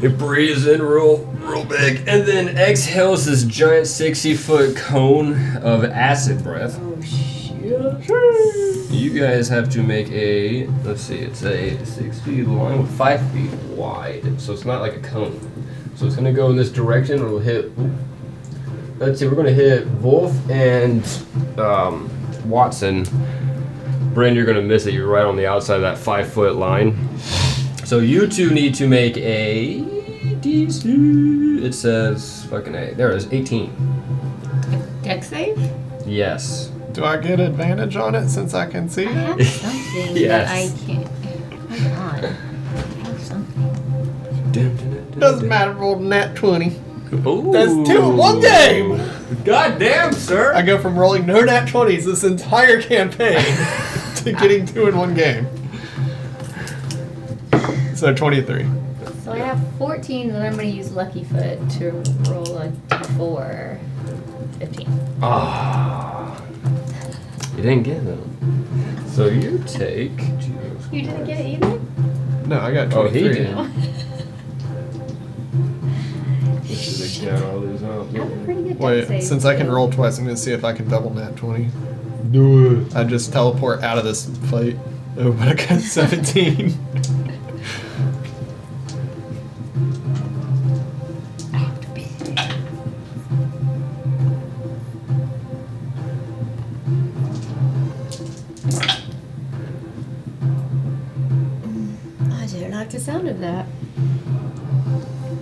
Speaker 3: It breathes in real, real big, and then exhales this giant 60 foot cone of acid breath.
Speaker 2: Oh shit.
Speaker 3: You guys have to make a, let's see, it's a 60 line, 5 feet wide, so it's not like a cone. So it's gonna go in this direction, it'll hit, let's see, we're gonna hit Wolf and um, Watson. Brand, you're gonna miss it, you're right on the outside of that 5 foot line. So you two need to make a DC, it says, fucking A, there it is, 18.
Speaker 4: Dex save?
Speaker 3: Yes.
Speaker 6: Do I get advantage on it since I can see?
Speaker 4: I have something that
Speaker 3: Yes.
Speaker 4: I can't. Oh god. I have something.
Speaker 6: Doesn't matter. Rolled a nat twenty.
Speaker 3: Ooh.
Speaker 6: That's two in one game.
Speaker 3: God damn, sir!
Speaker 6: I go from rolling no nat twenties this entire campaign [laughs] to getting two in one game. So twenty-three.
Speaker 2: So I have 14, then I'm gonna use Lucky Foot to roll a d4. 15.
Speaker 3: Ah. You didn't get them. So you take.
Speaker 2: You didn't get it [laughs] either?
Speaker 6: No, I got
Speaker 3: Oh, he
Speaker 6: twenty-three.
Speaker 3: did. This is a count all these out.
Speaker 2: I have a pretty good dex
Speaker 6: Wait,
Speaker 2: save,
Speaker 6: since I can
Speaker 2: so-
Speaker 6: roll twice, I'm gonna see if I can double nat twenty.
Speaker 3: Do it.
Speaker 6: I just teleport out of this fight. Oh, but I [laughs] got seventeen.
Speaker 4: I have to be there.
Speaker 2: I do like the sound of that.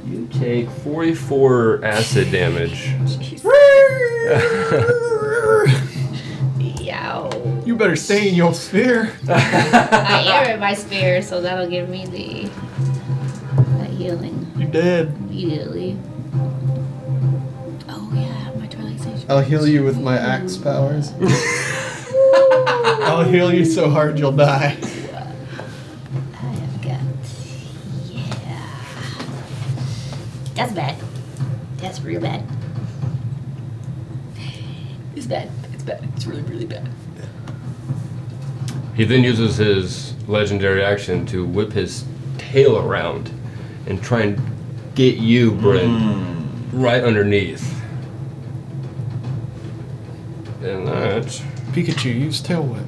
Speaker 3: You take 44 acid [laughs] damage.
Speaker 4: Yow.
Speaker 6: you better stay in your sphere.
Speaker 4: I am in my spear, so that'll give me the that healing
Speaker 6: You dead.
Speaker 4: immediately. Oh yeah, my twilight station.
Speaker 6: I'll heal you with my axe powers. I'll heal you so hard you'll die.
Speaker 4: I have got. Yeah. That's bad. That's real bad. It's bad. It's bad. It's really, really bad.
Speaker 3: He then uses his legendary action to whip his tail around and try and get you, Bryn,
Speaker 6: Hmm.
Speaker 3: right underneath. And that
Speaker 6: Pikachu, use tail whip.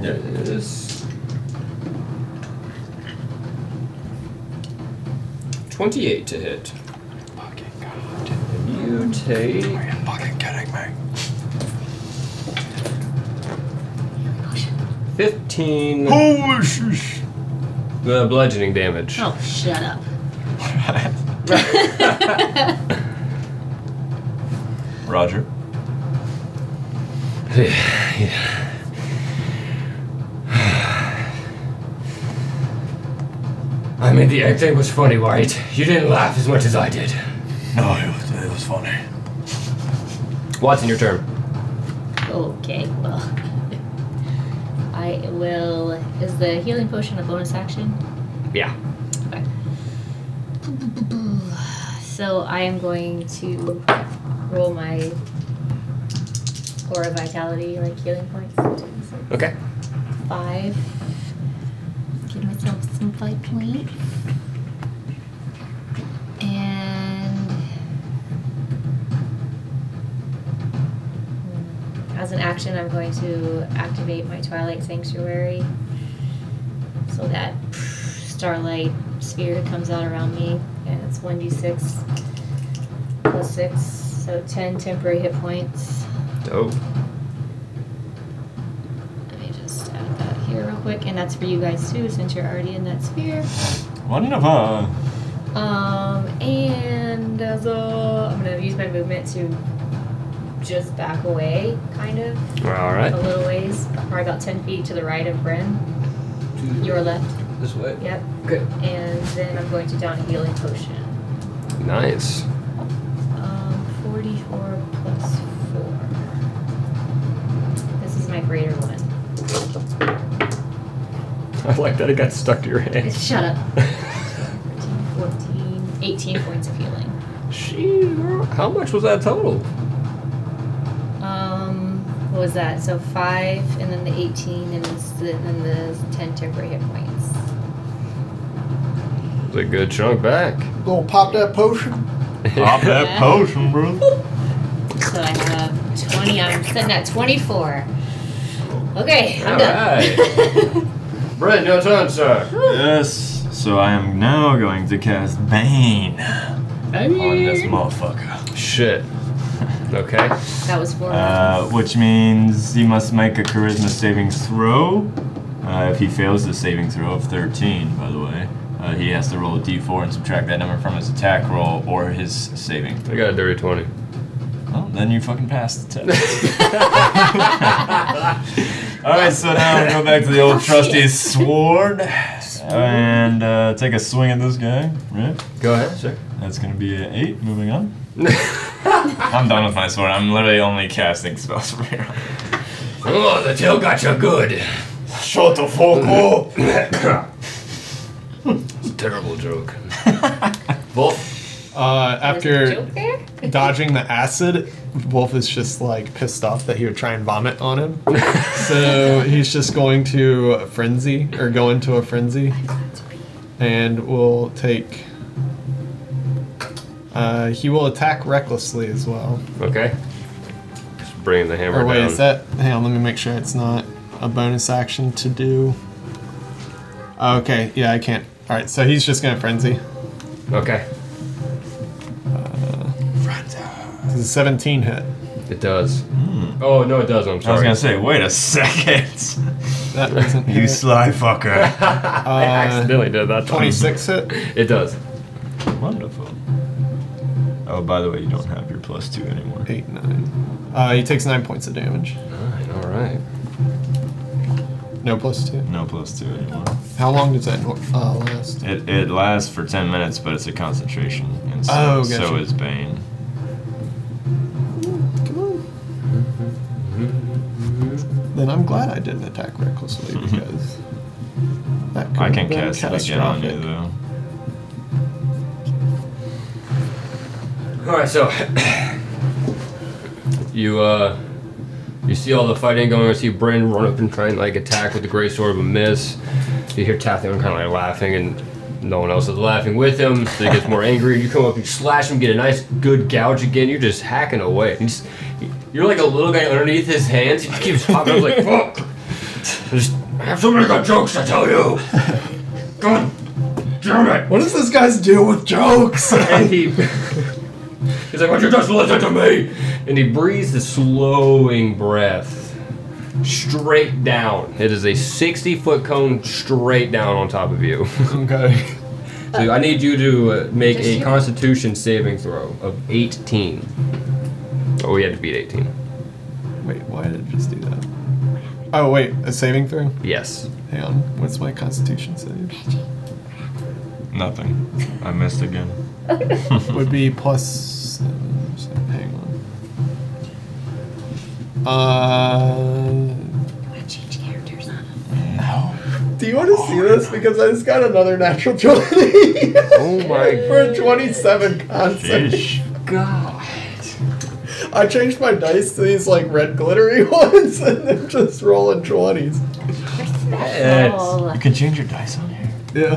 Speaker 1: Yeah.
Speaker 3: is 28 to hit.
Speaker 6: Fucking god.
Speaker 3: You take
Speaker 6: you fucking kidding me?
Speaker 3: 15
Speaker 1: Holy shish.
Speaker 3: uh, bludgeoning damage. [laughs]
Speaker 2: Oh,
Speaker 4: [laughs]
Speaker 2: shut up.
Speaker 1: Roger.
Speaker 3: I mean, the egg thing was funny, right? You didn't laugh as much as I did.
Speaker 1: No, it was, it was funny.
Speaker 3: Watson, your turn.
Speaker 2: Okay, well.
Speaker 4: [laughs]
Speaker 2: I will. Is the healing potion a bonus action?
Speaker 3: Yeah.
Speaker 2: Okay. [sighs] So I am going to roll my aura vitality, like healing points.
Speaker 3: Okay.
Speaker 2: Five. Give myself some five points. And Hmm. as an action, I'm going to activate my Twilight Sanctuary so that starlight sphere comes out around me, and it's 1d6 plus 6, so 10 temporary hit points.
Speaker 3: Dope.
Speaker 2: Let me just add that here real quick, and that's for you guys too, since you're already in that sphere.
Speaker 1: Wonderful.
Speaker 2: Um, and as a, I'm gonna use my movement to just back away, kind of
Speaker 3: All right.
Speaker 2: a little ways, probably about 10 feet to the right of Bryn, your left.
Speaker 3: This way.
Speaker 2: Yep.
Speaker 3: Okay.
Speaker 2: And then I'm going to down a healing potion.
Speaker 3: Nice.
Speaker 2: Um, 44 plus four. This is my greater one.
Speaker 3: [laughs] I like that it got stuck to your hand. [laughs]
Speaker 2: Shut up. 13, 14, 18 points of healing.
Speaker 3: She. How much was that total?
Speaker 2: Um, what was that? So five, and then the eighteen, and then the, and then the ten temporary hit points.
Speaker 3: It was a good chunk [laughs] back.
Speaker 6: Gonna pop that potion.
Speaker 3: [laughs]
Speaker 1: Pop that
Speaker 2: Yeah.
Speaker 1: potion, bro.
Speaker 2: So I have twenty. I'm sitting at twenty-four. Okay, I'm
Speaker 3: All
Speaker 2: done.
Speaker 3: Brent, your turn, sir.
Speaker 1: yes. So I am now going to cast Bane on this
Speaker 3: Mm. [laughs]
Speaker 1: motherfucker.
Speaker 3: Shit. Okay.
Speaker 2: [laughs] that was four.
Speaker 3: [laughs]
Speaker 1: Uh, which means he must make a charisma saving throw. Uh, if he fails the saving throw of 13, by the way, uh, he has to roll a d4 and subtract that number from his attack roll or his saving.
Speaker 3: I got a dirty 20.
Speaker 1: Well, then you fucking passed the test. Alright, so now we go back to the old trusty sword and uh, take a swing at this guy, right?
Speaker 3: [laughs] Go ahead, sir.
Speaker 1: That's gonna be an 8.
Speaker 6: [laughs]
Speaker 1: Moving on. I'm done with my sword. I'm literally only casting spells from here on.
Speaker 3: Oh, the tail got you [coughs] good.
Speaker 1: Shut the fuck up!
Speaker 3: Terrible [laughs] joke. Wolf.
Speaker 6: Uh,
Speaker 2: There's a
Speaker 6: after
Speaker 2: joke there?
Speaker 6: dodging the acid, Wolf is just like pissed off that he would try and vomit on him. so he's just going to a frenzy or go into a frenzy and will take. Uh, he will attack recklessly as well.
Speaker 3: Okay. Just bringing the hammer
Speaker 6: Or Oh, wait,
Speaker 3: down.
Speaker 6: is that? Hang on, let me make sure it's not a bonus action to do. Okay, yeah, I can't. All right, so he's just gonna frenzy.
Speaker 3: Okay.
Speaker 6: It's a 17 hit.
Speaker 3: It does. Oh, no, it doesn't. I'm
Speaker 1: I was
Speaker 3: sorry.
Speaker 1: gonna say, wait a second! [laughs]
Speaker 6: That doesn't
Speaker 1: You
Speaker 6: hit.
Speaker 1: sly fucker.
Speaker 3: [laughs] I
Speaker 6: Uh,
Speaker 3: accidentally did that.
Speaker 6: 26 hit.
Speaker 3: It does.
Speaker 1: Wonderful. Oh, by the way, you don't have your plus 2 anymore.
Speaker 6: Eight, nine. Uh, he takes nine points of damage.
Speaker 3: Nine, all right.
Speaker 6: No plus two.
Speaker 1: No plus 2 anymore.
Speaker 6: How long does that nor- uh, last?
Speaker 1: It, it lasts for 10 minutes, but it's a concentration. And so,
Speaker 6: Oh,
Speaker 1: so
Speaker 6: gotcha.
Speaker 1: is Bane.
Speaker 6: Then I'm glad I didn't attack recklessly because that could
Speaker 1: Mhm. I
Speaker 6: have
Speaker 1: can
Speaker 6: been
Speaker 1: cast it again on you,
Speaker 6: catastrophic.
Speaker 1: though.
Speaker 3: All right, so you uh, you see all the fighting going. on. You see Bryn run up and try and like attack with the great sword, but miss. You hear Tathion kind of like laughing, and no one else is laughing with him. So he gets more angry. You come up, you slash him, get a nice good gouge again. You're just hacking away. You just, you're like a little guy underneath his hands. He just keeps popping up like, fuck. Just, I have so many good jokes to tell you. [laughs] God damn it
Speaker 6: What does this guy's do with jokes?
Speaker 1: [laughs]
Speaker 3: and he he's like, "Would you just listen to me?" And he breathes a slowing breath straight down. It is a 60 foot cone straight down on top of you. [laughs]
Speaker 6: Okay.
Speaker 3: So I need you to uh, make
Speaker 13: Does
Speaker 3: a
Speaker 13: she-
Speaker 3: Constitution saving throw of 18. Oh, we had to beat 18.
Speaker 14: Wait, why did it just do that?
Speaker 6: Oh wait, a saving throw.
Speaker 3: Yes.
Speaker 14: Hang on, what's my constitution save?
Speaker 4: Nothing. I missed again.
Speaker 6: Would be plus seven. so Hang on. Uh.
Speaker 2: Change characters.
Speaker 6: Do you want to see this? Because I just got another natural twenty.
Speaker 3: Oh my
Speaker 6: [laughs] For a twenty-seven concept.
Speaker 4: Sheesh.
Speaker 3: god.
Speaker 6: I changed my dice to these like red glittery [laughs] ones, and they're just rolling twenties.
Speaker 4: You can change your dice on here.
Speaker 6: Yeah.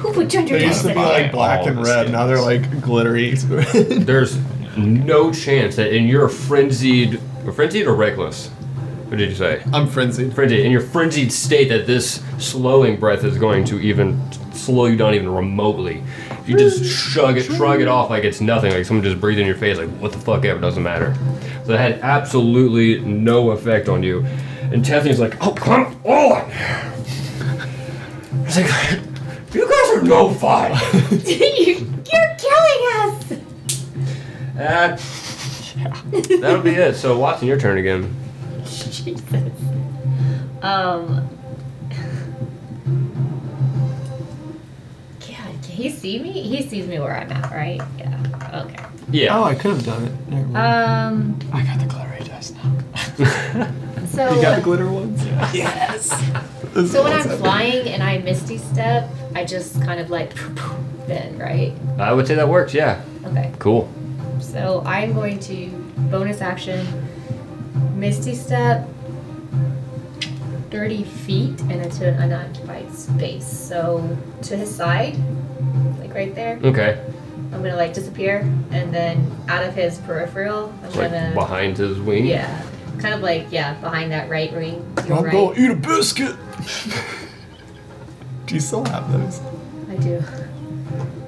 Speaker 2: Who would change your
Speaker 6: They used to be like black
Speaker 4: All
Speaker 6: and
Speaker 4: the
Speaker 6: red. Now they're
Speaker 4: skins.
Speaker 6: like glittery. [laughs]
Speaker 3: There's no chance that in your frenzied, or frenzied or reckless? What did you say?
Speaker 6: I'm frenzied.
Speaker 3: Frenzied. In your frenzied state, that this slowing breath is going to even slow you down even remotely. You just shrug it, shrug it off like it's nothing. Like someone just breathed in your face. Like what the fuck ever doesn't matter. So it had absolutely no effect on you. And Tethany's like, oh come on. It's like, [laughs] you guys are no fun.
Speaker 2: you, [laughs] you're killing us.
Speaker 3: That, Uh, that'll be it. So Watson, your turn again.
Speaker 2: Jesus. Um. God, can he see me? He sees me where I'm at, right? Yeah. Okay.
Speaker 3: Yeah.
Speaker 14: Oh, I could have done it. Never mind.
Speaker 2: Um.
Speaker 14: I got the glittery dice now.
Speaker 2: So.
Speaker 14: You got the glitter ones? Yeah.
Speaker 2: Oh.
Speaker 6: [laughs]
Speaker 2: So when I'm flying and I misty step, I just kind of like [laughs] then, right?
Speaker 3: [laughs] I would say that works. Yeah.
Speaker 2: Okay.
Speaker 3: Cool.
Speaker 2: So I'm going to bonus action misty step 30 feet and into an unoccupied space. So to his side, like right there,
Speaker 3: Okay.
Speaker 2: I'm gonna like disappear and then out of his peripheral, I'm
Speaker 3: Like
Speaker 2: gonna
Speaker 3: behind his wing.
Speaker 2: yeah, kind of like yeah, behind that right wing. your
Speaker 6: I'm
Speaker 2: right.
Speaker 6: gonna eat a biscuit. Do you still have those?
Speaker 2: I do.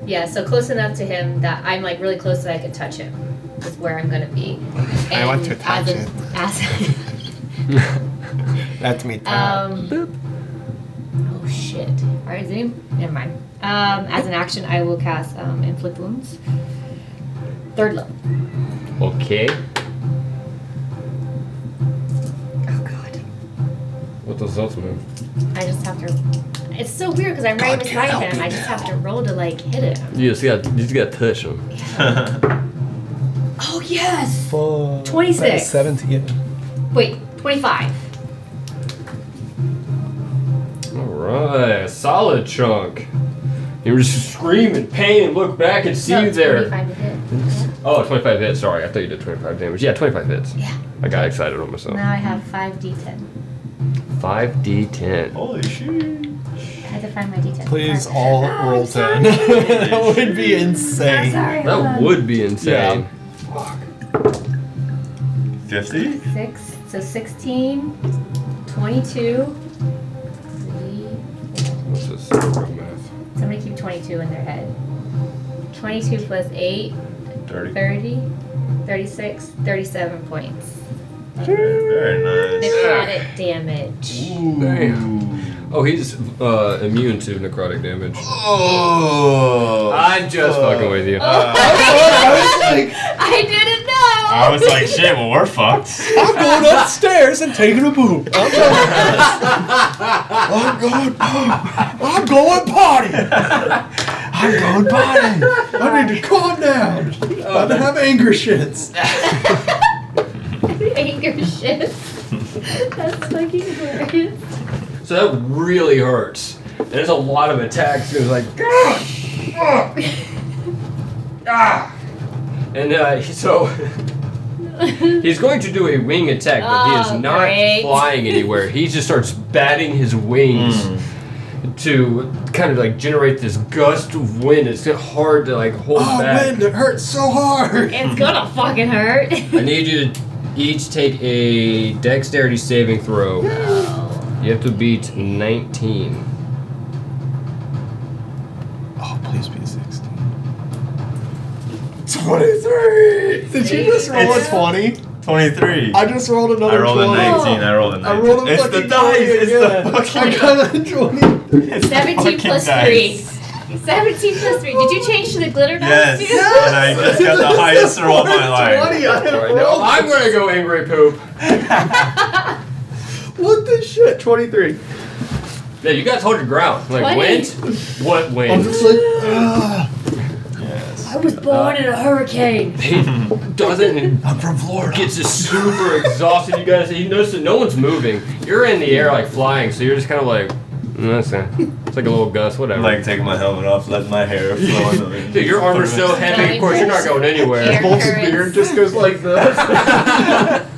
Speaker 2: Yeah, so close enough to him that I'm like really close that I could touch him. Is where I'm gonna be.
Speaker 6: I want to
Speaker 2: And as
Speaker 6: touch
Speaker 2: a-
Speaker 6: it.
Speaker 3: [laughs]
Speaker 2: [laughs] As,
Speaker 6: Let me
Speaker 2: um, Oh shit! All right, zoom. Never mind. Um, as an action, I will cast um, inflict wounds. Third level.
Speaker 3: Okay.
Speaker 2: Oh god!
Speaker 3: What does that mean?
Speaker 2: I just have to. It's so weird because I'm right
Speaker 6: God,
Speaker 2: beside
Speaker 6: help
Speaker 2: him.
Speaker 6: me
Speaker 2: I just have to roll to like hit it.
Speaker 3: You just got you just got to touch him.
Speaker 2: Oh yes!
Speaker 6: Four,
Speaker 2: 26.
Speaker 6: Seventeen.
Speaker 2: Wait, twenty-five.
Speaker 3: All right. Solid chunk. You were just screaming pain and look back and see
Speaker 2: No,
Speaker 3: you there.
Speaker 2: 25 to hit.
Speaker 3: Oh, 25 hits. Sorry, I thought you did 25 damage. Yeah, 25 hits.
Speaker 2: Yeah.
Speaker 3: I got excited on myself.
Speaker 2: Now I have five d10.
Speaker 3: 5d10.
Speaker 4: Holy shit.
Speaker 2: I had to find my d10.
Speaker 6: Please
Speaker 2: Sorry.
Speaker 6: all roll ten. [laughs] that would be
Speaker 2: I'm
Speaker 6: insane.
Speaker 2: sorry. hold
Speaker 3: That
Speaker 2: on.
Speaker 3: would be insane.
Speaker 4: 50?
Speaker 2: Six, so 16, 22. Three.
Speaker 3: What's this? Real math.
Speaker 2: Somebody keep 22 in their head. 22 plus 8,
Speaker 4: 30.
Speaker 2: 30, 36, 37 points.
Speaker 4: Very nice.
Speaker 2: Necrotic damage.
Speaker 4: Damn.
Speaker 3: Oh, he's uh, immune to necrotic damage.
Speaker 4: Oh.
Speaker 3: I'm just fucking with you.
Speaker 2: I didn't know!
Speaker 4: I
Speaker 2: [laughs]
Speaker 4: was [laughs] like, shit, well, we're fucked.
Speaker 6: I'm [laughs] going upstairs and taking a poop. [laughs] I'm going. I'm going. I'm going potty. I'm going potty. I need to calm down. I don't have anger shits.
Speaker 2: Anger shift. That's fucking hilarious.
Speaker 3: So that really hurts. And there's a lot of attacks. It was like, [laughs] "Ah! Ah! Ah!" and uh, [laughs] he- so he's going to do a wing attack, but he
Speaker 2: Oh,
Speaker 3: is not
Speaker 2: great.
Speaker 3: flying anywhere. He just starts batting his wings to kind of like generate this gust of wind. It's hard to like hold
Speaker 6: Oh
Speaker 3: back.
Speaker 6: man, it hurts so hard.
Speaker 2: It's gonna fucking hurt.
Speaker 3: I need you to each take a dexterity saving throw. You have to beat 19.
Speaker 14: Oh, please be 16.
Speaker 6: Twenty-three. Did you just roll a
Speaker 4: It's-
Speaker 6: twenty?
Speaker 1: 23.
Speaker 6: I just rolled another.
Speaker 1: I rolled a 19.
Speaker 6: 12.
Speaker 1: I rolled a 19.
Speaker 6: I rolled a
Speaker 1: it's
Speaker 6: fucking
Speaker 1: the dice.
Speaker 6: 20
Speaker 1: It's the
Speaker 6: again.
Speaker 1: fucking.
Speaker 6: I got a 20.
Speaker 2: Oh.
Speaker 1: it's the
Speaker 4: 17
Speaker 1: fucking
Speaker 4: plus
Speaker 1: dice.
Speaker 4: 3. 17 plus 3. Did you change to the glitter
Speaker 1: Yes.
Speaker 4: dice too?
Speaker 1: And I just got the highest roll of my life.
Speaker 6: 20 I have
Speaker 3: Right,
Speaker 6: rolled.
Speaker 3: now I'm gonna go angry poop.
Speaker 6: What the shit? 23.
Speaker 3: Yeah, you guys hold your ground. Like
Speaker 4: Twenty.
Speaker 3: wind? What
Speaker 6: I'm
Speaker 3: wind?
Speaker 6: just like, ugh.
Speaker 1: Yes.
Speaker 2: I was born in a hurricane.
Speaker 3: He doesn't [laughs] and
Speaker 6: I'm from Florida.
Speaker 3: gets just super exhausted. You guys, you notice that no one's moving. You're in the air like flying, so you're just kind of like, mm, that's it. It's like a little gust, whatever.
Speaker 1: I'm like taking my helmet off, letting
Speaker 3: [laughs]
Speaker 1: my hair flow in the wind.
Speaker 3: Dude, your armor's so heavy. Of course, you're not going anywhere.
Speaker 6: Bolt's [laughs]
Speaker 4: Currents.
Speaker 6: beard
Speaker 2: [laughs]
Speaker 6: just goes like this.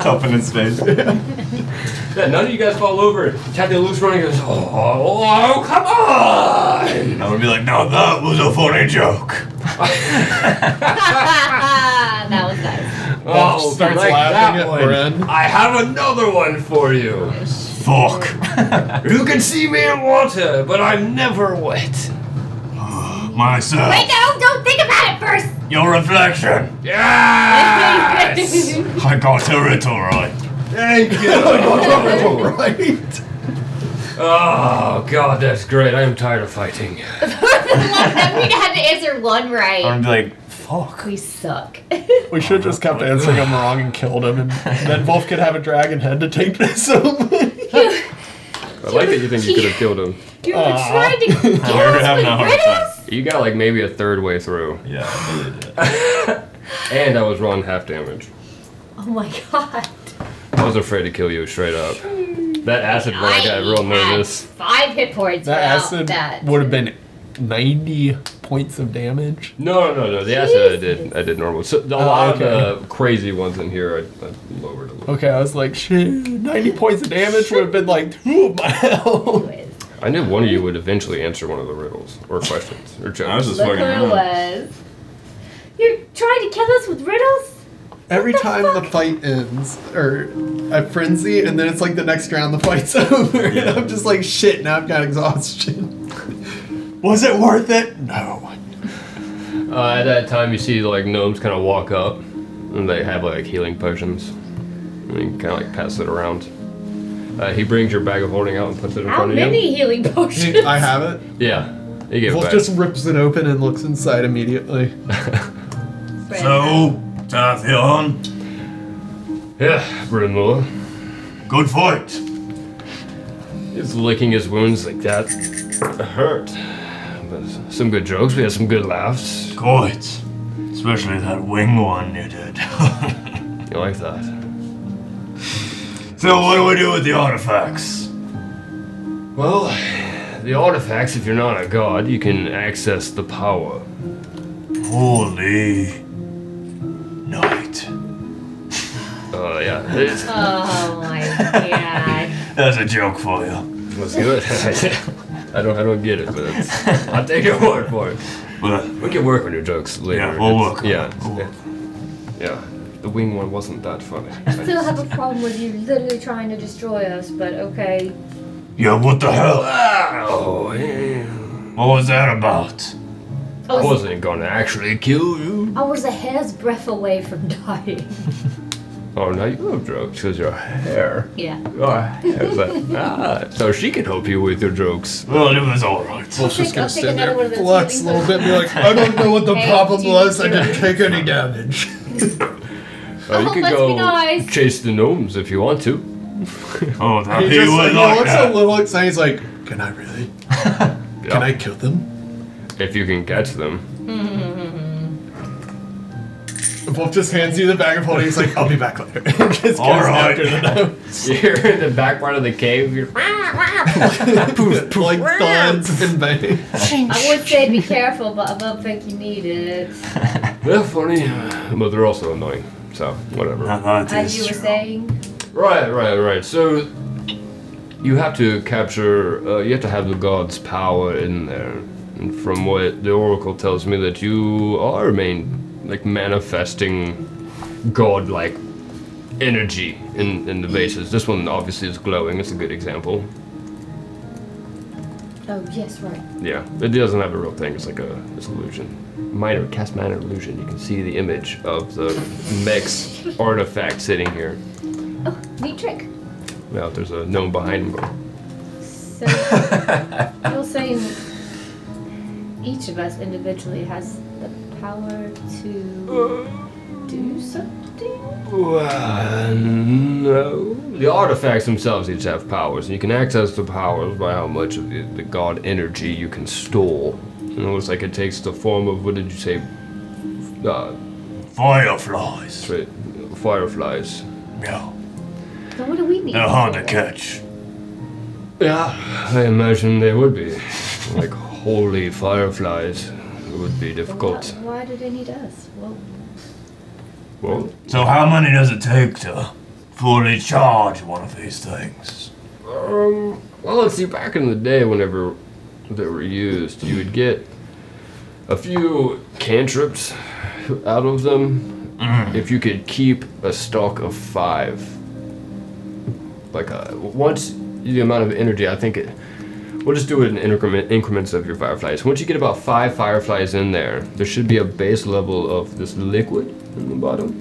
Speaker 1: Up in his face.
Speaker 3: [laughs] Yeah, none of you guys fall over. Captain Luke's running. Goes, oh, oh, come on!
Speaker 1: I would be like, no, that was a funny joke.
Speaker 4: that was nice.
Speaker 3: Oh,
Speaker 6: starts
Speaker 3: like
Speaker 6: laughing
Speaker 3: that
Speaker 6: at
Speaker 3: one.
Speaker 6: Bren.
Speaker 3: I have another one for you.
Speaker 1: Fuck.
Speaker 3: You can see me in water, but I'm never wet.
Speaker 1: Myself.
Speaker 4: Wait, no, don't think about it first!
Speaker 1: Your reflection.
Speaker 4: [laughs]
Speaker 1: [laughs]
Speaker 3: Yes!
Speaker 1: I got it all right.
Speaker 3: Thank you.
Speaker 6: [laughs]
Speaker 3: [laughs] oh God, that's great. I am tired of fighting.
Speaker 4: we had to answer one right.
Speaker 3: Um,
Speaker 1: I'm gonna be like, fuck.
Speaker 4: We suck. [laughs]
Speaker 6: We should have just kept answering him wrong and killed him, and then Wolf could have a dragon head to take this [laughs] over.
Speaker 3: I like that you think you could have killed him.
Speaker 4: You were
Speaker 6: Aw.
Speaker 4: trying
Speaker 3: [laughs]
Speaker 4: to kill
Speaker 1: We're having a
Speaker 4: us with
Speaker 1: hard
Speaker 4: riddles?
Speaker 1: time.
Speaker 3: You got like maybe a third way through,
Speaker 1: Yeah, I really did.
Speaker 3: [laughs] and I was wrong half damage.
Speaker 4: Oh my god.
Speaker 3: I was afraid to kill you straight up. That acid one I got real
Speaker 4: had
Speaker 3: nervous.
Speaker 4: Five hit points.
Speaker 6: That
Speaker 4: without
Speaker 6: acid
Speaker 4: That.
Speaker 6: would have been 90 points of damage.
Speaker 3: No, no, no, no. The acid I did, I did normal.
Speaker 1: Oh,
Speaker 3: So a lot of
Speaker 6: okay.
Speaker 3: the crazy ones in here, I, I lowered a little.
Speaker 6: Okay, I was like, shit, 90 points of damage would have been like two of my [laughs] health.
Speaker 3: I knew one of you would eventually answer one of the riddles or questions or
Speaker 1: I was
Speaker 3: jokes.
Speaker 1: just
Speaker 4: Look
Speaker 1: fucking
Speaker 4: who it
Speaker 1: around.
Speaker 4: was. You're trying to kill us with riddles?
Speaker 6: Every time the fight ends, or I frenzy, and then it's like the next round the fight's [laughs] over, and I'm just like, shit, now I've got exhaustion. Was it worth it? No.
Speaker 3: Uh, at that time, you see like gnomes kind of walk up, and they have like healing potions, and you kind of like pass it around. Uh, he brings your bag of holding out and puts it in
Speaker 2: How
Speaker 3: front of you.
Speaker 2: many healing potions?
Speaker 6: I
Speaker 4: [laughs]
Speaker 6: have it.
Speaker 3: Yeah, he gave it
Speaker 6: Wolf
Speaker 3: back.
Speaker 6: just rips it open and looks inside immediately.
Speaker 1: So, Tathion,
Speaker 3: yeah, Brimor.
Speaker 1: good fight.
Speaker 3: He's licking his wounds like that. Hurt. But some good jokes. We had some good laughs.
Speaker 1: Good. Especially that wing one you did. [laughs]
Speaker 3: You like that?
Speaker 1: so, what do we do with the artifacts?
Speaker 3: Well, the artifacts. If you're not a god, you can access the power.
Speaker 1: Holy night.
Speaker 3: Uh, yeah. It's,
Speaker 4: Oh my god.
Speaker 1: That's a joke for you.
Speaker 3: Let's do it. [laughs] I don't, I don't get it, but it's, I'll take your word for it.
Speaker 1: But
Speaker 3: We can work on your jokes later.
Speaker 1: Yeah, we'll work on
Speaker 3: Yeah,
Speaker 1: it.
Speaker 3: it's-
Speaker 1: We'll work
Speaker 3: yeah. The wing one wasn't that
Speaker 1: [laughs]
Speaker 3: funny.
Speaker 2: I still have a problem with you literally trying to destroy us, but okay.
Speaker 1: yeah, what the hell?
Speaker 3: Wow! yeah.
Speaker 1: What was that about?
Speaker 3: I wasn't gonna actually kill you.
Speaker 2: I was a hair's breadth away from [laughs] dying.
Speaker 3: Oh, now you have jokes because your hair.
Speaker 4: Yeah.
Speaker 3: Your hair's like, ah. So she can help you with your jokes.
Speaker 1: Well, it was all right.
Speaker 6: Wolf's just
Speaker 2: I'll
Speaker 6: gonna
Speaker 2: take
Speaker 6: stand there,
Speaker 2: another one of those
Speaker 6: flex a
Speaker 2: healing
Speaker 6: little bit, and be like, I don't know
Speaker 2: [laughs]
Speaker 6: what the
Speaker 4: Hey,
Speaker 6: problem
Speaker 4: do you
Speaker 6: was. I
Speaker 4: do
Speaker 6: didn't take any damage.
Speaker 3: Uh, you
Speaker 4: Oh,
Speaker 3: can
Speaker 4: let's
Speaker 3: go
Speaker 4: be nice.
Speaker 3: chase the gnomes if you want to.
Speaker 1: Oh, that
Speaker 6: He,
Speaker 1: he,
Speaker 6: just,
Speaker 1: would
Speaker 6: he
Speaker 1: like
Speaker 6: looks
Speaker 1: that.
Speaker 6: a little excited. He's like, Can I [laughs] really?
Speaker 3: Yeah,
Speaker 6: Can I kill them?
Speaker 3: If you can catch them. [laughs]
Speaker 6: Wolf just hands you the bag of holding. He's like, I'll be back later. [laughs] just goes
Speaker 1: All right.
Speaker 6: after the knife.
Speaker 3: You're in the back part of the cave. You're
Speaker 6: [laughs] Poof, poof, [laughs] like thuds and bangs.
Speaker 2: I would say be careful, but I don't think you need it.
Speaker 3: They're funny, but they're also annoying. So whatever.
Speaker 1: Now that
Speaker 2: As
Speaker 1: is
Speaker 2: you were
Speaker 1: true.
Speaker 2: saying,
Speaker 3: Right, right, right. So you have to capture. Uh, you have to have the god's power in there. And from what the oracle tells me, that you are main, like manifesting god-like energy in in the vases. This one obviously is glowing. It's a good example.
Speaker 2: Oh, yes, right.
Speaker 3: Yeah, it doesn't have a real thing. It's like a it's an illusion. Minor cast minor illusion. You can see the image of the mech's artifact sitting here.
Speaker 2: Oh, neat trick.
Speaker 3: Now if there's a gnome behind him.
Speaker 2: [laughs]
Speaker 4: So
Speaker 2: You're saying each of us individually has the power to do something?
Speaker 3: Well, no. The artifacts themselves each have powers, and you can access the powers by how much of the, the god energy you can store. And it looks like it takes the form of what did you say? Uh,
Speaker 1: Fireflies.
Speaker 3: sorry, fireflies.
Speaker 1: No,
Speaker 2: So what do we need?
Speaker 1: they're hard to catch.
Speaker 3: Yeah, I imagine they would be. Like holy fireflies. It would be
Speaker 2: Why,
Speaker 3: difficult.
Speaker 2: why do they need us? Well,
Speaker 3: Well,
Speaker 1: So how many does it take to fully charge one of these things?
Speaker 3: um, well, let's see, back in the day, whenever they were used, you would get a few cantrips out of them if you could keep a stock of five. Like, uh, once the amount of energy, I think it. We'll just do it in increment, increments of your fireflies. Once you get about five fireflies in there, there should be a base level of this liquid in the bottom,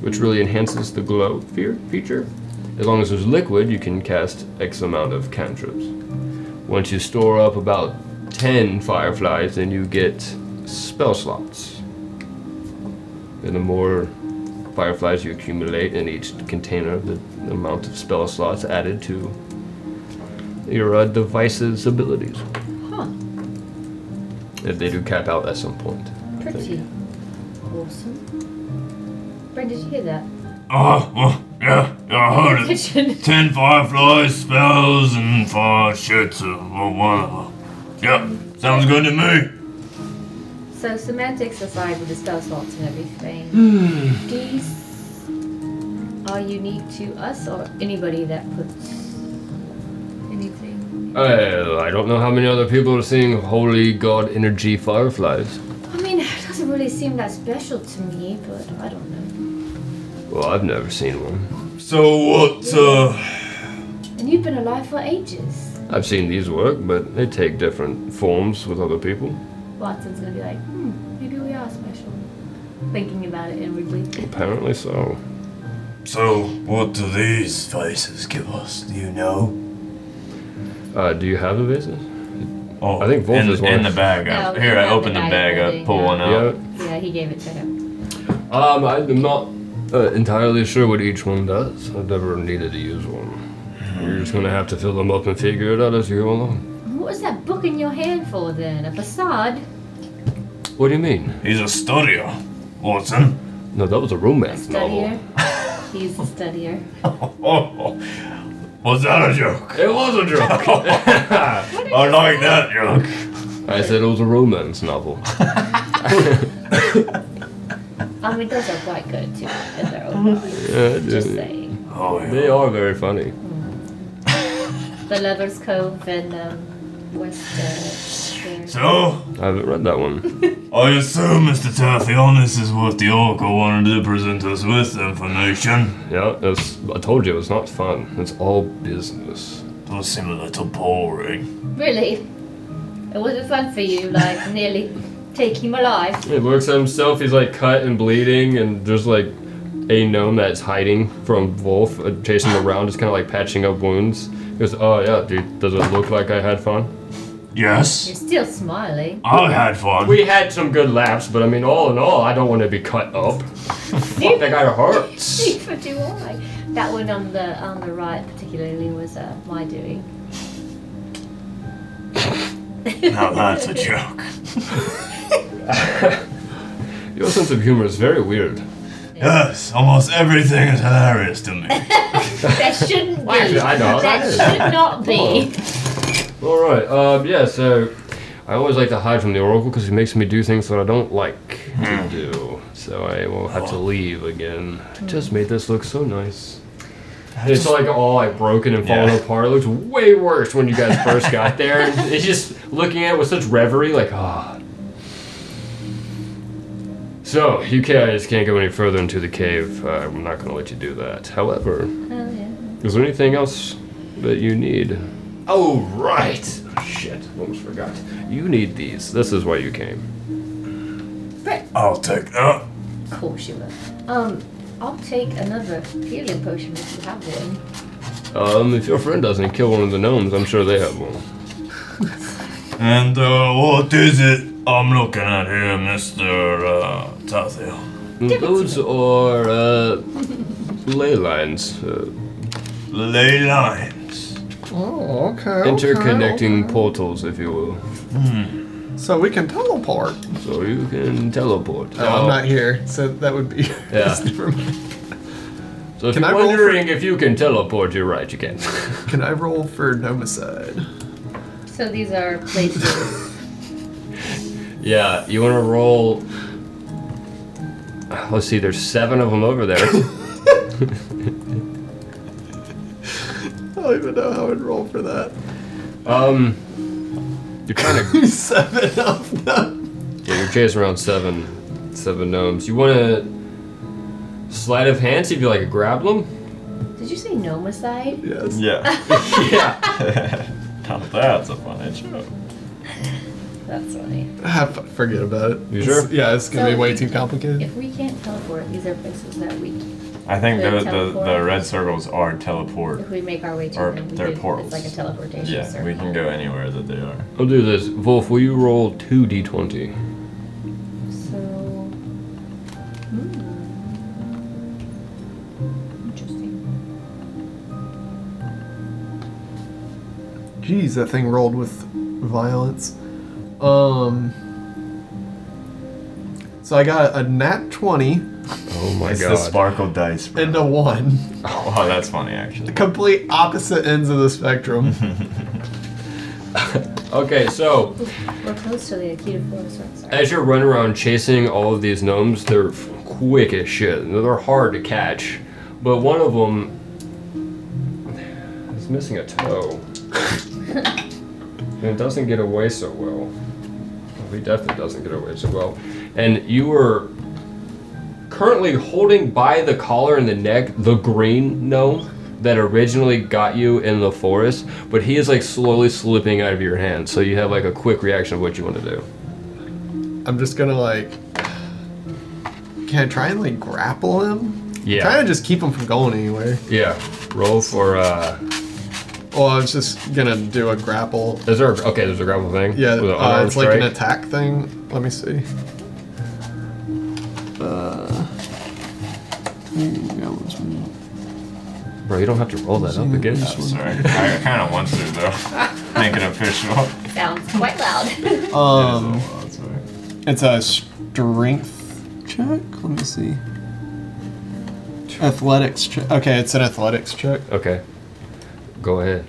Speaker 3: which really enhances the glow fear feature. As long as there's liquid, you can cast X amount of cantrips. Once you store up about 10 fireflies, then you get spell slots. And the more fireflies you accumulate in each container, the the amount of spell slots added to your uh, device's abilities.
Speaker 2: huh,
Speaker 3: If they do cap out at some point. I think.
Speaker 2: pretty. Awesome. Brent, did you hear that?
Speaker 1: Oh, well, yeah, I
Speaker 2: [laughs]
Speaker 1: heard it.
Speaker 2: Kitchen.
Speaker 1: Ten fireflies, spells, and fire shits, uh, well, one of them. Yep, sounds good to me.
Speaker 2: So semantics aside with the spell slots and everything, these are unique to us or anybody that puts anything.
Speaker 3: Uh, I don't know how many other people are seeing holy god energy fireflies.
Speaker 2: I mean, it doesn't really seem that special to me, but I don't know.
Speaker 3: Well, I've never seen one.
Speaker 1: So what, uh,
Speaker 2: And you've been alive for ages.
Speaker 3: I've seen these work, but they take different forms with other people.
Speaker 2: Watson's gonna be like, hmm, maybe we are special. Thinking about it inwardly.
Speaker 3: Apparently so.
Speaker 1: so what do these faces give us? Do you know?
Speaker 3: Uh, do you have the vases?
Speaker 1: Oh,
Speaker 3: I think Wolf
Speaker 1: in,
Speaker 3: is one.
Speaker 1: in the bag. I-
Speaker 2: No,
Speaker 1: Here,
Speaker 2: we
Speaker 1: I
Speaker 2: have
Speaker 1: open the
Speaker 2: the
Speaker 1: bag
Speaker 2: diagram.
Speaker 1: up, pull one out.
Speaker 3: Yeah.
Speaker 2: Yeah, he gave it to him.
Speaker 3: Um, I'm not uh, entirely sure what each one does. I've never needed to use one. You're just gonna have to fill them up and figure it out as you go along.
Speaker 2: What was that book in your hand for then? A facade?
Speaker 3: What do you mean?
Speaker 1: He's a studier, Watson.
Speaker 3: No, that was a romance
Speaker 2: Studier.
Speaker 3: novel.
Speaker 2: He's a studier.
Speaker 1: Oh, was that a joke?
Speaker 3: It was a joke.
Speaker 1: I like that joke.
Speaker 3: I said it was a romance novel.
Speaker 2: I mean, those are quite good too, in their own right.
Speaker 3: Yeah,
Speaker 2: Just
Speaker 3: they-
Speaker 2: saying.
Speaker 1: Oh,
Speaker 3: they are very funny.
Speaker 2: The Lover's Cove and um, West. Uh, there.
Speaker 1: So,
Speaker 3: I haven't read that one.
Speaker 1: I assume, Mr. Tathion, this is what the Oracle wanted to present us with information.
Speaker 3: Yeah, it's, I told you it was not fun. It's all business.
Speaker 1: Does seem a little boring.
Speaker 2: really, it wasn't fun for you, like [laughs] nearly taking my life.
Speaker 3: He looks at himself. He's like cut and bleeding, and there's like a gnome that's hiding from Wolf, uh, chasing him around, just kind of like patching up wounds. He goes, "Oh yeah, dude, does it look like I had fun?
Speaker 1: Yes,
Speaker 2: You're
Speaker 3: [laughs]
Speaker 2: still smiling. [laughs]
Speaker 1: I had fun.
Speaker 3: We had some good laughs, but I mean, all in all, I don't want to be cut up. Fuck, that guy hurts.
Speaker 2: Neither do I. That one on the on the right, particularly, was uh, my doing.
Speaker 1: now that's a joke.
Speaker 3: Your sense of humor is very weird.
Speaker 1: Yes, almost everything is hilarious to me.
Speaker 2: That
Speaker 3: [laughs]
Speaker 2: shouldn't be.
Speaker 3: Actually, I know.
Speaker 2: That should not be.
Speaker 3: All right. Um, yeah. So I always like to hide from the oracle because he makes me do things that I don't like to do. So I will have to leave again. Just made this look so nice. It's like all like broken and falling
Speaker 1: Yeah.
Speaker 3: apart. It looks way worse when you guys first got there. It's just looking at it with such reverie, like ah. So you guys can't go any further into the cave. Uh, I'm not gonna let you do that. However,
Speaker 2: Oh yeah.
Speaker 3: is there anything else that you need? Oh, right! Shit, almost forgot. You need these. This is why you came.
Speaker 1: I'll take that.
Speaker 2: Of course you will. Um, I'll take another healing potion if you have one.
Speaker 3: Um, if your friend doesn't kill one of the gnomes, I'm sure they have one.
Speaker 1: And uh, what is it I'm looking at here, Mr. Uh, Tathiel?
Speaker 3: Those are uh, ley lines, uh,
Speaker 1: Ley lines.
Speaker 6: Oh, okay. okay,
Speaker 3: interconnecting portals, if you will,
Speaker 6: okay. So we can teleport.
Speaker 3: so you can teleport. Oh,
Speaker 6: No, I'm not here, so that would be. [laughs]
Speaker 3: Yeah.
Speaker 6: Never mind.
Speaker 3: So if
Speaker 6: Can
Speaker 3: you're
Speaker 6: I roll for-
Speaker 3: wondering if you can teleport, you're right. You can. [laughs]
Speaker 6: Can I roll for nomicide?
Speaker 2: So these are
Speaker 3: [laughs]
Speaker 2: places.
Speaker 3: yeah, you want to roll. Let's see. There's seven of them over
Speaker 6: [laughs]
Speaker 3: there.
Speaker 6: I don't even know how I'd roll for that. [laughs]
Speaker 3: um, you're trying to
Speaker 6: Seven of them.
Speaker 3: Yeah, you're chasing around seven, seven gnomes. You want to sleight of hand, see if you like grab them.
Speaker 2: Did you say nomicide?
Speaker 6: Yes.
Speaker 1: Yeah.
Speaker 3: yeah.
Speaker 1: [laughs] now that's a funny joke.
Speaker 2: That's funny.
Speaker 6: Ah, f- forget about it.
Speaker 3: You
Speaker 6: It's-
Speaker 3: sure?
Speaker 6: Yeah, it's gonna
Speaker 2: So
Speaker 6: be way
Speaker 2: we-
Speaker 6: too complicated.
Speaker 2: If we can't teleport, these are places that we can.
Speaker 1: I think
Speaker 2: The
Speaker 1: the, the, the
Speaker 2: teleport.
Speaker 1: red circles are teleport.
Speaker 2: If we make our way to
Speaker 1: Or
Speaker 2: them, we
Speaker 1: they're
Speaker 2: can-
Speaker 1: portals.
Speaker 2: It's like a teleportation
Speaker 1: Yeah,
Speaker 2: circle.
Speaker 1: we can go anywhere that they are.
Speaker 3: I'll do this. Wolf, will you roll two d20?
Speaker 2: So. hmm. Interesting.
Speaker 6: Jeez, that thing rolled with violence. Um. So I got a nat 20
Speaker 3: Oh my
Speaker 1: it's
Speaker 3: god.
Speaker 1: the sparkle dice. Bro.
Speaker 6: and a 1.
Speaker 1: oh, that's funny actually.
Speaker 6: Complete opposite ends of the spectrum.
Speaker 3: okay, so
Speaker 2: We're close to the Akita Forest, so I'm sorry.
Speaker 3: as you're running around chasing all of these gnomes, they're f- quick as shit. They're hard to catch, but one of them is missing a toe, and it doesn't get away so well. Well, he definitely doesn't get away so well. And you were currently holding by the collar and the neck the green gnome that originally got you in the forest, but he is like slowly slipping out of your hand. So you have like a quick reaction of what you want to do.
Speaker 6: I'm just gonna like. Can I try and like grapple him?
Speaker 3: Yeah.
Speaker 6: Try to just keep him from going anywhere.
Speaker 3: Yeah. Roll for uh
Speaker 6: Well, I was just gonna do a grapple.
Speaker 3: is there a, okay, there's a grapple thing.
Speaker 6: Yeah,
Speaker 3: With an
Speaker 6: uh,
Speaker 3: unarmed
Speaker 6: it's like an
Speaker 3: strike.
Speaker 6: attack thing. Let me see. Uh,
Speaker 3: Bro, you don't have to roll that up again.
Speaker 1: Sorry, I kind of want
Speaker 15: [laughs]
Speaker 1: to though. Make it official.
Speaker 2: Sounds quite loud.
Speaker 1: It
Speaker 6: Um,
Speaker 1: is a lot, sorry.
Speaker 6: it's a strength
Speaker 11: Check. Let me see.
Speaker 6: Athletics check. Okay, it's an athletics check.
Speaker 3: Okay. Go ahead.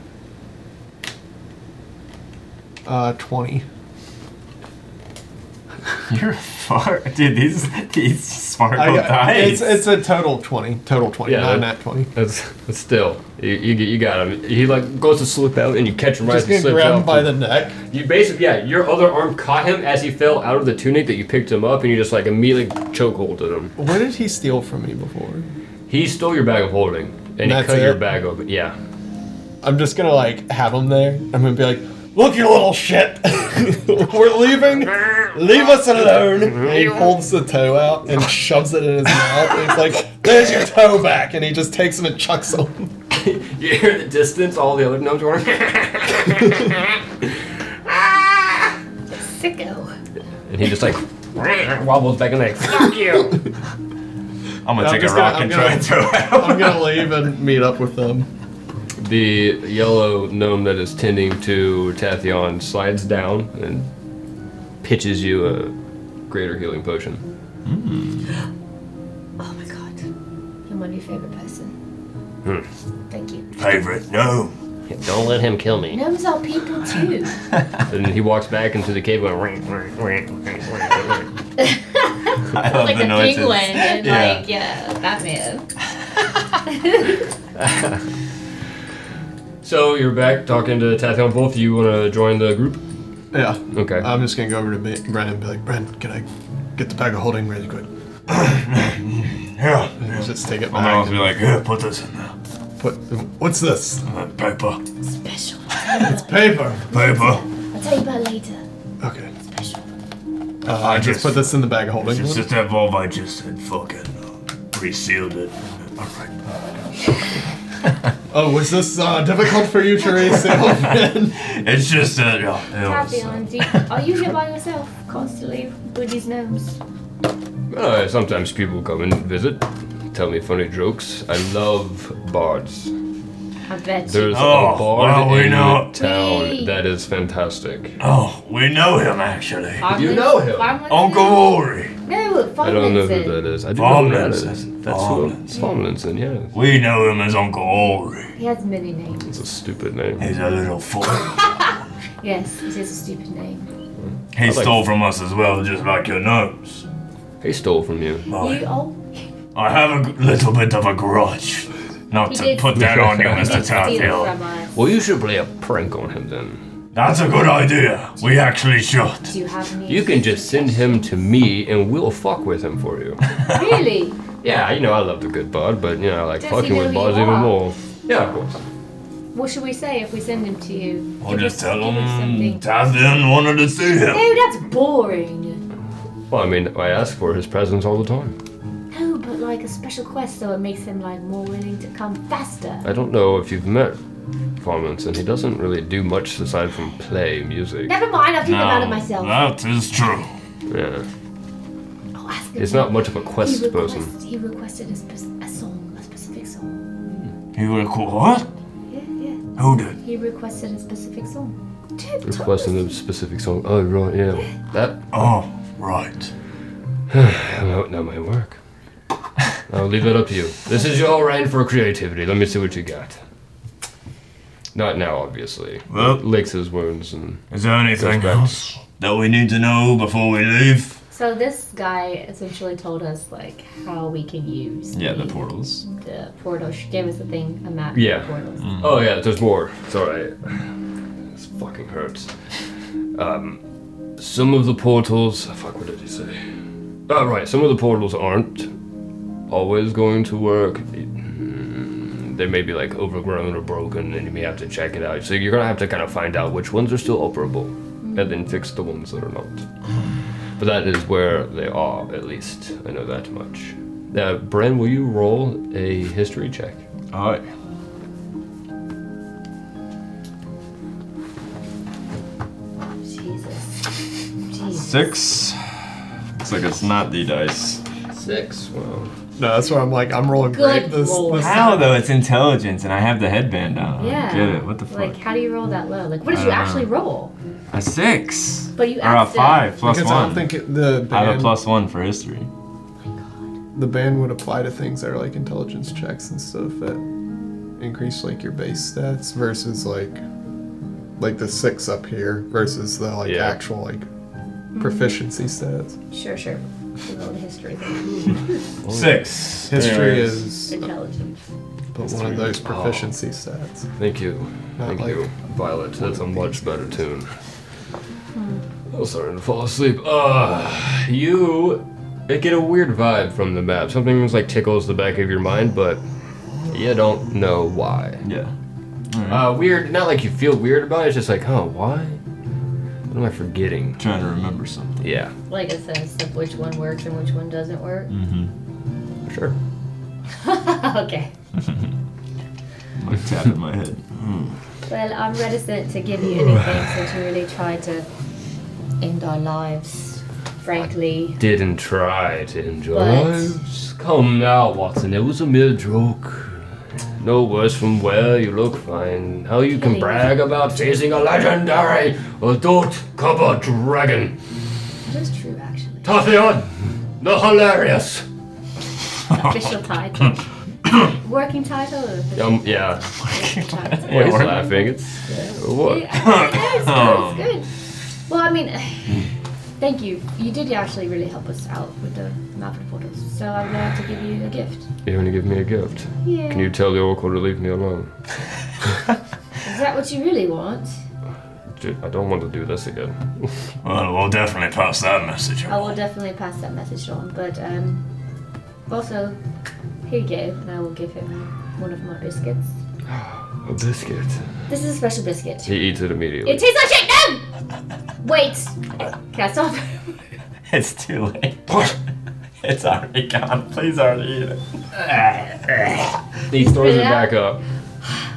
Speaker 6: Uh, 20.
Speaker 1: You're a fart, dude. These these sparkle
Speaker 6: I got, it's,
Speaker 1: dice.
Speaker 6: it's a total 20. Total 20,
Speaker 3: Oh, Yeah,
Speaker 6: not
Speaker 3: that-
Speaker 6: nat 20.
Speaker 3: That's, that's still you, you you got him. He like goes to slip out and you catch him right
Speaker 6: Just
Speaker 3: as he
Speaker 6: gonna
Speaker 3: slips
Speaker 6: grab him
Speaker 3: out.
Speaker 6: by the neck.
Speaker 3: You basically yeah, your other arm caught him as he fell out of the tunic that you picked him up and you just like immediately chokeholded him.
Speaker 6: What did he steal from me before?
Speaker 3: He stole your bag of holding and he
Speaker 6: That's
Speaker 3: cut your
Speaker 6: it?
Speaker 3: bag open. Yeah. [laughs]
Speaker 6: I'm just gonna like have him there. I'm gonna be like, look, you little shit. [laughs] We're leaving. Leave us alone. And he holds the toe out and shoves it in his mouth. And he's like, there's your toe back. And he just takes him and chucks him.
Speaker 3: you hear in the distance all the other gnomes [laughs] going
Speaker 2: [laughs] Sicko.
Speaker 3: and he just like [laughs] wobbles back and like fuck you.
Speaker 1: I'm gonna
Speaker 6: I'm
Speaker 1: take a
Speaker 6: just
Speaker 1: rock
Speaker 6: gonna-
Speaker 1: and
Speaker 6: I'm
Speaker 1: try and throw it out.
Speaker 6: I'm gonna leave and meet up with them.
Speaker 3: The yellow gnome that is tending to Tathion slides down and pitches you a greater healing potion.
Speaker 2: Oh my god. You're my new favorite person.
Speaker 1: Hmm.
Speaker 2: Thank you.
Speaker 1: Favorite no.
Speaker 3: Don't let him kill me.
Speaker 2: Gnomes are people [laughs] too.
Speaker 3: [laughs] And he walks back into the cave going "Wink, wink, wink, wink, wink, wink."
Speaker 1: I love
Speaker 2: like
Speaker 1: the
Speaker 2: a
Speaker 1: noises.
Speaker 2: penguin and
Speaker 1: Yeah.
Speaker 2: like, yeah, [laughs] Batman.
Speaker 3: So you're back talking to Tathion Wolf. You want to join the group? Uh,
Speaker 6: Yeah.
Speaker 3: Okay.
Speaker 6: I'm just gonna go over to Ba- Brent and be like, Brent, can I get the bag of holding really quick?
Speaker 1: Yeah.
Speaker 6: And just take it
Speaker 1: I'm gonna
Speaker 6: back.
Speaker 1: also be like, yeah, put this in there.
Speaker 6: Put, what's this?
Speaker 1: Uh, Paper.
Speaker 2: Special.
Speaker 6: Paper.
Speaker 1: Paper.
Speaker 12: I'll tell you about it later.
Speaker 6: Okay.
Speaker 12: Special.
Speaker 6: Uh, I just put this in the bag of holding.
Speaker 15: Just that Volvo I just said fucking uh, resealed it. All right.
Speaker 6: Oh, was this uh, difficult for you to reseal?
Speaker 15: It's just that. Uh, it was, uh,
Speaker 2: Papillon, do you, are you here by yourself constantly with these gnomes?
Speaker 3: Uh, sometimes people come and visit, tell me funny jokes. I love bards.
Speaker 2: I bet you.
Speaker 3: There's
Speaker 15: Oh,
Speaker 3: a bard
Speaker 15: well, we
Speaker 3: in
Speaker 15: know-
Speaker 3: town
Speaker 2: Yay.
Speaker 3: that is fantastic.
Speaker 15: oh, we know him actually.
Speaker 2: Farmland-
Speaker 3: you know him?
Speaker 2: Farmland-
Speaker 15: Uncle Ori.
Speaker 2: No,
Speaker 3: I don't know who that
Speaker 2: Farmlandson.
Speaker 3: is. I do know who that is.
Speaker 15: Farmlands.
Speaker 3: That's who. Farmlandson, yeah.
Speaker 15: We know him as Uncle Ori.
Speaker 2: He has many names.
Speaker 3: It's a stupid name.
Speaker 15: He's a
Speaker 11: [laughs]
Speaker 15: little fool.
Speaker 2: Yes, it is a stupid name.
Speaker 15: He
Speaker 3: like-
Speaker 15: stole from us as well, just like your nose.
Speaker 3: He stole from you.
Speaker 2: You all
Speaker 15: I have a g- little bit of a grudge. Not
Speaker 2: [laughs] He
Speaker 15: to
Speaker 2: did-
Speaker 15: put that on you, Mr.
Speaker 2: steal
Speaker 15: Tarfield.
Speaker 2: from us.
Speaker 3: Well, you should play a prank on him then.
Speaker 15: That's a good idea. We actually should.
Speaker 2: Do you have any?
Speaker 3: You can just send him to me and we'll fuck with him for you.
Speaker 2: Really?
Speaker 3: yeah, you know, I love the good bard, but, you know, I like
Speaker 2: Does he
Speaker 3: fucking
Speaker 2: know
Speaker 3: with
Speaker 2: who you
Speaker 3: bards even
Speaker 2: are?
Speaker 3: more. Yeah, of course.
Speaker 2: What should we say if we send him to you?
Speaker 15: We'll
Speaker 2: Give
Speaker 15: just
Speaker 2: us-
Speaker 15: tell
Speaker 2: give us
Speaker 15: him
Speaker 2: something.
Speaker 15: Tarfield wanted to see him.
Speaker 2: No, that's boring.
Speaker 3: Well, I mean, I ask for his presence all the time.
Speaker 2: No, but like a special quest, so it makes him like more willing to come faster.
Speaker 3: I don't know if you've met Farmanson. He doesn't really do much aside from play music.
Speaker 2: Never mind, I'll think about it myself.
Speaker 15: that is true.
Speaker 3: Yeah.
Speaker 2: I'll ask him.
Speaker 3: He's not much of a
Speaker 2: he,
Speaker 3: quest
Speaker 2: request,
Speaker 3: person.
Speaker 2: he requested a, spec- a song, a specific song.
Speaker 15: He will call what?
Speaker 2: Yeah, yeah.
Speaker 15: Who did?
Speaker 2: He requested a specific song. Dude,
Speaker 3: Requesting a specific song. Oh, right, yeah. That,
Speaker 15: Oh, right.
Speaker 3: that, that might work. I'll leave that up to you. This is your reign for creativity. Let me see what you got. Not now, obviously.
Speaker 15: Well,
Speaker 3: Licks his wounds and.
Speaker 15: is there anything
Speaker 3: Goes back.
Speaker 15: else that we need to know before we leave?
Speaker 4: So this guy essentially told us like how we can use
Speaker 11: Yeah, the portals.
Speaker 4: the portal. She gave us the thing, a map.
Speaker 3: Yeah.
Speaker 4: Of the portals.
Speaker 11: Mm.
Speaker 3: Oh yeah, there's more. It's alright. This fucking hurts. Um, some of the portals. ah, Fuck, what did he say? Oh, right, some of the portals aren't always going to work. Mm, They may be like overgrown or broken, and you may have to check it out. So you're gonna have to kind of find out which ones are still operable, and then fix the ones that are not. But that is where they are, at least. I know that much. Now, Bren, will you roll a history check?
Speaker 11: Oh,
Speaker 2: Jesus. Jesus.
Speaker 11: six. Looks like it's not the dice.
Speaker 3: Six. Wow.
Speaker 6: no, that's where I'm like, I'm rolling
Speaker 2: Good
Speaker 6: great. This,
Speaker 2: lord.
Speaker 6: this
Speaker 11: How though? It's intelligence, and I have the headband on. I
Speaker 2: Yeah.
Speaker 11: don't get it? What the fuck?
Speaker 2: Like, how do you roll that low? Like, what did you
Speaker 11: I don't
Speaker 2: actually roll?
Speaker 11: a six.
Speaker 2: But you
Speaker 11: or a
Speaker 2: asked him.
Speaker 11: uh, five plus
Speaker 6: because I
Speaker 11: one.
Speaker 6: don't think it, the
Speaker 11: I have a
Speaker 6: band,
Speaker 11: plus one for history.
Speaker 2: Oh
Speaker 6: the band would apply to things that are like intelligence checks and stuff that increase like your base stats versus like like the six up here versus the like
Speaker 3: Yeah.
Speaker 6: actual like proficiency stats.
Speaker 2: Sure, sure. We rolled a history.
Speaker 1: Six.
Speaker 6: History
Speaker 1: Anyways.
Speaker 6: is
Speaker 2: Intelligence.
Speaker 6: but one of those proficiency stats.
Speaker 3: Thank you.
Speaker 6: Not
Speaker 3: Thank
Speaker 6: like-
Speaker 3: you, Violet. That's a much better tune. I was starting to fall asleep. Uh, you I get a weird vibe from the map. Something was like tickles the back of your mind, but you don't know why.
Speaker 11: Yeah.
Speaker 3: Uh, weird. Not like you feel weird about it. It's just like, huh, why? What am I forgetting?
Speaker 11: trying to remember something. [laughs]
Speaker 3: Yeah,
Speaker 2: Like a sense of which one works and which one doesn't work.
Speaker 11: Mm.
Speaker 3: sure.
Speaker 2: [laughs] okay.
Speaker 11: I'm like tapping my head.
Speaker 2: Well, I'm reticent to give you anything since you really tried to end our lives, frankly.
Speaker 3: Didn't try to enjoy
Speaker 2: But-
Speaker 3: lives. Come now, Watson. It was a mere joke. No worse from where you look fine. How you can
Speaker 2: Hey.
Speaker 3: brag about chasing a legendary adult copper dragon.
Speaker 2: That is true, actually.
Speaker 3: Tathion, the hilarious.
Speaker 2: Official title. Working title? or official
Speaker 3: Um, yeah.
Speaker 2: [laughs]
Speaker 3: [laughs]
Speaker 2: title?
Speaker 3: Well, he's laughing. It's what?
Speaker 2: Yeah, it's good, it's good. Well, I mean,
Speaker 3: Mm.
Speaker 2: [sighs] thank you. You did actually really help us out with the map of portals, so I'm glad to give you a gift.
Speaker 3: You're gonna give me a gift.
Speaker 2: Yeah.
Speaker 3: Can you tell the oracle to leave me alone?
Speaker 2: Is that what you really want?
Speaker 3: Dude, I don't want to do this again. [laughs]
Speaker 15: Well, we'll definitely pass that
Speaker 11: [laughs]
Speaker 15: message
Speaker 2: I will
Speaker 15: on.
Speaker 2: definitely pass that message on, but um, also, here you go, and I will give him one of my biscuits.
Speaker 3: A biscuit.
Speaker 2: This is a special biscuit.
Speaker 3: He eats it immediately.
Speaker 2: It tastes like shit! No! Wait! Can I stop?
Speaker 1: It's too late.
Speaker 11: [laughs]
Speaker 1: it's already gone. Please already eat it.
Speaker 15: [laughs]
Speaker 3: He throws it
Speaker 2: Yeah.
Speaker 3: back up.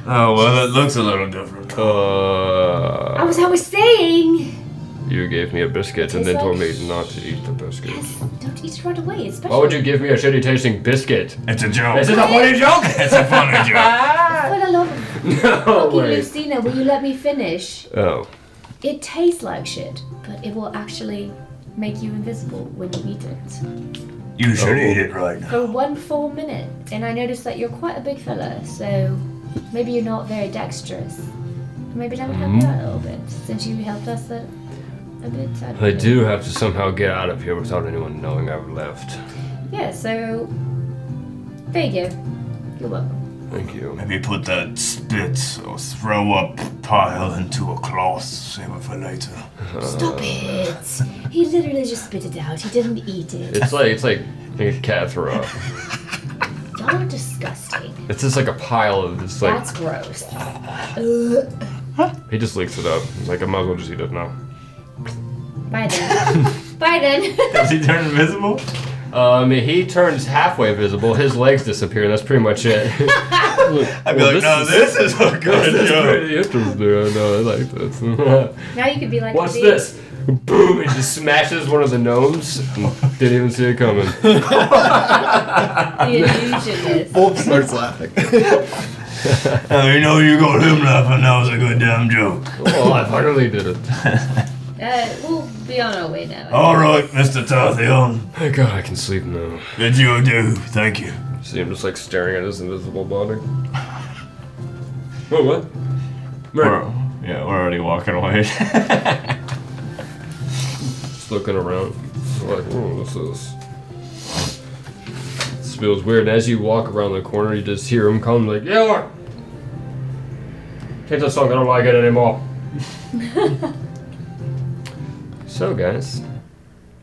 Speaker 1: Oh well, it looks a little different.
Speaker 3: Uh,
Speaker 2: I was I was saying!
Speaker 3: you gave me a biscuit and then told me not to eat the biscuit.
Speaker 2: Yes, don't eat it right away, especially
Speaker 3: Why would you give me a shitty tasting biscuit?
Speaker 1: It's a joke.
Speaker 3: This is a funny joke.
Speaker 1: It's a funny
Speaker 3: [laughs]
Speaker 1: joke.
Speaker 2: for the love of
Speaker 3: no
Speaker 2: fucking
Speaker 3: way.
Speaker 2: Lucina, will you let me finish?
Speaker 3: Oh,
Speaker 2: It tastes like shit, but it will actually make you invisible when you eat it.
Speaker 15: You should
Speaker 3: Oh.
Speaker 15: eat it right now.
Speaker 2: For one full minute. And I noticed that you're quite a big fella, so maybe you're not very dexterous. Maybe that would help you out a little bit, since you helped us a, a bit. don't
Speaker 3: I
Speaker 2: know.
Speaker 3: do have to somehow get out of here without anyone knowing I've left.
Speaker 2: Yeah, so there you go. You're welcome.
Speaker 3: Thank you.
Speaker 15: Maybe put that spit or throw up pile into a cloth. Save it for later.
Speaker 2: Stop it! He literally just spit it out. He didn't eat it.
Speaker 3: It's like it's like a cat throw. up.
Speaker 2: Y'all are disgusting.
Speaker 3: It's just like a pile of this like
Speaker 2: That's gross. Ugh.
Speaker 3: he just licks it up. He's like I might as well just eat it now. [laughs]
Speaker 2: Bye then. Bye then. [laughs]
Speaker 1: Does he turn invisible?
Speaker 3: Um, he turns halfway visible. His legs disappear. and That's pretty much it.
Speaker 1: [laughs] I'd be
Speaker 3: Well, this
Speaker 1: like, no,
Speaker 3: is-
Speaker 1: [laughs] this is a
Speaker 3: [laughs]
Speaker 1: good
Speaker 3: That's
Speaker 1: joke.
Speaker 3: pretty interesting. I know. I like this. [laughs]
Speaker 2: now you could be like
Speaker 3: What's
Speaker 2: the- [laughs]
Speaker 3: this? Boom! He just smashes one of the gnomes. Didn't even see it coming.
Speaker 2: The illusionist.
Speaker 6: Wolf starts laughing. [laughs]
Speaker 15: Now you know you got him laughing. That was a good damn joke.
Speaker 3: Oh, I finally did it.
Speaker 2: Uh, we'll be on our way now.
Speaker 15: All right, Mr. Tarthion.
Speaker 3: Oh God, I can sleep now.
Speaker 15: Did you do? Thank you.
Speaker 3: See him just like staring at his invisible body. Wait, Oh, what? Right.
Speaker 1: We're, yeah, we're already walking away. [laughs]
Speaker 3: Just looking around. Like, oh, what's this? This feels weird. And as you walk around the corner, you just hear him come like, yeah, what? Change that song. I don't like it anymore. so, guys,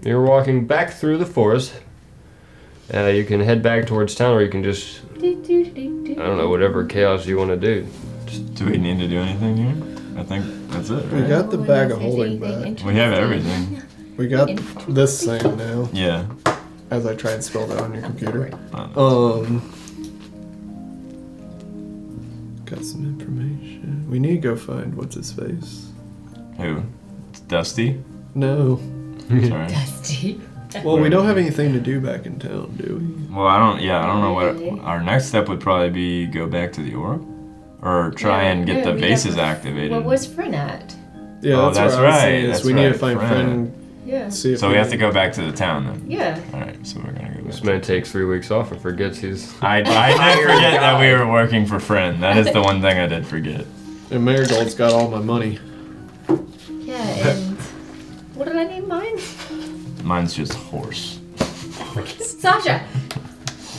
Speaker 3: you're walking back through the forest. Uh, you can head back towards town, or you can just,
Speaker 2: Do, do, do, do.
Speaker 3: I don't know, whatever chaos you want to do.
Speaker 1: do we need to do anything here? I think that's it.
Speaker 6: We
Speaker 1: Right?
Speaker 6: got the
Speaker 2: Anyone
Speaker 6: bag
Speaker 2: else
Speaker 6: of
Speaker 2: has
Speaker 6: holding
Speaker 2: anything
Speaker 6: back.
Speaker 1: We have
Speaker 2: interesting? [laughs]
Speaker 1: everything.
Speaker 6: We got this thing now.
Speaker 1: Yeah.
Speaker 6: As I try and spell that on your computer. Um. Got some information. We need to go find what's his face.
Speaker 1: Who? It's Dusty?
Speaker 6: No.
Speaker 1: Sorry.
Speaker 2: Dusty.
Speaker 6: Well, we don't have anything to do back in town, do we?
Speaker 1: Well, I don't. Yeah, I don't know
Speaker 2: Really?
Speaker 1: what our next step would probably be. Go back to the aura, or try
Speaker 2: Yeah,
Speaker 1: and get
Speaker 2: yeah,
Speaker 1: the
Speaker 2: we
Speaker 1: bases
Speaker 2: have-
Speaker 1: activated.
Speaker 2: Well, where's Frin at?
Speaker 6: Yeah,
Speaker 1: Oh,
Speaker 6: where
Speaker 1: that's
Speaker 6: I was saying
Speaker 1: right,
Speaker 6: is
Speaker 1: that's
Speaker 6: we need to
Speaker 1: right,
Speaker 6: find
Speaker 1: Fran.
Speaker 6: friend.
Speaker 2: Yeah.
Speaker 6: See if
Speaker 1: so we have to go back to the town then.
Speaker 2: Yeah.
Speaker 1: All right, so we're gonna go. Back.
Speaker 3: This man takes three weeks off and forgets he's.
Speaker 1: I I did forget
Speaker 2: [laughs]
Speaker 1: that we were working for friend. That is the one thing I did forget.
Speaker 6: And Marigold's got all my money.
Speaker 2: Yeah, and [laughs] what did I name mine? [laughs]
Speaker 1: Mine's just horse.
Speaker 2: Sasha.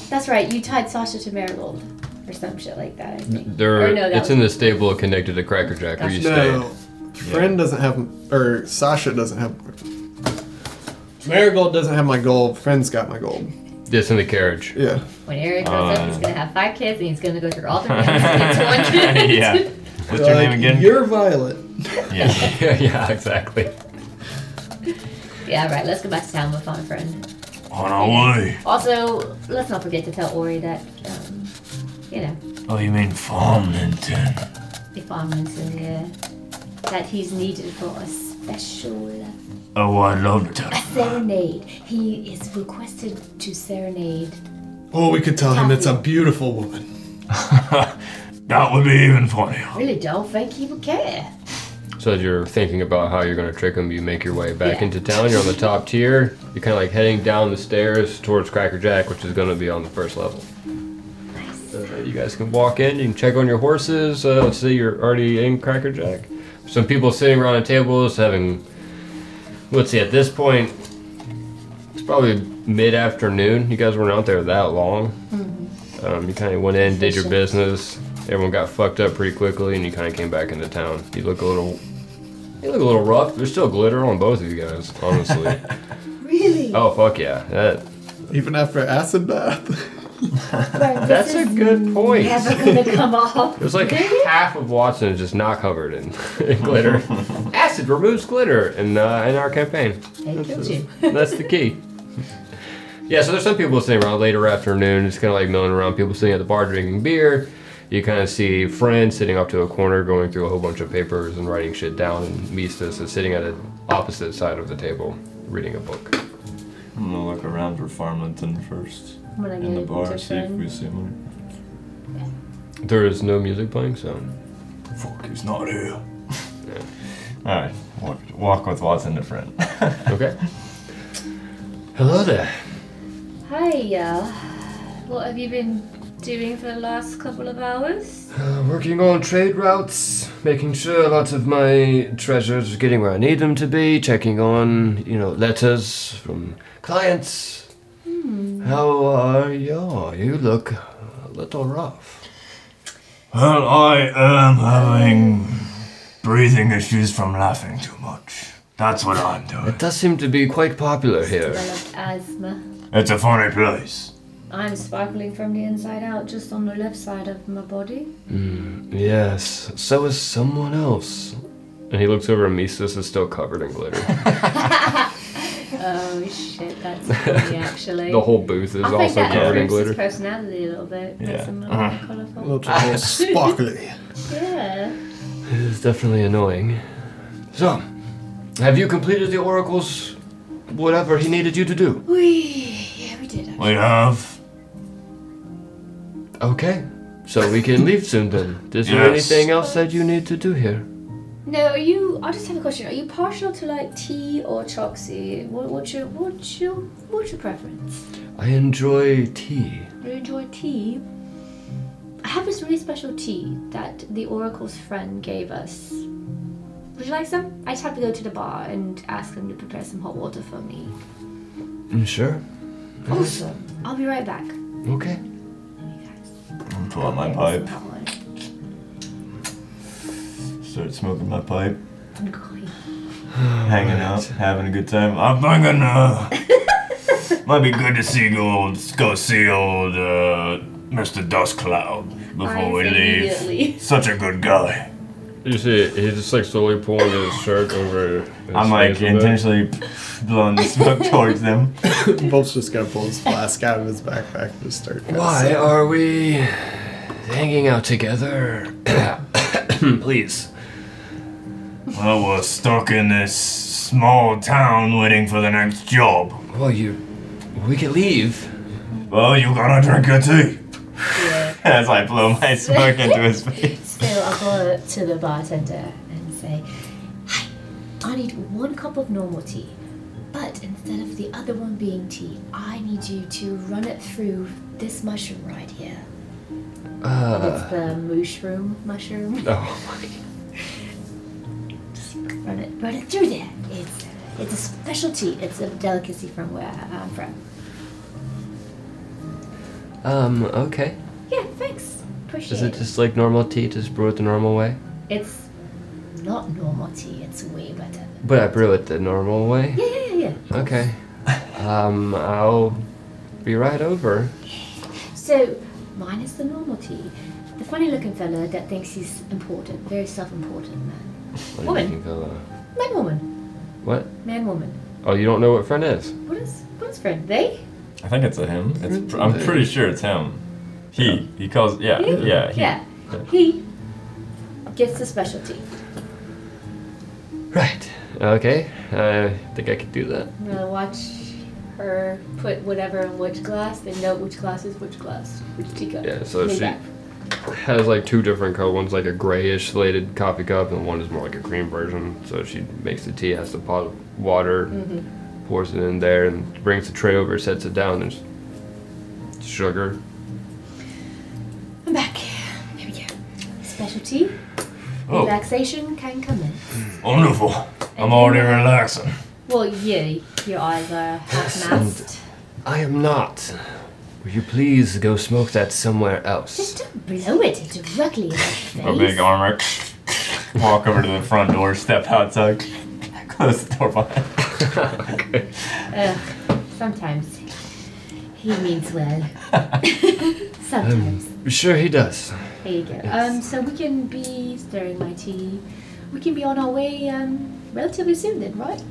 Speaker 2: That's right. You tied Sasha to Marigold or some shit like that. I think.
Speaker 3: They're,
Speaker 2: Or no, that
Speaker 3: it's
Speaker 2: was-
Speaker 3: in the stable connected to Cracker Jack where you stay.
Speaker 6: No, friend doesn't have, or Sasha doesn't have. Marigold doesn't have my gold. Friend's got my gold.
Speaker 3: It's in the carriage.
Speaker 6: Yeah.
Speaker 2: When Eric grows
Speaker 1: Uh.
Speaker 2: up, he's gonna have five kids, and he's gonna go through all the names.
Speaker 1: [laughs]
Speaker 2: and get one kid.
Speaker 1: yeah. What's your
Speaker 6: Like,
Speaker 1: name again?
Speaker 6: You're Violet.
Speaker 1: yeah.
Speaker 3: [laughs] yeah, yeah, exactly.
Speaker 2: Yeah, right. Let's go back to town. We'll find friend.
Speaker 15: On our way.
Speaker 2: Also, let's not forget to tell Ori that, um, you know,
Speaker 15: Oh, you mean Farmington?
Speaker 2: if I'm in here, that he's needed for a special
Speaker 15: Oh, I love that.
Speaker 2: serenade. He is requested to serenade.
Speaker 6: Oh, we could tell him it's a beautiful woman.
Speaker 15: That would be even funnier.
Speaker 2: Really don't think he would care.
Speaker 3: So as you're thinking about how you're gonna trick him, you make your way back
Speaker 2: Yeah.
Speaker 3: into town. You're on the top tier. You're kind of like heading down the stairs towards Cracker Jack, which is gonna be on the first level. Uh, you guys can walk in. You can check on your horses. Uh, let's see, you're already in Cracker Jack. Some people sitting around at tables having. Let's see. At this point, it's probably mid-afternoon. You guys weren't out there that long. Um, you kind of went in, did your business. Everyone got fucked up pretty quickly, and you kind of came back into town. You look a little. You look a little rough. There's still glitter on both of you guys, honestly.
Speaker 2: Really?
Speaker 3: oh fuck yeah, that
Speaker 6: Even after acid bath. [laughs]
Speaker 3: [laughs] that's a good point.
Speaker 2: Never
Speaker 3: [laughs]
Speaker 2: gonna come off.
Speaker 3: There's like half of Watson is just not covered in, in [laughs] glitter. acid removes glitter in, uh, in our campaign.
Speaker 2: They killed you.
Speaker 3: That's the key. yeah, so there's some people sitting around later afternoon, just kind of like milling around. People sitting at the bar drinking beer. You kind of see friends sitting up to a corner, going through a whole bunch of papers and writing shit down. And Mistas is sitting at the opposite side of the table, reading a book.
Speaker 1: I'm gonna look around for Farmington first
Speaker 2: I'm gonna
Speaker 1: in the
Speaker 2: go
Speaker 1: bar,
Speaker 2: to
Speaker 1: see if we
Speaker 2: friend.
Speaker 1: see one.
Speaker 3: There is no music playing, so
Speaker 15: Fuck, he's not here.
Speaker 1: [laughs] All right, walk, walk with Watson to friend.
Speaker 3: okay. Hello there.
Speaker 2: Hiya. What have you been doing for the last couple
Speaker 3: [sighs]
Speaker 2: of hours?
Speaker 3: Uh, working on trade routes, making sure a lot of my treasures are getting where I need them to be, checking on, you know, letters from clients.
Speaker 2: Hmm.
Speaker 3: How are you? You look a little rough.
Speaker 15: Well, I am having breathing issues from laughing too much. That's what I'm doing.
Speaker 3: It does seem to be quite popular here.
Speaker 2: Developed asthma.
Speaker 15: It's a funny place.
Speaker 2: I'm sparkling from the inside out, just on the left side of my body.
Speaker 3: Yes, so is someone else. And he looks over and Mises is still covered in
Speaker 2: [laughs]
Speaker 3: glitter.
Speaker 2: Oh shit, that's
Speaker 3: [laughs]
Speaker 2: funny actually.
Speaker 3: the whole booth is
Speaker 2: I think
Speaker 3: also
Speaker 2: that
Speaker 3: covered in
Speaker 2: improves his
Speaker 3: glitter. Uh-huh.
Speaker 2: personality a little bit. Makes
Speaker 1: Yeah.
Speaker 2: him a little more colourful.
Speaker 6: Little more sparkly.
Speaker 2: Yeah.
Speaker 3: It's definitely annoying. So, have you completed the oracle's whatever he needed you to do?
Speaker 2: We yeah we did.
Speaker 15: We have.
Speaker 3: Okay. So we can leave soon then. Is there
Speaker 15: Yes.
Speaker 3: anything else that you need to do here?
Speaker 2: No, are you? I just have a question. Are you partial to like tea or choxy? What, what's your what's your what's your preference?
Speaker 3: I enjoy tea.
Speaker 2: Do you enjoy tea? I have this really special tea that the Oracle's friend gave us. Would you like some? I just have to go to the bar and ask them to prepare some hot water for me.
Speaker 3: Mm, Sure.
Speaker 2: Awesome. I'll be right back.
Speaker 3: Okay.
Speaker 1: Pull out my pipe, start smoking my pipe,
Speaker 2: I'm going.
Speaker 1: hanging out, having a good time.
Speaker 15: I'm thinking, uh. might be good to see old. Go see old, uh. Mr. Dust Cloud before we leave.
Speaker 2: immediately.
Speaker 15: Such a good guy.
Speaker 3: You see, he's just like slowly pulling his shirt over.
Speaker 1: I'm like intentionally blowing the smoke towards them.
Speaker 6: Bolt's just gonna pull his flask out of his backpack and just start. kinda
Speaker 3: Why
Speaker 6: sipping.
Speaker 3: are we hanging out together? [coughs] Please.
Speaker 15: Well, we're stuck in this small town waiting for the next job.
Speaker 3: Well, you. We can leave.
Speaker 15: Well, you gotta drink your tea.
Speaker 1: [laughs]
Speaker 2: [laughs]
Speaker 1: As I blow my smoke into his face.
Speaker 2: Still, I'll go to the bartender and say, Hi, I need one cup of normal tea. But instead of the other one being tea, I need you to run it through this mushroom right here.
Speaker 3: Uh,
Speaker 2: It's the mushroom mushroom.
Speaker 3: oh
Speaker 2: [laughs]
Speaker 3: my
Speaker 2: Run it, run it through there. It's it's a specialty. It's a delicacy from where I'm from.
Speaker 3: Um, okay.
Speaker 2: Yeah, thanks. Appreciate
Speaker 3: Is it just like normal tea, just brew it the normal way?
Speaker 2: It's not normal tea. It's way better.
Speaker 3: But I brew it the normal way?
Speaker 2: Yeah, yeah, yeah.
Speaker 3: Okay.
Speaker 1: [laughs]
Speaker 3: Um, I'll be right over.
Speaker 2: So, mine is the normal tea. The funny looking fella that thinks he's important, very self important man.
Speaker 3: What
Speaker 2: Woman.
Speaker 3: think of, uh,
Speaker 2: Man woman.
Speaker 3: What?
Speaker 2: Man woman.
Speaker 3: Oh, you don't know what friend is?
Speaker 2: What is what is friend? They?
Speaker 1: I think it's a him. It's, I'm pretty sure it's him. He. He calls. Yeah.
Speaker 2: He?
Speaker 1: Uh, Yeah. He.
Speaker 2: Yeah. He gets the specialty.
Speaker 3: Right. Okay. I think I could do that.
Speaker 2: I'm gonna watch her put whatever in which glass, then note which glass is which glass, which teacup.
Speaker 3: Yeah, so
Speaker 2: Way
Speaker 3: she-
Speaker 2: back.
Speaker 3: Has like two different cups. One's like a grayish slated coffee cup, and one is more like a cream version. So she makes the tea, has the pot of water, pours it in there, and brings the tray over, sets it down. There's sugar.
Speaker 2: I'm back. Here we go. Specialty.
Speaker 15: Oh.
Speaker 2: Relaxation can come in.
Speaker 15: Wonderful. I'm already relaxing.
Speaker 2: Well, you, your eyes are half masked.
Speaker 3: I am not. Will you please go smoke that somewhere else? [laughs]
Speaker 2: Just don't blow it directly in my face.
Speaker 3: Oh,
Speaker 1: A big armor. Walk over to the front door, step outside, [laughs] close the door behind.
Speaker 2: Ugh, sometimes he means
Speaker 3: [laughs]
Speaker 2: well. sometimes.
Speaker 3: Sure, he does.
Speaker 2: there you go. Um, so we can be stirring my tea. We can be on our way um, relatively soon then, right?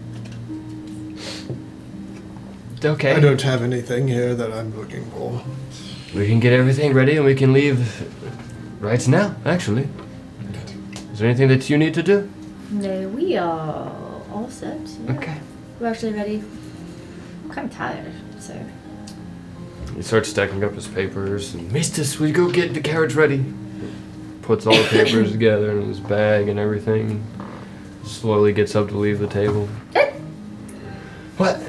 Speaker 11: Okay.
Speaker 6: I don't have anything here that I'm looking for.
Speaker 3: We can get everything ready and we can leave right now, actually. Is there anything that you need to do?
Speaker 2: No, we are all set. yeah.
Speaker 3: Okay.
Speaker 2: We're actually ready. I'm kind of tired, so.
Speaker 3: He starts stacking up his papers and Mistress, we go get the carriage ready. Puts [coughs] all the papers together in his bag and everything. Slowly gets up to leave the table. What?
Speaker 2: Eh,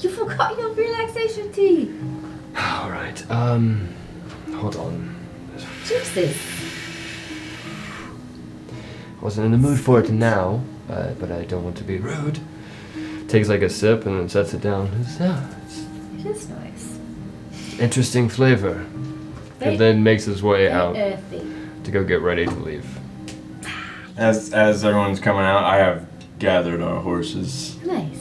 Speaker 2: You forgot your relaxation tea!
Speaker 3: Alright, um hold on.
Speaker 2: Jesus!
Speaker 3: Wasn't in the mood for it now, uh, but I don't want to be rude. Takes like a sip and then sets it down. It's, yeah, it's
Speaker 2: It is nice.
Speaker 3: interesting flavor.
Speaker 2: Very
Speaker 3: And then makes his way out
Speaker 2: earthy.
Speaker 3: to go get ready to leave.
Speaker 1: As as everyone's coming out, I have gathered our horses
Speaker 2: Nice.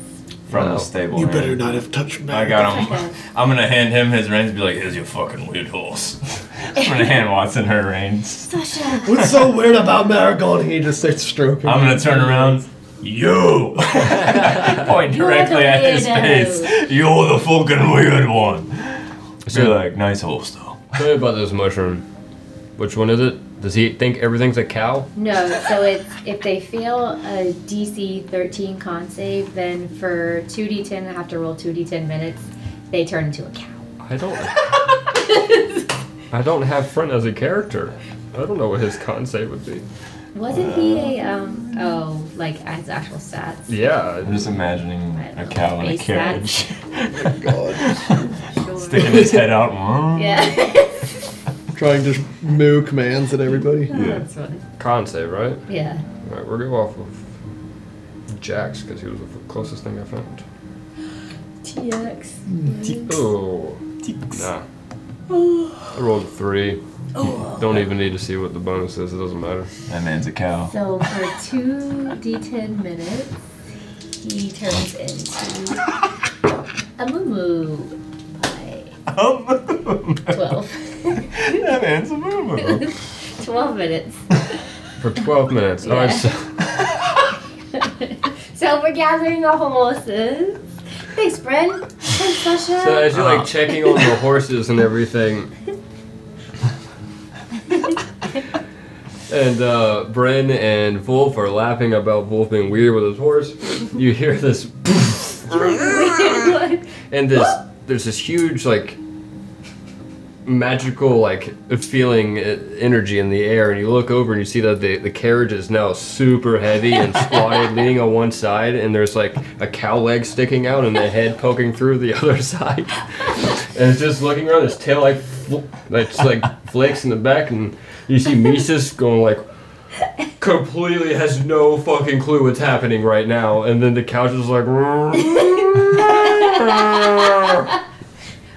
Speaker 1: from
Speaker 3: Wow.
Speaker 1: the stable.
Speaker 6: You
Speaker 1: hand.
Speaker 6: better not have touched me.
Speaker 1: I got
Speaker 3: Oh.
Speaker 1: him.
Speaker 2: Okay.
Speaker 1: I'm gonna hand him his reins. and Be like, here's your fucking weird horse. [laughs] I'm gonna hand Watson her reins.
Speaker 2: Sasha!
Speaker 6: What's so weird about Marigold? He just starts stroking.
Speaker 1: I'm gonna turn around.
Speaker 2: [laughs]
Speaker 1: You point
Speaker 2: You're
Speaker 1: directly
Speaker 2: the
Speaker 1: at his
Speaker 2: weirdo.
Speaker 1: face. You're the fucking weird one. Be
Speaker 3: So-
Speaker 1: like, nice horse though.
Speaker 3: Tell me about this mushroom. Which one is it? Does he think everything's a cow?
Speaker 2: No, so it's if they fail a DC 13 con save, then for 2d10, I have to roll 2d10 minutes, they turn into a cow.
Speaker 3: I don't. [laughs] I don't have Front as a character. I don't know what his con save would be.
Speaker 2: Wasn't he a, um, oh, like as actual stats?
Speaker 1: I'm
Speaker 3: Yeah,
Speaker 1: just imagining
Speaker 2: I don't
Speaker 1: a
Speaker 2: know,
Speaker 1: cow in a
Speaker 2: base
Speaker 1: [laughs] carriage,
Speaker 2: stats?
Speaker 1: sticking his head out. [laughs]
Speaker 2: Yeah.
Speaker 6: Trying to moo commands at everybody.
Speaker 2: That's funny.
Speaker 3: con save, right?
Speaker 2: Yeah.
Speaker 3: All right, we'll go off of Jax because he was the closest thing I found.
Speaker 2: TX.
Speaker 3: Oh, nah. I rolled a three. Don't even need to see what the bonus is. It doesn't matter.
Speaker 1: That man's a cow.
Speaker 2: So for 2d10 minutes, he turns into a moo by
Speaker 1: [laughs]
Speaker 2: 12. [laughs]
Speaker 1: that man's a moo
Speaker 2: 12 minutes.
Speaker 3: For 12 minutes. All right, so
Speaker 2: So we're gathering our horses. Thanks, Bren. Thanks, Sasha.
Speaker 3: So as you're like checking on the horses and everything, and uh, Bren and Wolf are laughing about Wolf being weird with his horse, you hear this, and this there's this huge like magical like feeling uh, energy in the air, and you look over and you see that the the carriage is now super heavy and squatted, leaning on one side, and there's like a cow leg sticking out and the head poking through the [laughs] other side and it's just looking around. His tail like fl- like just like flakes in the back, and you see Mises going like completely has no fucking clue what's happening right now. And then the couch is like,
Speaker 2: [laughs]
Speaker 3: [laughs]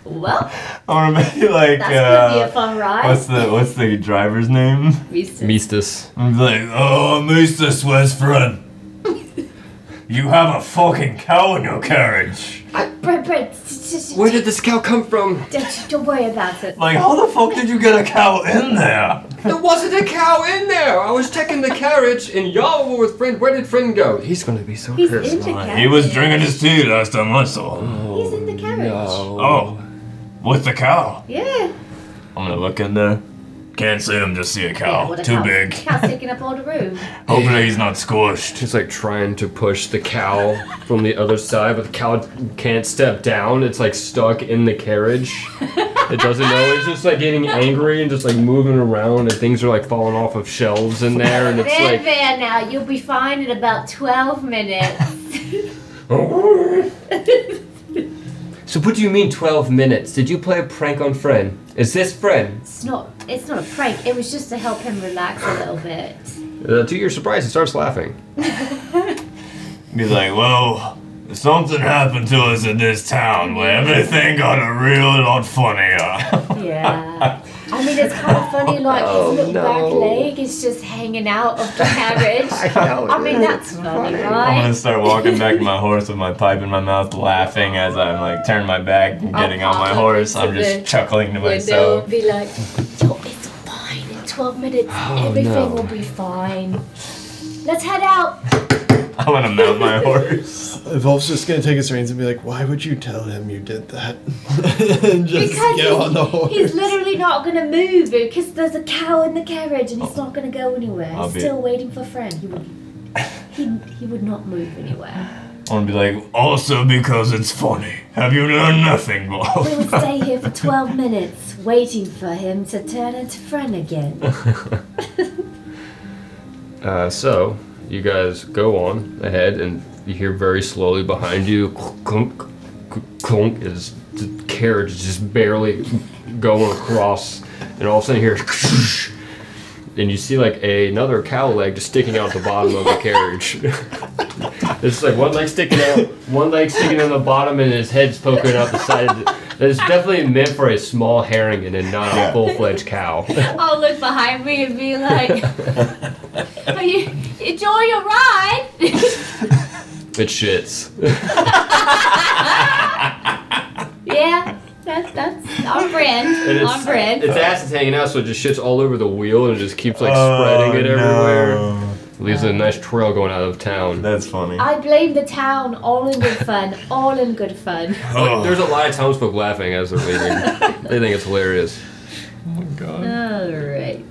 Speaker 2: well,
Speaker 1: I'm gonna be like,
Speaker 2: that's gonna be a
Speaker 1: uh,
Speaker 2: fun ride.
Speaker 1: what's the what's the driver's name?
Speaker 2: Beast.
Speaker 3: Mises.
Speaker 1: I'm like, oh, Mr. Swiss friend. You have a fucking cow in your carriage.
Speaker 2: Bren, Bren, sh- sh- sh-
Speaker 3: Where did this cow come from?
Speaker 2: don't, don't worry about it.
Speaker 1: Like, how the fuck did you get a cow in there?
Speaker 3: There wasn't a cow in there. I was checking the carriage, and y'all were with friend. Where did friend go? He's gonna be so
Speaker 2: He's
Speaker 3: pissed.
Speaker 2: in the carriage.
Speaker 15: He was drinking his tea last time I saw him.
Speaker 2: He's in the carriage.
Speaker 15: Oh, with the cow.
Speaker 2: Yeah.
Speaker 1: I'm gonna look in there.
Speaker 15: Can't see him, just see a
Speaker 2: yeah
Speaker 15: cow.
Speaker 2: well, the
Speaker 15: Oh, Too
Speaker 2: cow's-
Speaker 15: big.
Speaker 2: Cow's taking up all the
Speaker 15: [laughs]
Speaker 2: room.
Speaker 15: Hopefully he's not squished.
Speaker 3: She's like trying to push the cow from the other side, but the cow can't step down. It's like stuck in the carriage. It doesn't know. It's just like getting angry and just like moving around, and things are like falling off of shelves in there, and it's
Speaker 2: There, [laughs]
Speaker 3: like.
Speaker 2: there now. You'll be fine in about
Speaker 15: [laughs]
Speaker 2: 12 minutes.
Speaker 3: So what do you mean 12 minutes? Did you play a prank on Fren? Is this Fren?
Speaker 2: It's not, it's not a prank. It was just to help him relax a little bit.
Speaker 3: Uh, to your surprise, he starts laughing.
Speaker 15: He's like, well, something happened to us in this town where everything got a real lot funnier.
Speaker 2: Yeah. [laughs] I mean, it's kind of funny, like, his little back leg is just hanging out of the carriage. [laughs] I, mean, that's funny,
Speaker 1: [laughs] I'm gonna
Speaker 2: right?
Speaker 1: start walking back to my horse with my pipe in my mouth, laughing as I'm like turning my back
Speaker 15: Oh,
Speaker 1: and getting on my horse. I'm just chuckling to
Speaker 2: they'll
Speaker 1: myself.
Speaker 2: be like, yo, it's fine. In 12 minutes, everything
Speaker 3: no.
Speaker 2: will be fine. Let's head out.
Speaker 1: [laughs] I want to
Speaker 15: [laughs]
Speaker 1: mount my horse.
Speaker 6: Wolf's just gonna take his reins and be like, "Why would you tell him you did that?" [laughs] and just
Speaker 2: Because
Speaker 6: get
Speaker 2: he's-
Speaker 6: on the horse.
Speaker 2: He's literally not gonna move because there's a cow in the carriage and he's not gonna go anywhere.
Speaker 1: I'll
Speaker 2: he's
Speaker 1: be-
Speaker 2: still waiting for Fran. He would, he, he would not move anywhere.
Speaker 1: I want to be like,
Speaker 15: Also because it's funny. Have you learned nothing, [laughs] Bob?
Speaker 2: We would stay here for 12 minutes waiting for him to turn into Fran again.
Speaker 3: Uh, so you guys go on ahead, and you hear very slowly behind you, clunk, clunk, is the carriage is just barely going across, and all of a sudden you hear, [laughs] and you see like another cow leg just sticking out the bottom of the carriage. [laughs] it's like one leg sticking out, one leg sticking out the bottom, and his head's poking out the side. Of the, it's definitely meant for a small herring and not a full-fledged cow.
Speaker 4: I'll look behind me and be like, "Are you enjoy your ride?"
Speaker 3: It shits.
Speaker 4: yeah, that's that's our brand.
Speaker 3: And it's,
Speaker 4: On bread.
Speaker 3: Its ass is hanging out, so it just shits all over the wheel and it just keeps like
Speaker 1: oh,
Speaker 3: spreading it everywhere.
Speaker 1: no.
Speaker 3: Leaves a nice trail going out of town.
Speaker 1: That's funny.
Speaker 2: I blame the town, all in good fun, all in good fun.
Speaker 3: Like, Oh, there's a lot of townsfolk laughing as they're leaving. [laughs] they think it's hilarious.
Speaker 11: Oh my god.
Speaker 2: Alright.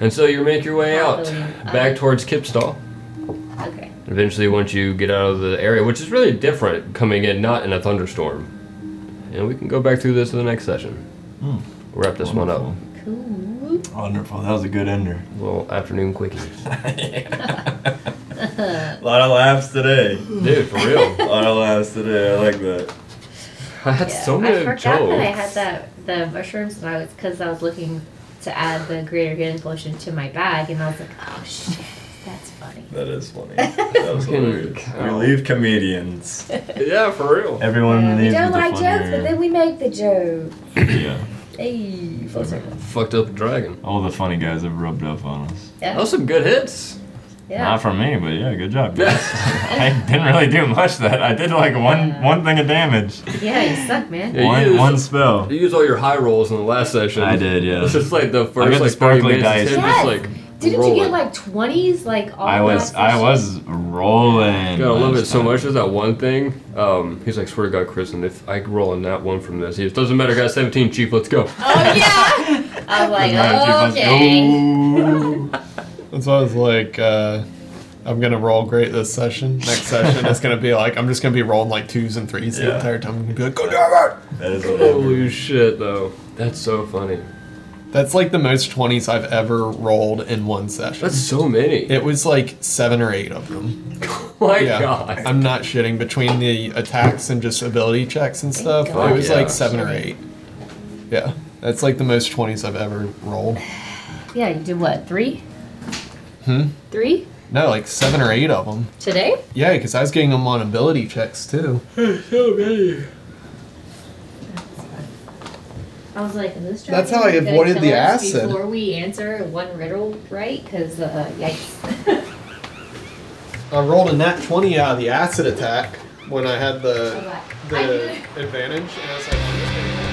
Speaker 3: And so you make your way out
Speaker 2: Uh,
Speaker 3: back towards Kipstall.
Speaker 2: Okay.
Speaker 3: Eventually, once you get out of the area, which is really different coming in not in a thunderstorm. And we can go back through this in the next session.
Speaker 1: Hmm.
Speaker 3: Wrap this one up.
Speaker 2: Cool.
Speaker 1: Wonderful. That was a good ender.
Speaker 3: Little afternoon quickie.
Speaker 1: A lot of laughs today.
Speaker 3: Dude, for real.
Speaker 2: [laughs]
Speaker 1: A lot of laughs today. I like that.
Speaker 3: I had so many
Speaker 2: I forgot
Speaker 3: jokes.
Speaker 2: that I had that the mushrooms and I was because I was looking to add the greater healing potion to my bag and I was like, oh shit, that's funny.
Speaker 1: That is funny. That was hilarious. We
Speaker 3: cow.
Speaker 1: leave comedians.
Speaker 3: Yeah, for real.
Speaker 1: Everyone
Speaker 2: Yeah, we
Speaker 1: leaves
Speaker 2: don't
Speaker 1: with
Speaker 2: like
Speaker 1: a
Speaker 2: jokes, but then we make the joke.
Speaker 1: yeah.
Speaker 2: Hey, full circle.
Speaker 3: Fucked up dragon.
Speaker 1: All the funny guys have rubbed up on us.
Speaker 2: Yeah.
Speaker 3: That was some good
Speaker 6: [laughs]
Speaker 3: hits.
Speaker 2: yeah.
Speaker 1: Not from me, but yeah, good job. guys. I didn't really do much that. I did like one one thing of damage.
Speaker 2: yeah, you suck, man.
Speaker 3: Yeah, you
Speaker 1: one
Speaker 3: used-
Speaker 1: one spell.
Speaker 3: You used all your high rolls in the last session.
Speaker 1: I did, yeah.
Speaker 3: It's just like the
Speaker 1: got
Speaker 3: first
Speaker 1: the
Speaker 3: like 30
Speaker 1: sparkly
Speaker 3: minutes
Speaker 1: dice.
Speaker 3: of him
Speaker 2: Yes.
Speaker 3: just like
Speaker 2: [laughs] Didn't
Speaker 3: roll
Speaker 2: you get
Speaker 3: it.
Speaker 2: like twenties like all
Speaker 1: I was
Speaker 2: last
Speaker 1: I
Speaker 2: session?
Speaker 1: was rolling.
Speaker 3: God, I love
Speaker 1: last
Speaker 3: it so
Speaker 1: time.
Speaker 3: much. There's that one thing. Um, he's like, swear to God, Kristen, if I roll on that one from this, he goes, doesn't matter, got 17, chief, let's go.
Speaker 2: [laughs] Oh yeah.
Speaker 1: [laughs]
Speaker 2: I was like,
Speaker 1: Magic must
Speaker 2: okay.
Speaker 1: go.
Speaker 6: That's why I was like, uh, I'm gonna roll great this session. Next session, it's gonna be like I'm just gonna be rolling like twos and threes the
Speaker 1: Yeah.
Speaker 6: entire time. I'm gonna be like, go down it.
Speaker 1: That is
Speaker 2: Oh.
Speaker 1: what happened.
Speaker 3: Holy shit, though. That's so funny.
Speaker 6: That's like the most twenties I've ever rolled in one session.
Speaker 3: That's so many.
Speaker 6: it was like seven or eight of them.
Speaker 3: [laughs] My
Speaker 6: yeah,
Speaker 3: God.
Speaker 6: I'm not shitting. Between the attacks and just ability checks and stuff,
Speaker 2: God.
Speaker 6: it was
Speaker 3: Yeah.
Speaker 6: like seven or eight. Yeah, that's like the most twenties I've ever rolled.
Speaker 2: Yeah, you did what? Three. Hmm. Three
Speaker 6: No, like seven or eight of them.
Speaker 2: today.
Speaker 6: Yeah, because I was getting them on ability checks too.
Speaker 3: so many.
Speaker 2: I was like, is this dragon
Speaker 6: That's how I
Speaker 2: gonna
Speaker 6: avoided
Speaker 2: kill
Speaker 6: the
Speaker 2: us
Speaker 6: acid.
Speaker 2: Before we answer one riddle right, because uh, yikes. [laughs]
Speaker 6: I rolled a nat 20 out of the acid attack when I had the,
Speaker 2: Alright.
Speaker 6: the advantage. And I was like,